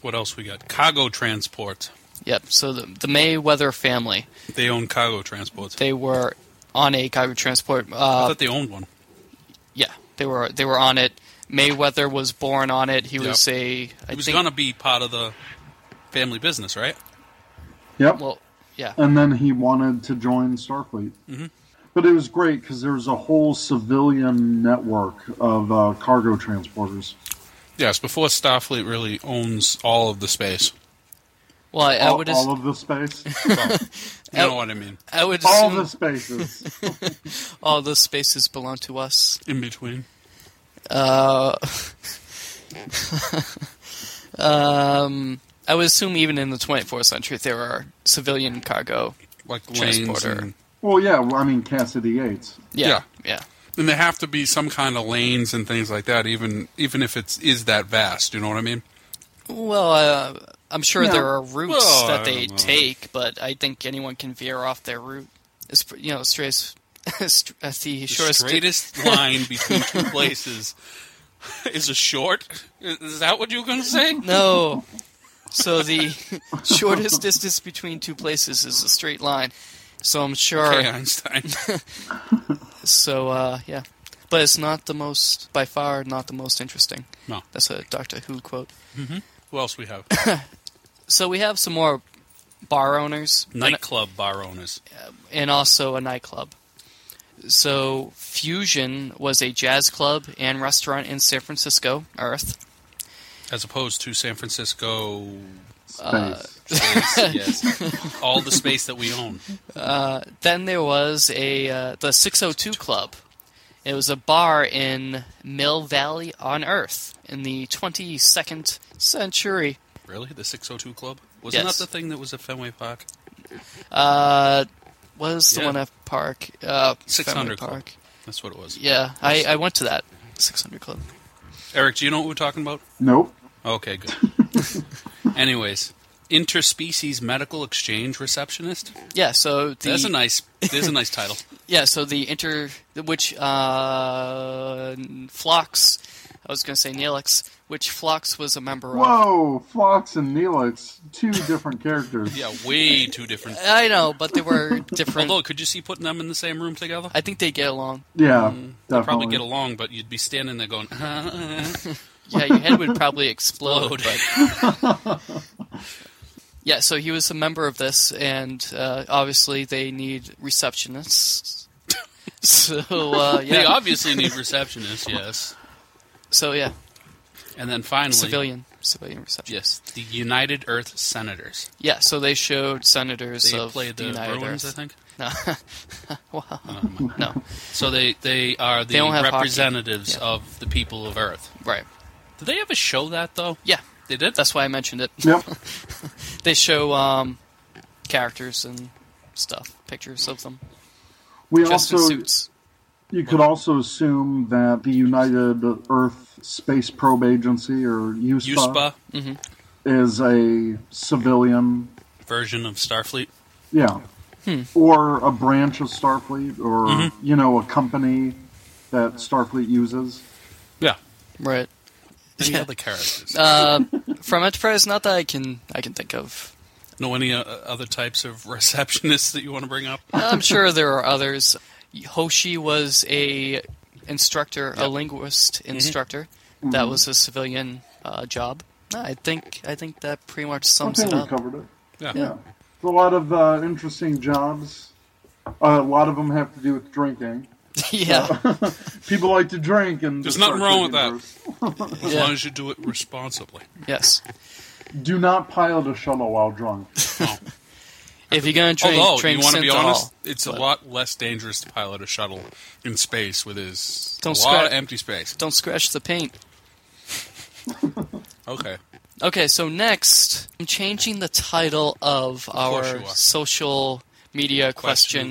[SPEAKER 2] What else we got? Cargo transport.
[SPEAKER 1] Yep. So the the Mayweather family,
[SPEAKER 2] They own cargo transports.
[SPEAKER 1] they were on a cargo transport.
[SPEAKER 2] I
[SPEAKER 1] Uh,
[SPEAKER 2] thought they owned one.
[SPEAKER 1] yeah, they were they were on it. Mayweather was born on it. He
[SPEAKER 2] Yep.
[SPEAKER 1] was a. I
[SPEAKER 2] It was
[SPEAKER 1] think,
[SPEAKER 2] gonna be part of the family business, right?
[SPEAKER 3] Yep.
[SPEAKER 1] Well, yeah.
[SPEAKER 3] and then he wanted to join Starfleet.
[SPEAKER 1] Mm-hmm.
[SPEAKER 3] But it was great because there was a whole civilian network of uh, cargo transporters.
[SPEAKER 2] Yes, before Starfleet really owns all of the space.
[SPEAKER 1] Well, I, I
[SPEAKER 3] All,
[SPEAKER 1] would as-
[SPEAKER 3] all of the space,
[SPEAKER 1] [LAUGHS]
[SPEAKER 2] Well, you know what I mean.
[SPEAKER 1] I would
[SPEAKER 3] [LAUGHS] all
[SPEAKER 1] assume
[SPEAKER 3] the spaces.
[SPEAKER 1] all those spaces belong to us.
[SPEAKER 2] In between.
[SPEAKER 1] Uh, [LAUGHS] um, I would assume even in the 24th century there are civilian cargo.
[SPEAKER 2] Like lanes
[SPEAKER 1] Transporter.
[SPEAKER 2] and,
[SPEAKER 3] well, yeah, well, I mean Cassidy Yates.
[SPEAKER 1] Yeah,
[SPEAKER 2] Yeah.
[SPEAKER 1] yeah,
[SPEAKER 2] and there have to be some kind of lanes and things like that, even even if it's is that vast, you know what I mean?
[SPEAKER 1] Well, uh, I'm sure
[SPEAKER 3] Yeah.
[SPEAKER 1] there are routes
[SPEAKER 2] Well,
[SPEAKER 1] that
[SPEAKER 2] I
[SPEAKER 1] they
[SPEAKER 2] don't know.
[SPEAKER 1] take, but I think anyone can veer off their route. It's pr- you know straight as, [LAUGHS] st- at the
[SPEAKER 2] The
[SPEAKER 1] shortest. [LAUGHS]
[SPEAKER 2] straightest line between two places is a short. Is that what you were gonna say?
[SPEAKER 1] No. So the [LAUGHS] shortest distance between two places is a straight line. So I'm sure. [LAUGHS]
[SPEAKER 2] Okay, Einstein.
[SPEAKER 1] So uh, yeah, but it's not the most, by far, not the most interesting.
[SPEAKER 2] No.
[SPEAKER 1] That's a Doctor Who quote.
[SPEAKER 2] Who else we have?
[SPEAKER 1] So we have some more bar owners and-
[SPEAKER 2] Nightclub bar owners.
[SPEAKER 1] and also a nightclub. So Fusion was a jazz club and restaurant in San Francisco, Earth.
[SPEAKER 2] As opposed to San Francisco
[SPEAKER 3] Space.
[SPEAKER 1] Uh, [LAUGHS]
[SPEAKER 2] yes. All the space that we own.
[SPEAKER 1] Then there was a uh, the 602 Club. It was a bar in Mill Valley on Earth in the 22nd century.
[SPEAKER 2] Really? The 602 Club? Wasn't
[SPEAKER 1] Yes.
[SPEAKER 2] that the thing that was at Fenway Park?
[SPEAKER 1] Uh, was the
[SPEAKER 2] Yeah.
[SPEAKER 1] one at Park. Uh,
[SPEAKER 2] 600
[SPEAKER 1] Fenway
[SPEAKER 2] Club.
[SPEAKER 1] Park.
[SPEAKER 2] That's what it was.
[SPEAKER 1] Yeah, I, I went to that 600 Club.
[SPEAKER 2] Eric, do you know what we're talking about?
[SPEAKER 3] Nope.
[SPEAKER 1] [LAUGHS]
[SPEAKER 2] Okay, good. Anyways, interspecies medical exchange receptionist.
[SPEAKER 1] Yeah, so the
[SPEAKER 2] That's a nice. There's a
[SPEAKER 1] [LAUGHS]
[SPEAKER 2] nice title.
[SPEAKER 1] yeah, so the inter which uh, Phlox, I was going to say Neelix, which Phlox was a member of.
[SPEAKER 3] Whoa, Flox and Neelix, two different characters.
[SPEAKER 2] Yeah, way too different.
[SPEAKER 1] I know, but they
[SPEAKER 2] [LAUGHS]
[SPEAKER 1] were different.
[SPEAKER 2] Although, could you see putting them in the same room together?
[SPEAKER 1] I think they get along.
[SPEAKER 3] Yeah, definitely.
[SPEAKER 2] Probably get along, but you'd be standing there going, [LAUGHS]
[SPEAKER 1] Yeah, your head would probably explode.
[SPEAKER 2] "Load."
[SPEAKER 1] but yeah, so he was a member of this, and uh, obviously they need receptionists. [LAUGHS] So uh,
[SPEAKER 2] [LAUGHS] They
[SPEAKER 1] yeah,
[SPEAKER 2] obviously need receptionists, yes.
[SPEAKER 1] so yeah,
[SPEAKER 2] And then finally,
[SPEAKER 1] civilian, civilian reception.
[SPEAKER 2] yes, the United Earth Senators.
[SPEAKER 1] Yeah, so they showed senators
[SPEAKER 2] They
[SPEAKER 1] of
[SPEAKER 2] played the,
[SPEAKER 1] the United
[SPEAKER 2] Bruins,
[SPEAKER 1] Earth.
[SPEAKER 2] I think. Oh,
[SPEAKER 1] No. [LAUGHS] wow. No.
[SPEAKER 2] So they they are the
[SPEAKER 1] They don't have hockey.
[SPEAKER 2] representatives
[SPEAKER 1] Yeah.
[SPEAKER 2] of the people of Earth.
[SPEAKER 1] Right.
[SPEAKER 2] Did they ever show that though?
[SPEAKER 1] Yeah.
[SPEAKER 2] They did.
[SPEAKER 1] That's why I mentioned it. [LAUGHS]
[SPEAKER 3] Yep.
[SPEAKER 1] They show um, characters and stuff, pictures of them,
[SPEAKER 3] We
[SPEAKER 1] dressed in
[SPEAKER 3] also
[SPEAKER 1] suits.
[SPEAKER 3] you could also assume that the United Earth Space Probe Agency or USPA,
[SPEAKER 2] USPA
[SPEAKER 3] is a civilian,
[SPEAKER 2] version of Starfleet.
[SPEAKER 3] yeah,
[SPEAKER 2] Hmm.
[SPEAKER 3] or a branch of Starfleet, or
[SPEAKER 2] Mm-hmm.
[SPEAKER 3] you know, a company that Starfleet uses.
[SPEAKER 2] Yeah.
[SPEAKER 1] Right.
[SPEAKER 2] Any
[SPEAKER 1] Yeah.
[SPEAKER 2] other characters?
[SPEAKER 1] Uh, from Enterprise, not that I can I can think of.
[SPEAKER 2] know any uh, other types of receptionists that you want to bring up?
[SPEAKER 1] I'm sure there are others. Hoshi was a instructor, a linguist
[SPEAKER 2] Mm-hmm.
[SPEAKER 1] instructor. That was a civilian uh, job. I think I think that pretty much sums
[SPEAKER 3] Okay,
[SPEAKER 1] it
[SPEAKER 3] we
[SPEAKER 1] up.
[SPEAKER 3] covered it.
[SPEAKER 2] Yeah.
[SPEAKER 3] Yeah, There's a lot of uh, interesting jobs. Uh, a lot of them have to do with drinking.
[SPEAKER 1] [LAUGHS] yeah.
[SPEAKER 3] People like to drink, and
[SPEAKER 2] There's
[SPEAKER 3] the
[SPEAKER 2] nothing
[SPEAKER 3] Starfleet
[SPEAKER 2] wrong with that.
[SPEAKER 3] universe-
[SPEAKER 1] [LAUGHS]
[SPEAKER 2] As
[SPEAKER 1] Yeah.
[SPEAKER 2] long as you do it responsibly.
[SPEAKER 1] Yes.
[SPEAKER 3] Do not pilot a shuttle while drunk.
[SPEAKER 1] If you're gonna train,
[SPEAKER 2] Although,
[SPEAKER 1] train
[SPEAKER 2] you want to be
[SPEAKER 1] synthol.
[SPEAKER 2] honest, it's a lot less dangerous to pilot a shuttle in space where there's
[SPEAKER 1] Don't
[SPEAKER 2] a lot
[SPEAKER 1] scratch-
[SPEAKER 2] of empty space.
[SPEAKER 1] Don't scratch the paint.
[SPEAKER 2] Okay.
[SPEAKER 1] Okay, so next, I'm changing the title of
[SPEAKER 2] course
[SPEAKER 1] our
[SPEAKER 2] you are.
[SPEAKER 1] social media
[SPEAKER 2] Question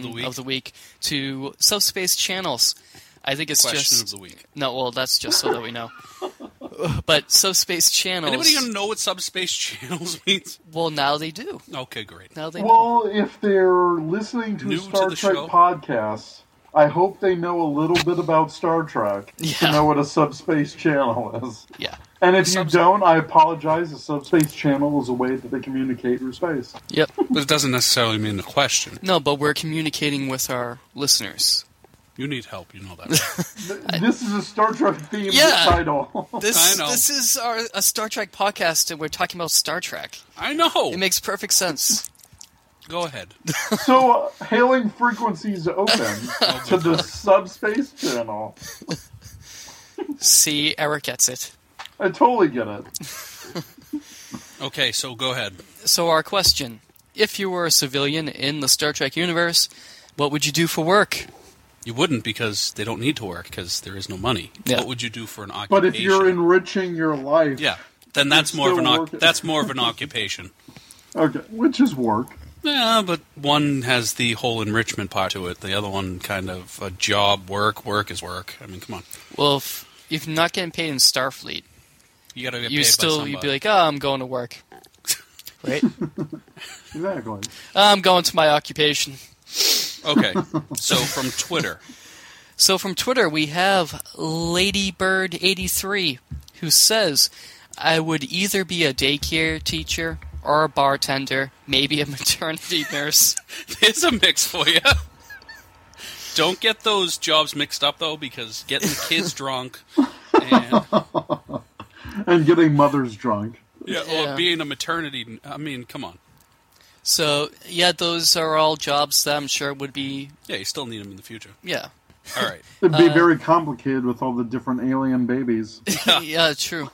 [SPEAKER 1] question,
[SPEAKER 2] of the week.
[SPEAKER 1] of the week to subspace channels. I think it's
[SPEAKER 2] Question
[SPEAKER 1] just
[SPEAKER 2] of the week.
[SPEAKER 1] no. Well, that's just so that we
[SPEAKER 2] [LAUGHS]
[SPEAKER 1] know. but subspace channels.
[SPEAKER 2] Anybody gonna know what subspace [LAUGHS] channels means?
[SPEAKER 1] Well, now they do.
[SPEAKER 2] Okay, great.
[SPEAKER 1] Now they know.
[SPEAKER 3] Well, if they're listening to
[SPEAKER 2] New to
[SPEAKER 3] Star
[SPEAKER 2] the
[SPEAKER 3] Trek
[SPEAKER 2] show.
[SPEAKER 3] podcasts, I hope they know a little bit about Star Trek to
[SPEAKER 1] Yeah.
[SPEAKER 3] know what a subspace channel [LAUGHS] is.
[SPEAKER 1] Yeah.
[SPEAKER 3] And if you
[SPEAKER 2] Subs-
[SPEAKER 3] don't, I apologize. A subspace channel is a way that they communicate through space.
[SPEAKER 1] Yep.
[SPEAKER 2] But it doesn't necessarily mean the question.
[SPEAKER 1] No, but we're communicating with our listeners.
[SPEAKER 2] You need help, you
[SPEAKER 1] [LAUGHS]
[SPEAKER 2] know that.
[SPEAKER 3] Th- this is a Star Trek themed
[SPEAKER 1] Yeah.
[SPEAKER 3] title.
[SPEAKER 1] This
[SPEAKER 2] I know.
[SPEAKER 1] this is our a Star Trek podcast, and we're talking about Star Trek.
[SPEAKER 2] I know.
[SPEAKER 1] It makes perfect sense.
[SPEAKER 2] Go ahead.
[SPEAKER 3] so, uh, hailing frequencies open to the subspace channel.
[SPEAKER 1] See, Eric gets it.
[SPEAKER 3] I totally get it.
[SPEAKER 2] Okay, so go ahead.
[SPEAKER 1] So, our question if you were a civilian in the Star Trek universe, what would you do for work?
[SPEAKER 2] You wouldn't because they don't need to work because there is no money.
[SPEAKER 1] Yeah.
[SPEAKER 2] What would you do for an occupation?
[SPEAKER 3] But if you're enriching your life,
[SPEAKER 2] yeah, then that's
[SPEAKER 3] You're
[SPEAKER 2] more of an
[SPEAKER 3] still
[SPEAKER 2] oc-
[SPEAKER 3] working.
[SPEAKER 2] that's more of an
[SPEAKER 3] [LAUGHS]
[SPEAKER 2] occupation.
[SPEAKER 3] okay, which is work.
[SPEAKER 2] Yeah, but one has the whole enrichment part to it. The other one kind of a job, work, work is work. I mean, come on,
[SPEAKER 1] Well, if, if you're not getting paid in Starfleet,
[SPEAKER 2] you got to get
[SPEAKER 1] you
[SPEAKER 2] paid by
[SPEAKER 1] still
[SPEAKER 2] somebody.
[SPEAKER 1] you'd be like, oh, I'm going to work, right?
[SPEAKER 3] Exactly.
[SPEAKER 1] [LAUGHS] I'm going to my occupation.
[SPEAKER 2] okay,
[SPEAKER 1] [LAUGHS]
[SPEAKER 2] so from Twitter,
[SPEAKER 1] So from Twitter, we have Ladybird83, who says, I would either be a daycare teacher or a bartender, maybe a [LAUGHS] maternity nurse.
[SPEAKER 2] there's a mix for you. Don't get those jobs mixed up though, because
[SPEAKER 1] [LAUGHS]
[SPEAKER 2] getting kids drunk and
[SPEAKER 3] And getting mothers drunk.
[SPEAKER 2] yeah,
[SPEAKER 1] Yeah.
[SPEAKER 2] or being a maternity. I mean, come on.
[SPEAKER 1] So, yeah, those are all jobs that I'm sure would be,
[SPEAKER 2] Yeah, you still need them in the future.
[SPEAKER 1] yeah.
[SPEAKER 2] All right.
[SPEAKER 3] It'd be very complicated with all the different alien babies.
[SPEAKER 1] [LAUGHS] yeah, true.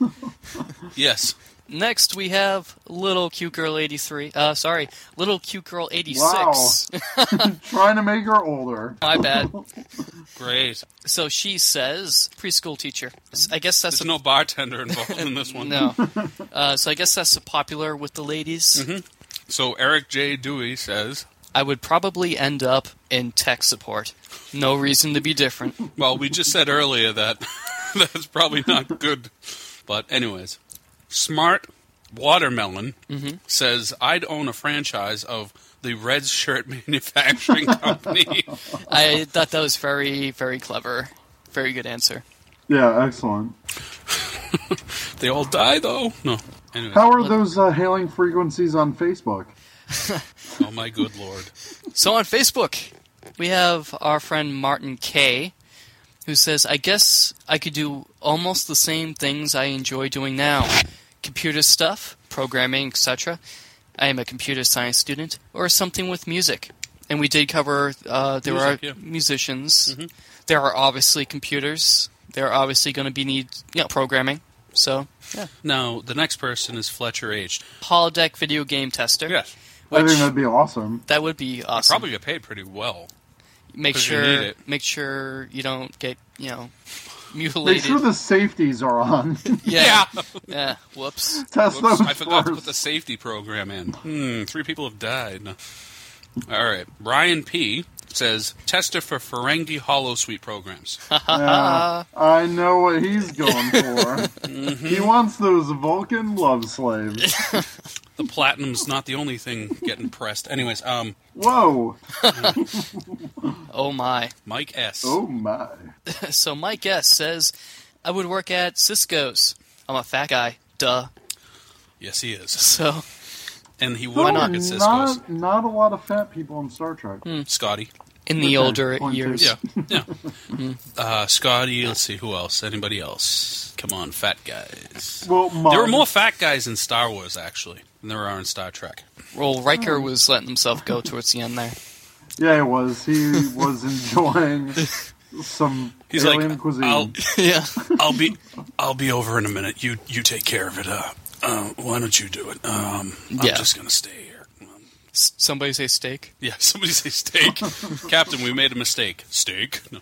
[SPEAKER 2] Yes.
[SPEAKER 1] Next, we have Little Cute Girl 83. Uh, sorry, Little Cute Girl 86.
[SPEAKER 3] Wow. Trying to make her older.
[SPEAKER 1] [LAUGHS] My bad.
[SPEAKER 2] Great.
[SPEAKER 1] So she says, preschool teacher. I guess that's
[SPEAKER 2] There's
[SPEAKER 1] a,
[SPEAKER 2] no bartender involved in this one.
[SPEAKER 1] no. [LAUGHS] Uh, so I guess that's a popular with the ladies.
[SPEAKER 2] So Eric J. Dewey says
[SPEAKER 1] I would probably end up in tech support. No reason to be different.
[SPEAKER 2] Well, we just said earlier that [LAUGHS] that's probably not good. But, anyways, Smart Watermelon
[SPEAKER 1] Mm-hmm.
[SPEAKER 2] says I'd own a franchise of the Red Shirt [LAUGHS] Manufacturing Company.
[SPEAKER 1] I thought that was very, very clever. Very good answer.
[SPEAKER 3] Yeah, excellent.
[SPEAKER 2] they all die, though. No. Anyways,
[SPEAKER 3] How are those uh, hailing frequencies on Facebook?
[SPEAKER 2] oh my good lord.
[SPEAKER 1] So on Facebook, we have our friend Martin K, who says, "I guess I could do almost the same things I enjoy doing now: computer stuff, programming, etc. I am a computer science student, or something with music." And we did cover uh, there
[SPEAKER 2] Music,
[SPEAKER 1] are
[SPEAKER 2] yeah. Mm-hmm.
[SPEAKER 1] musicians. There are obviously computers. There are obviously going to be need you know, programming. So yeah,
[SPEAKER 2] Now, the next person is Fletcher H.
[SPEAKER 1] holodeck video game tester.
[SPEAKER 2] Yes.
[SPEAKER 3] I
[SPEAKER 1] Which
[SPEAKER 3] think that'd be awesome.
[SPEAKER 1] that would be awesome.
[SPEAKER 2] Probably get paid pretty well.
[SPEAKER 1] make
[SPEAKER 2] 'Cause you need
[SPEAKER 1] sure
[SPEAKER 2] it.
[SPEAKER 1] make sure you don't get you know [LAUGHS]
[SPEAKER 3] Make
[SPEAKER 1] mutilated.
[SPEAKER 3] sure the safeties are on. [LAUGHS]
[SPEAKER 1] yeah, yeah. Whoops.
[SPEAKER 3] Test
[SPEAKER 2] Whoops,
[SPEAKER 3] those
[SPEAKER 2] I forgot to
[SPEAKER 3] first.
[SPEAKER 2] put the safety program in. Hmm, three people have died. No. All right. Brian P. says, tester for Ferengi Hollow Suite programs. Uh,
[SPEAKER 3] Yeah, I know what
[SPEAKER 2] [LAUGHS]
[SPEAKER 3] he's going for. He
[SPEAKER 2] Mm-hmm.
[SPEAKER 3] wants those Vulcan love slaves.
[SPEAKER 2] the platinum's not the only thing getting pressed. Anyways, um,
[SPEAKER 3] Whoa!
[SPEAKER 1] Oh my. [LAUGHS]
[SPEAKER 2] Mike S.
[SPEAKER 3] Oh my!
[SPEAKER 1] So my guest says I would work at Cisco's. I'm a fat guy. Duh.
[SPEAKER 2] Yes, he is.
[SPEAKER 1] So
[SPEAKER 2] And he
[SPEAKER 3] There
[SPEAKER 2] would
[SPEAKER 3] were
[SPEAKER 2] work at Cisco's.
[SPEAKER 3] Oh, Not, not a lot of fat people in Star Trek.
[SPEAKER 2] Hmm. Scotty.
[SPEAKER 1] in the
[SPEAKER 3] Okay,
[SPEAKER 1] older
[SPEAKER 3] point
[SPEAKER 1] years, [LAUGHS]
[SPEAKER 2] Yeah, yeah. uh, Scotty, let's see who else. Anybody else? Come on, fat guys.
[SPEAKER 3] Well, Mom,
[SPEAKER 2] There were more fat guys in Star Wars, actually, than there are in Star Trek.
[SPEAKER 1] well,
[SPEAKER 3] Oh.
[SPEAKER 1] Riker was letting himself
[SPEAKER 3] [LAUGHS]
[SPEAKER 1] go towards the end there.
[SPEAKER 3] Yeah, it
[SPEAKER 2] [LAUGHS]
[SPEAKER 3] was. He was enjoying some
[SPEAKER 2] He's
[SPEAKER 3] alien
[SPEAKER 2] like,
[SPEAKER 3] cuisine.
[SPEAKER 2] I'll, [LAUGHS]
[SPEAKER 1] yeah.
[SPEAKER 2] I'll be, I'll be over in a minute. You, you take care of it. Uh, uh, why don't you do it? Um, I'm
[SPEAKER 1] Yeah.
[SPEAKER 2] just gonna stay here. Um,
[SPEAKER 1] S- somebody say steak.
[SPEAKER 2] yeah, [LAUGHS] somebody say steak, Captain. We made a mistake. Steak. No.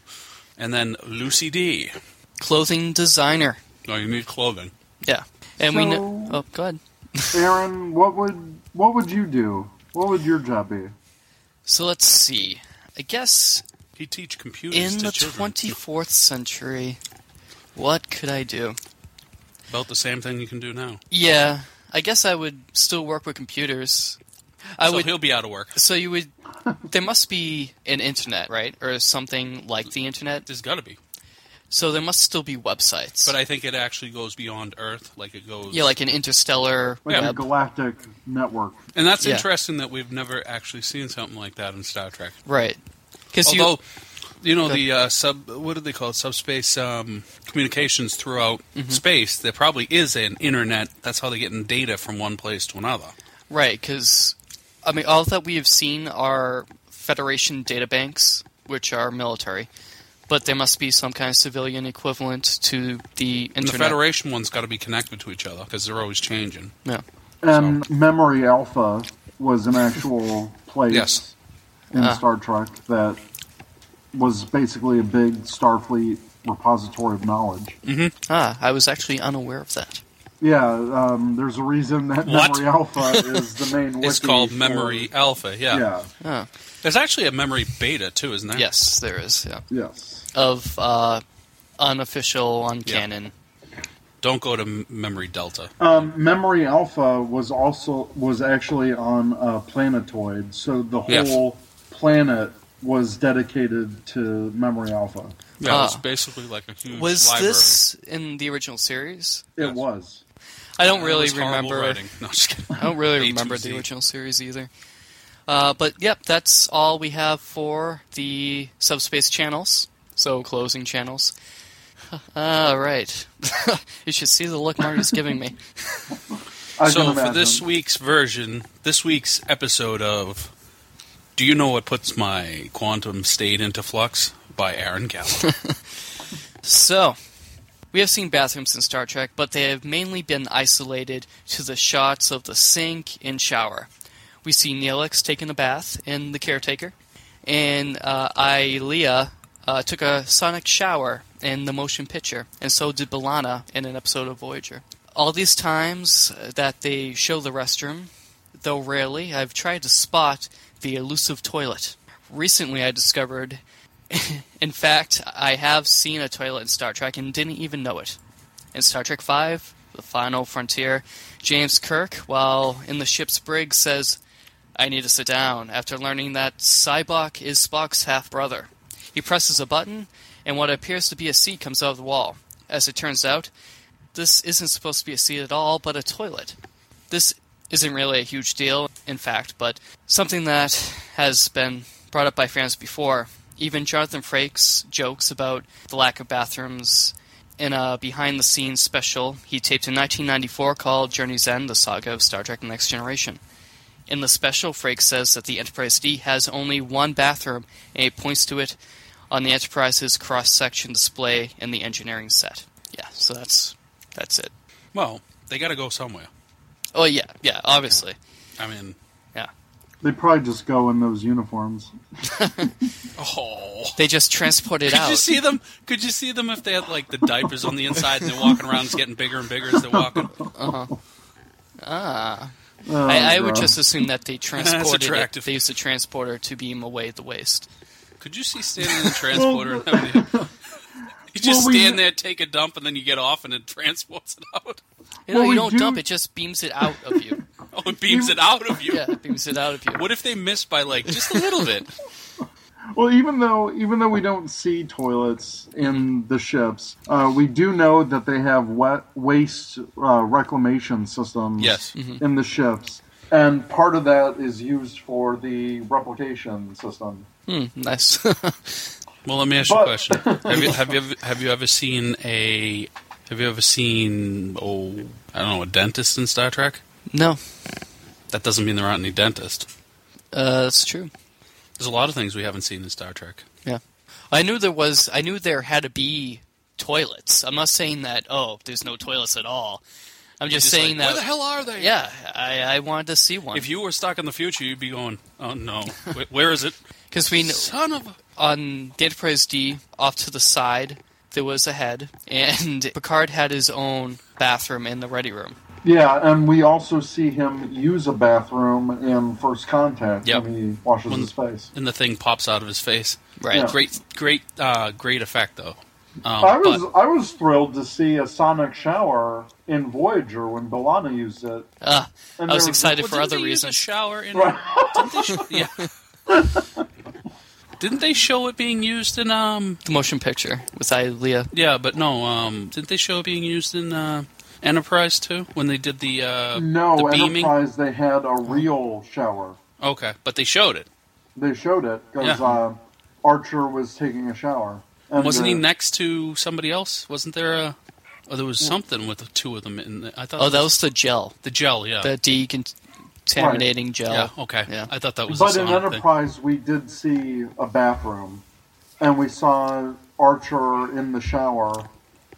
[SPEAKER 2] And then Lucy D.
[SPEAKER 1] Clothing designer.
[SPEAKER 2] No, you need clothing.
[SPEAKER 1] Yeah. And we know.
[SPEAKER 3] So-
[SPEAKER 1] Oh, go ahead.
[SPEAKER 3] Aaron, what would what would you do? What would your job be?
[SPEAKER 1] So let's see. I guess
[SPEAKER 2] He teach computers
[SPEAKER 1] in
[SPEAKER 2] to
[SPEAKER 1] the
[SPEAKER 2] children.
[SPEAKER 1] 24th century, what could I do?
[SPEAKER 2] About the same thing you can do now.
[SPEAKER 1] Yeah, I guess I would still work with computers. I
[SPEAKER 2] so
[SPEAKER 1] would.
[SPEAKER 2] he'll be out of work.
[SPEAKER 1] So you would. There must be an internet, right, or something like the internet.
[SPEAKER 2] There's got to be.
[SPEAKER 1] So there must still be websites.
[SPEAKER 2] But I think it actually goes beyond Earth, like it goes.
[SPEAKER 1] yeah, like an interstellar
[SPEAKER 3] Like a
[SPEAKER 1] web.
[SPEAKER 3] galactic network.
[SPEAKER 2] and that's
[SPEAKER 1] yeah.
[SPEAKER 2] interesting that we've never actually seen something like that in Star Trek.
[SPEAKER 1] Right. Because you.
[SPEAKER 2] Although, you know,
[SPEAKER 1] Go
[SPEAKER 2] the uh, sub, what do they call it? Subspace um, communications throughout
[SPEAKER 1] Mm-hmm.
[SPEAKER 2] space. There probably is an internet. That's how they're getting data from one place to another.
[SPEAKER 1] Right, because I mean, all that we have seen are Federation databanks, which are military. But there must be some kind of civilian equivalent to the
[SPEAKER 2] And the
[SPEAKER 1] internet.
[SPEAKER 2] Federation one's got to be connected to each other because they're always changing.
[SPEAKER 1] no.
[SPEAKER 3] And Memory Alpha was an actual
[SPEAKER 2] [LAUGHS]
[SPEAKER 3] place
[SPEAKER 2] Yes. Uh-huh.
[SPEAKER 3] in
[SPEAKER 1] Ah.
[SPEAKER 3] Star Trek that was basically a big Starfleet repository of knowledge.
[SPEAKER 1] Ah, I was actually unaware of that.
[SPEAKER 3] Yeah, um, there's a reason that
[SPEAKER 2] What?
[SPEAKER 3] Memory Alpha is the main
[SPEAKER 2] [LAUGHS]
[SPEAKER 3] wiki.
[SPEAKER 2] It's called
[SPEAKER 3] for-
[SPEAKER 2] Memory Alpha. Yeah.
[SPEAKER 3] Yeah,
[SPEAKER 1] Ah,
[SPEAKER 2] There's actually a Memory Beta too, isn't there?
[SPEAKER 1] yes, there is. Yeah,
[SPEAKER 3] yes.
[SPEAKER 1] of uh, unofficial, uncanon.
[SPEAKER 2] Mm-hmm. Don't go to M- Memory Delta.
[SPEAKER 3] Um, Memory Alpha was also was actually on a planetoid, so the
[SPEAKER 2] Yes.
[SPEAKER 3] whole planet was dedicated to Memory Alpha.
[SPEAKER 2] Yeah, it's
[SPEAKER 1] Ah.
[SPEAKER 2] basically like a huge
[SPEAKER 1] Was
[SPEAKER 2] library.
[SPEAKER 1] this in the original series?
[SPEAKER 3] It
[SPEAKER 2] Yes.
[SPEAKER 3] was.
[SPEAKER 1] I don't
[SPEAKER 2] Uh, It
[SPEAKER 1] really
[SPEAKER 2] was horrible
[SPEAKER 1] remember.
[SPEAKER 2] writing. No, just kidding.
[SPEAKER 1] I don't really
[SPEAKER 2] A to
[SPEAKER 1] remember
[SPEAKER 2] Z.
[SPEAKER 1] the original series either. Uh, but yep, that's all we have for the subspace channels. So closing channels. [LAUGHS] All right. [LAUGHS] you should see the look Marty's giving me.
[SPEAKER 3] I
[SPEAKER 2] so
[SPEAKER 3] can
[SPEAKER 2] for this
[SPEAKER 3] imagine.
[SPEAKER 2] week's version, this week's episode of "Do You Know What Puts My Quantum State into Flux" by
[SPEAKER 1] [LAUGHS]
[SPEAKER 2] Aaron Gallup.
[SPEAKER 1] So, we have seen bathrooms in Star Trek, but they have mainly been isolated to the shots of the sink and shower. We see Neelix taking a bath in The Caretaker, and uh, Ilea uh, took a sonic shower in the motion picture, and so did B'Elanna in an episode of Voyager. All these times that they show the restroom, though rarely, I've tried to spot The Elusive Toilet. Recently, I discovered, in fact, I have seen a toilet in Star Trek and didn't even know it. In Star Trek V, The Final Frontier, James Kirk, while in the ship's brig, says, I need to sit down, after learning that Cybok is Spock's half brother. He presses a button, and what appears to be a seat comes out of the wall. As it turns out, this isn't supposed to be a seat at all, but a toilet. This isn't really a huge deal, in fact, but something that has been brought up by fans before. Even Jonathan Frakes jokes about the lack of bathrooms in a behind the scenes special he taped in 1994 called Journey's End The Saga of Star Trek The Next Generation. In the special, Frakes says that the Enterprise D has only one bathroom, and he points to it on the Enterprise's cross section display in the engineering set. Yeah, so that's that's it.
[SPEAKER 2] Well, they got to go somewhere.
[SPEAKER 1] Oh yeah, yeah, obviously.
[SPEAKER 2] I mean,
[SPEAKER 1] Yeah.
[SPEAKER 3] They probably just go in those uniforms.
[SPEAKER 2] oh.
[SPEAKER 1] They just transport it
[SPEAKER 2] [LAUGHS] Could
[SPEAKER 1] out.
[SPEAKER 2] you see them? Could you see them if they had like the diapers on the inside and they're walking around, it's getting bigger and bigger as they're walking?
[SPEAKER 3] Oh,
[SPEAKER 1] I, I would
[SPEAKER 3] God.
[SPEAKER 1] just assume that
[SPEAKER 2] [LAUGHS]
[SPEAKER 1] they transported it.
[SPEAKER 2] attractive.
[SPEAKER 1] They used the transporter to beam away at the waist.
[SPEAKER 2] Could you see standing in the transporter? and having a- you just
[SPEAKER 3] Well, we-
[SPEAKER 2] stand there, take a dump, and then you get off, and it transports it out.
[SPEAKER 1] You know,
[SPEAKER 3] Well,
[SPEAKER 1] you
[SPEAKER 3] we
[SPEAKER 1] don't
[SPEAKER 3] do-
[SPEAKER 1] dump it; just beams it out of
[SPEAKER 2] [LAUGHS]
[SPEAKER 1] you.
[SPEAKER 2] Oh, it beams it out of you.
[SPEAKER 1] yeah, it beams it out of you.
[SPEAKER 2] What if they miss by like just a little bit?
[SPEAKER 3] Well, even though even though we don't see toilets in the ships, uh, we do know that they have wet waste uh, reclamation systems
[SPEAKER 2] Yes.
[SPEAKER 1] Mm-hmm.
[SPEAKER 3] in the ships, and part of that is used for the replication system.
[SPEAKER 1] Hmm, nice. [LAUGHS]
[SPEAKER 2] Well, let me ask you a
[SPEAKER 3] But-
[SPEAKER 2] question. Have you have you ever, have you ever seen a have you ever seen oh I don't know a dentist in Star Trek?
[SPEAKER 1] no,
[SPEAKER 2] That doesn't mean there aren't any dentists.
[SPEAKER 1] uh, that's true.
[SPEAKER 2] There's a lot of things we haven't seen in Star Trek.
[SPEAKER 1] Yeah, I knew there was. I knew there had to be toilets. I'm not saying that. Oh, there's no toilets at all. I'm just,
[SPEAKER 2] Just
[SPEAKER 1] saying
[SPEAKER 2] like,
[SPEAKER 1] that.
[SPEAKER 2] Where the hell are they?
[SPEAKER 1] Yeah, I, I wanted to see one
[SPEAKER 2] If you were stuck in the future, you'd be going, "Oh no, Wh- where is it?"
[SPEAKER 1] because we kn-
[SPEAKER 2] Son of a
[SPEAKER 1] on the Enterprise D off to the side there was a head, [LAUGHS] and Picard had his own bathroom in the ready room.
[SPEAKER 3] Yeah, and we also see him use a bathroom in First Contact
[SPEAKER 2] Yep.
[SPEAKER 3] when he washes his face.
[SPEAKER 2] and the thing pops out of his face.
[SPEAKER 1] Right.
[SPEAKER 3] Yeah.
[SPEAKER 2] Great, great, uh, great effect though. Um,
[SPEAKER 3] I was
[SPEAKER 2] but
[SPEAKER 3] I was thrilled to see a sonic shower in Voyager when Bellana used it.
[SPEAKER 1] Ah,
[SPEAKER 3] And
[SPEAKER 1] I was
[SPEAKER 3] there was-
[SPEAKER 1] excited
[SPEAKER 2] Well,
[SPEAKER 1] for
[SPEAKER 2] didn't
[SPEAKER 1] other
[SPEAKER 2] they use a
[SPEAKER 1] reasons.
[SPEAKER 2] shower in.
[SPEAKER 3] Right.
[SPEAKER 2] didn't they [LAUGHS]
[SPEAKER 3] [LAUGHS]
[SPEAKER 2] show, yeah. didn't they show it being used in um?
[SPEAKER 1] the motion picture with Leah.
[SPEAKER 2] Yeah, but no. Um, didn't they show it being used in uh, Enterprise too when they did the uh,
[SPEAKER 3] No,
[SPEAKER 2] the beaming? Oh.
[SPEAKER 3] Enterprise they had a real shower.
[SPEAKER 2] Okay, but they showed it.
[SPEAKER 3] They showed it because
[SPEAKER 2] Yeah.
[SPEAKER 3] uh, Archer was taking a shower. And
[SPEAKER 2] Wasn't he
[SPEAKER 3] the-
[SPEAKER 2] next to somebody else? Wasn't there a? Oh, there was something with the two of them in. The, I thought.
[SPEAKER 1] Oh,
[SPEAKER 2] it
[SPEAKER 1] that was the gel,
[SPEAKER 2] the gel. Yeah.
[SPEAKER 1] the decontaminating gel.
[SPEAKER 2] Oh. yeah. Okay.
[SPEAKER 1] Yeah.
[SPEAKER 2] I thought that was.
[SPEAKER 3] But
[SPEAKER 2] a
[SPEAKER 3] in
[SPEAKER 2] Sonic thing.
[SPEAKER 3] Enterprise, we did see a bathroom, and we saw Archer in the shower.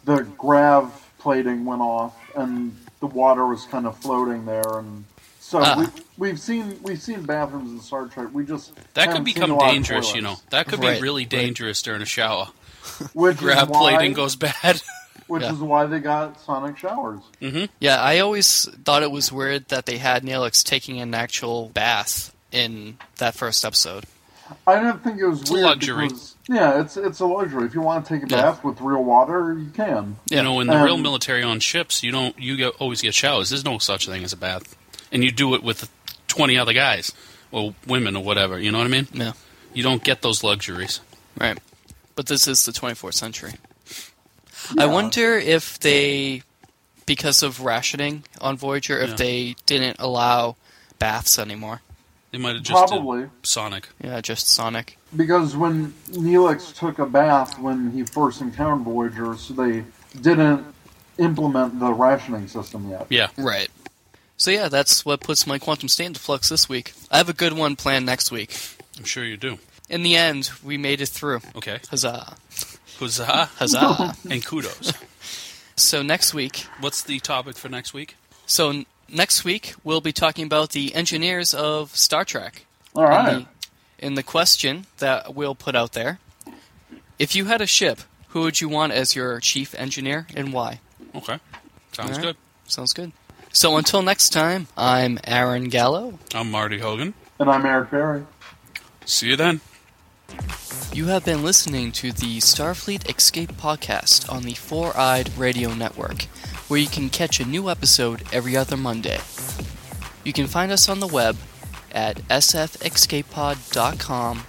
[SPEAKER 3] The grav plating went off, and the water was kind of floating there. And so
[SPEAKER 1] Ah.
[SPEAKER 3] we, we've seen we've seen bathrooms in Star Trek. We just
[SPEAKER 2] That could
[SPEAKER 3] haven't seen a
[SPEAKER 2] become
[SPEAKER 3] lot of
[SPEAKER 2] dangerous, you know.
[SPEAKER 3] toilets,
[SPEAKER 2] That could
[SPEAKER 1] Right,
[SPEAKER 2] be really
[SPEAKER 1] right.
[SPEAKER 2] dangerous during a shower.
[SPEAKER 3] Which
[SPEAKER 2] Grab
[SPEAKER 3] is why,
[SPEAKER 2] plating goes bad.
[SPEAKER 3] which
[SPEAKER 1] yeah.
[SPEAKER 3] is why they got sonic showers.
[SPEAKER 1] Yeah, I always thought it was weird that they had Neelix taking an actual bath in that first episode.
[SPEAKER 3] I don't think it was
[SPEAKER 2] a
[SPEAKER 3] weird
[SPEAKER 2] luxury.
[SPEAKER 3] because- yeah, it's it's a luxury. If you want to take a
[SPEAKER 1] Yeah.
[SPEAKER 3] bath with real water, you can.
[SPEAKER 1] Yeah.
[SPEAKER 2] You know, in the real
[SPEAKER 3] Um,
[SPEAKER 2] military on ships, you don't you get, always get showers. There's no such thing as a bath, and you do it with twenty other guys or women or whatever. You know what I mean?
[SPEAKER 1] Yeah,
[SPEAKER 2] You don't get those luxuries.
[SPEAKER 1] right. But this is the 24th century. I wonder if they, because of rationing on Voyager, if
[SPEAKER 2] Yeah.
[SPEAKER 1] they didn't allow baths anymore.
[SPEAKER 2] They might have just did
[SPEAKER 3] Probably.
[SPEAKER 2] Sonic.
[SPEAKER 1] Yeah, just Sonic.
[SPEAKER 3] Because when Neelix took a bath when he first encountered Voyager, so they didn't implement the rationing system yet.
[SPEAKER 2] Yeah.
[SPEAKER 1] Right. So yeah, that's what puts my quantum state into flux this week. I have a good one planned next week.
[SPEAKER 2] I'm sure you do.
[SPEAKER 1] In the end, we made it through.
[SPEAKER 2] Okay.
[SPEAKER 1] Huzzah.
[SPEAKER 2] Huzzah
[SPEAKER 3] [LAUGHS]
[SPEAKER 1] Huzzah. [LAUGHS]
[SPEAKER 2] and kudos.
[SPEAKER 1] so next week,
[SPEAKER 2] What's the topic for next week?
[SPEAKER 1] so n- next week we'll be talking about the engineers of Star Trek.
[SPEAKER 3] All
[SPEAKER 1] And
[SPEAKER 3] right.
[SPEAKER 1] the, in the question that we'll put out there, if you had a ship, who would you want as your chief engineer and why?
[SPEAKER 2] Okay. Sounds
[SPEAKER 1] All right.
[SPEAKER 2] good.
[SPEAKER 1] Sounds good. So until next time, I'm Aaron Gallo.
[SPEAKER 2] I'm Marty Hogan.
[SPEAKER 3] And I'm Eric Berry.
[SPEAKER 2] See you then.
[SPEAKER 1] You have been listening to the Starfleet Escape podcast on the Four Eyed Radio Network, where you can catch a new episode every other Monday. You can find us on the web at sfescapepod.com,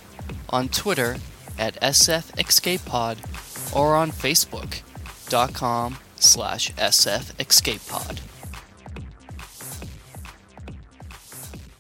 [SPEAKER 1] on Twitter at sfescapepod, or on Facebook.com slash sfescapepod.